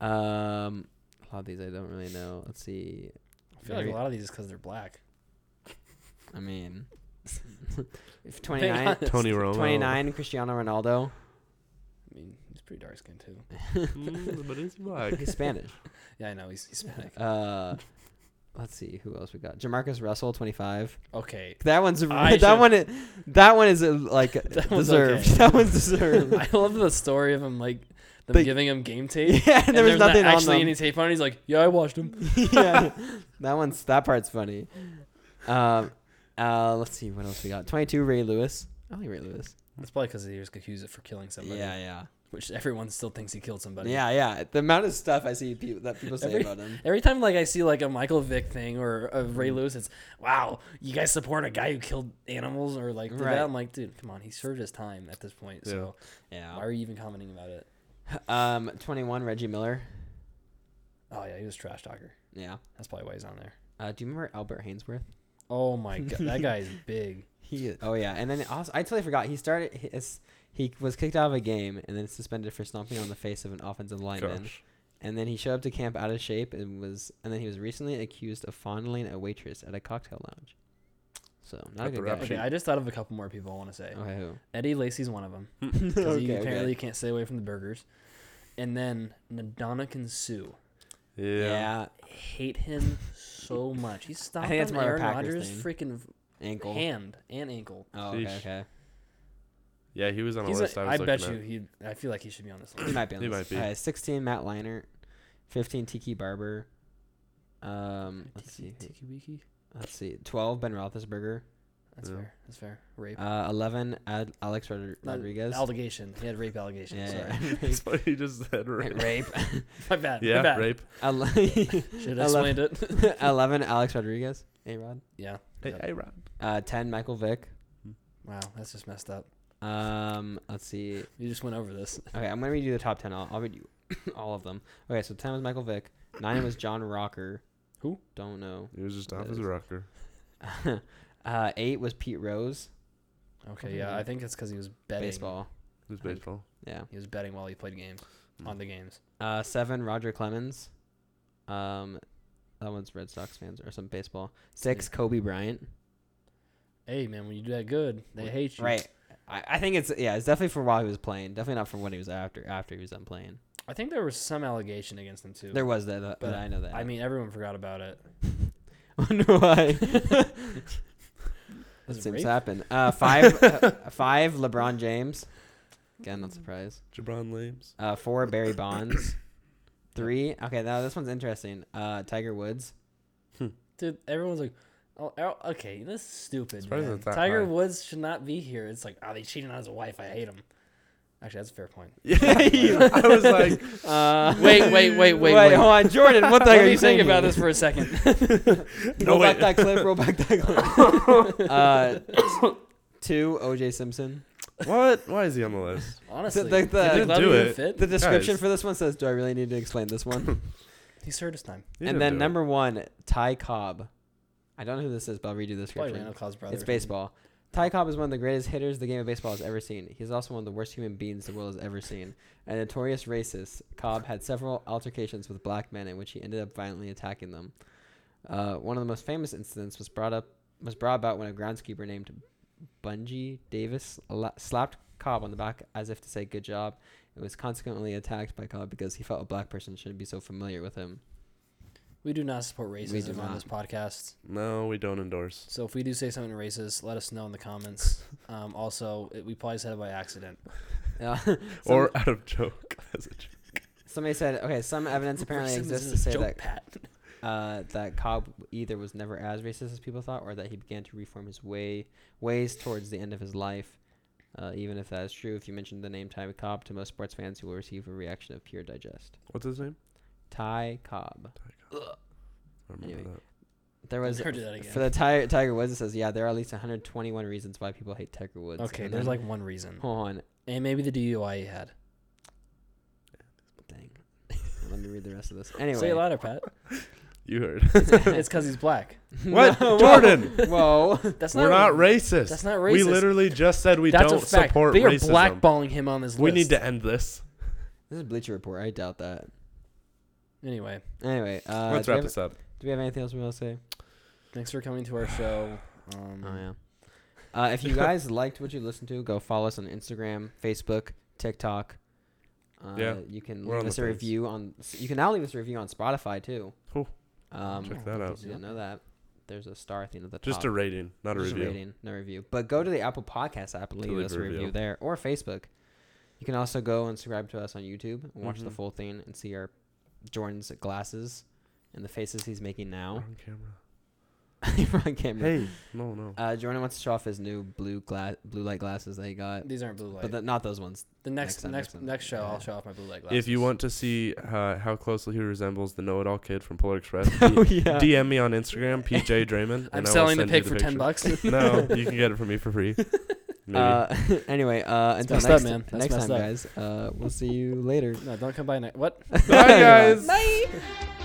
Um, a lot of these I don't really know. Let's see. I feel like a lot of these is because they're black. I mean, <laughs> if Being 29, <laughs> honest. Tony Romo. 29 Cristiano Ronaldo. I mean, he's pretty dark skinned too. <laughs> Mm, but it's black. He's <laughs> Spanish. Yeah, I know. He's <laughs> Hispanic. Uh, let's see who else we got. Jamarcus Russell, 25. Okay. <laughs> That one's I that should- one. i- That one is uh, like <laughs> That one's deserved. <laughs> okay. <laughs> That one's deserved. I love the story of him like them But- giving <laughs> him game tape. yeah, and there was there's not nothing on actually them. <laughs> any tape on it. He's like, yeah, I watched him. <laughs> yeah, that one's that part's funny. Um, uh, let's see what else we got. Twenty-two Ray Lewis. I like Ray Lewis. That's probably because he was confused for killing somebody. Yeah, yeah, Which everyone still thinks he killed somebody. yeah, yeah. The amount of stuff I see people that people say Every- about <laughs> him. Every time like I see like a Michael Vick thing or a Mm-hmm. Ray Lewis, it's wow, you guys support a guy who killed animals or like did Right. that. I'm like, dude, come on, he served his time at this point. So why Yeah. are you even commenting about it? Um, twenty-one Reggie Miller. Oh yeah, he was a trash talker. Yeah. That's probably why he's on there. Uh, do you remember Albert Hainsworth? Oh my god, that guy <laughs> is big. He. Oh yeah, and then also I totally forgot. He started. His, he was kicked out of a game and then suspended for stomping on the face of an offensive lineman. Gosh. And then he showed up to camp out of shape and was. And then he was recently accused of fondling a waitress at a cocktail lounge. So not Got a the good rap guy. sheet. Okay, I just thought of a couple more people I want to say. Okay, who? <laughs> Eddie Lacey's one of them <laughs> because okay, he okay. apparently can't stay away from the burgers. And then Nadana Sue. Yeah. <laughs> Yeah. hate him so much. He stopped that's on more of Aaron a Packers Rodgers' thing. freaking Ankle. hand and ankle. Oh, okay, Sheesh. okay. Yeah, he was on a He's list. a, I I was bet looking you at. he. I feel like he should be on this He list. might be on He this. might be. Uh, 16, Matt Leinart. 15, Tiki Barber. Um, let's see. who- Tiki Wiki. Let's see. 12, Ben Roethlisberger. That's Yeah. fair. That's fair. Rape. Uh, 11, Ad- Alex Rod- No, Rodriguez. Allegation. He had rape allegations. Yeah, <laughs> Sorry. yeah. That's what he just said. <laughs> Right? Rape. <laughs> My bad. My Yeah, bad. rape. <laughs> <laughs> Ele- Should have <laughs> Ele- explained it. <laughs> 11, Alex Rodriguez. A Rod. Yeah. Hey, Yep. hey, Rob. Uh, 10, Michael Vick. Wow, that's just messed up. Um, let's see. You just went over this. Okay, I'm gonna read you the top ten. I'll, I'll read you <coughs> all of them. Okay, so ten was Michael Vick. Nine was John Rocker. Who? Don't know. <laughs> He was just off That his is- rocker. uh, eight was Pete Rose. Okay. Yeah, I think it's because he was betting. Mm-hmm. Baseball. It was baseball. Yeah. He was betting while he played games on the games. Uh, seven Roger Clemens. Um, that one's Red Sox fans or some baseball. Six Kobe Bryant. Hey man, when you do that good, they hate you. Right. I, I think it's yeah. It's definitely for while he was playing. Definitely not for when he was after after he was done playing. I think there was some allegation against him too. There was that, that- But I know that. <laughs> I mean, everyone forgot about it. wonder why. <laughs> Was That it seems rape? to happen. <laughs> Uh, five, uh, five. LeBron James. Again, not surprised. Jabron <laughs> Lames. Uh, four. Barry <coughs> Bonds. Three. Okay, now this one's interesting. Uh, Tiger Woods. Dude, everyone's like, oh, oh, okay, this is stupid. Surprised Man. it's that Tiger high. Woods should not be here. It's like, oh, they cheated on his wife. I hate him. Actually, that's a fair point. Yeah, <laughs> I was <laughs> like, <laughs> Uh, Wait, wait, wait, wait, wait. hold on, Jordan. <laughs> What the heck Let are me you think saying about here? <laughs> this for a second. no Roll way. back that clip. Roll back that <laughs> clip. uh, two. OJ Simpson. What? Why is he on the list? <laughs> Honestly, the- did didn't glove do even it. The Fit? description Guys. for this one says, "Do I really need to explain this <coughs> one?" He served his time. He didn't and then do it. number one, Ty Cobb. I don't know who this is, but I'll read you the Probably description. Randall Cobb's brother. It's baseball. Ty Cobb is one of the greatest hitters the game of baseball has ever seen. He's also one of the worst human beings the world has ever seen. A notorious racist, Cobb had several altercations with black men in which he ended up violently attacking them. Uh, one of the most famous incidents was brought up was brought about when a groundskeeper named Bungie Davis la- slapped Cobb on the back as if to say "good job." and was consequently attacked by Cobb because he felt a black person shouldn't be so familiar with <laughs> him. We do not support racism do on not. this podcast. No, we don't endorse. So if we do say something racist, let us know in the comments. Um, also, it, we probably said it by accident. Uh, <laughs> some- or out of joke. <laughs> That's a joke. somebody said, "Okay, some evidence apparently Racism exists is to a say joke, that Pat. <laughs> uh, that Cobb either was never as racist as people thought, or that he began to reform his way ways towards the end of his life. Uh, even if that is true, if you mention the name Ty Cobb to most sports fans, you will receive a reaction of pure digest. What's his name? Ty Cobb. I remember Anyway. that. There was Never do that again. for the Tiger Tiger Woods. It says, yeah, there are at least 121 reasons why people hate Tiger Woods. Okay, And there's then- like one reason, hold on, and maybe the DUI he had. dang. Let me read the rest of this. Say <laughs> it Anyway, louder, Pat. You heard. it's because he's black. What? No, whoa, Jordan! Whoa. <laughs> <laughs> That's We're not racist. That's not We racist. literally just said we That's don't a fact. support They are racism. blackballing him on this list. we need to end this. this is Bleacher Report. I doubt that. Anyway, Anyway, uh, Let's do, we have, wrap this up. do we have anything else we want to say? thanks for coming to our show. Um, Mm-hmm. Oh yeah. Uh, if you guys <laughs> liked what you listened to, go follow us on Instagram, Facebook, TikTok. Uh, Yeah, You can we're leave on us a the things. review on. You can now leave us a review on Spotify too. Cool. Um, Check that out. if You didn't know that. There's a star thing at the Just top. Uh, a rating, not a Just review. rating, no review. But go to the Apple Podcast app and To leave leave us a a review review. there or Facebook. You can also go and subscribe to us on YouTube and watch the Mhm. full thing and see our Jordan's glasses and the faces he's making now. Wrong camera. <laughs> You're on camera. Uh-huh. Hey, no, no. Uh, Jordan wants to show off his new blue glass, blue light glasses that he got, These aren't blue light. but th- not those ones. the next next time, next next time. next, show, Yeah. I'll show off my blue light glasses. If you want to see uh, how closely he resembles the know-it-all kid from Polar <laughs> Express, oh d- yeah. DM me on Instagram, PJ Draymond. I'm I will selling the send you pig for ten picture. <laughs> bucks. <laughs> no, you can get it from me for free. Maybe. Uh, <laughs> anyway, uh, That's until messed next, up, man. That's next time, messed up. guys. Uh, we'll see you later. <laughs> no, don't come by. Ne- what? Bye, guys. Bye.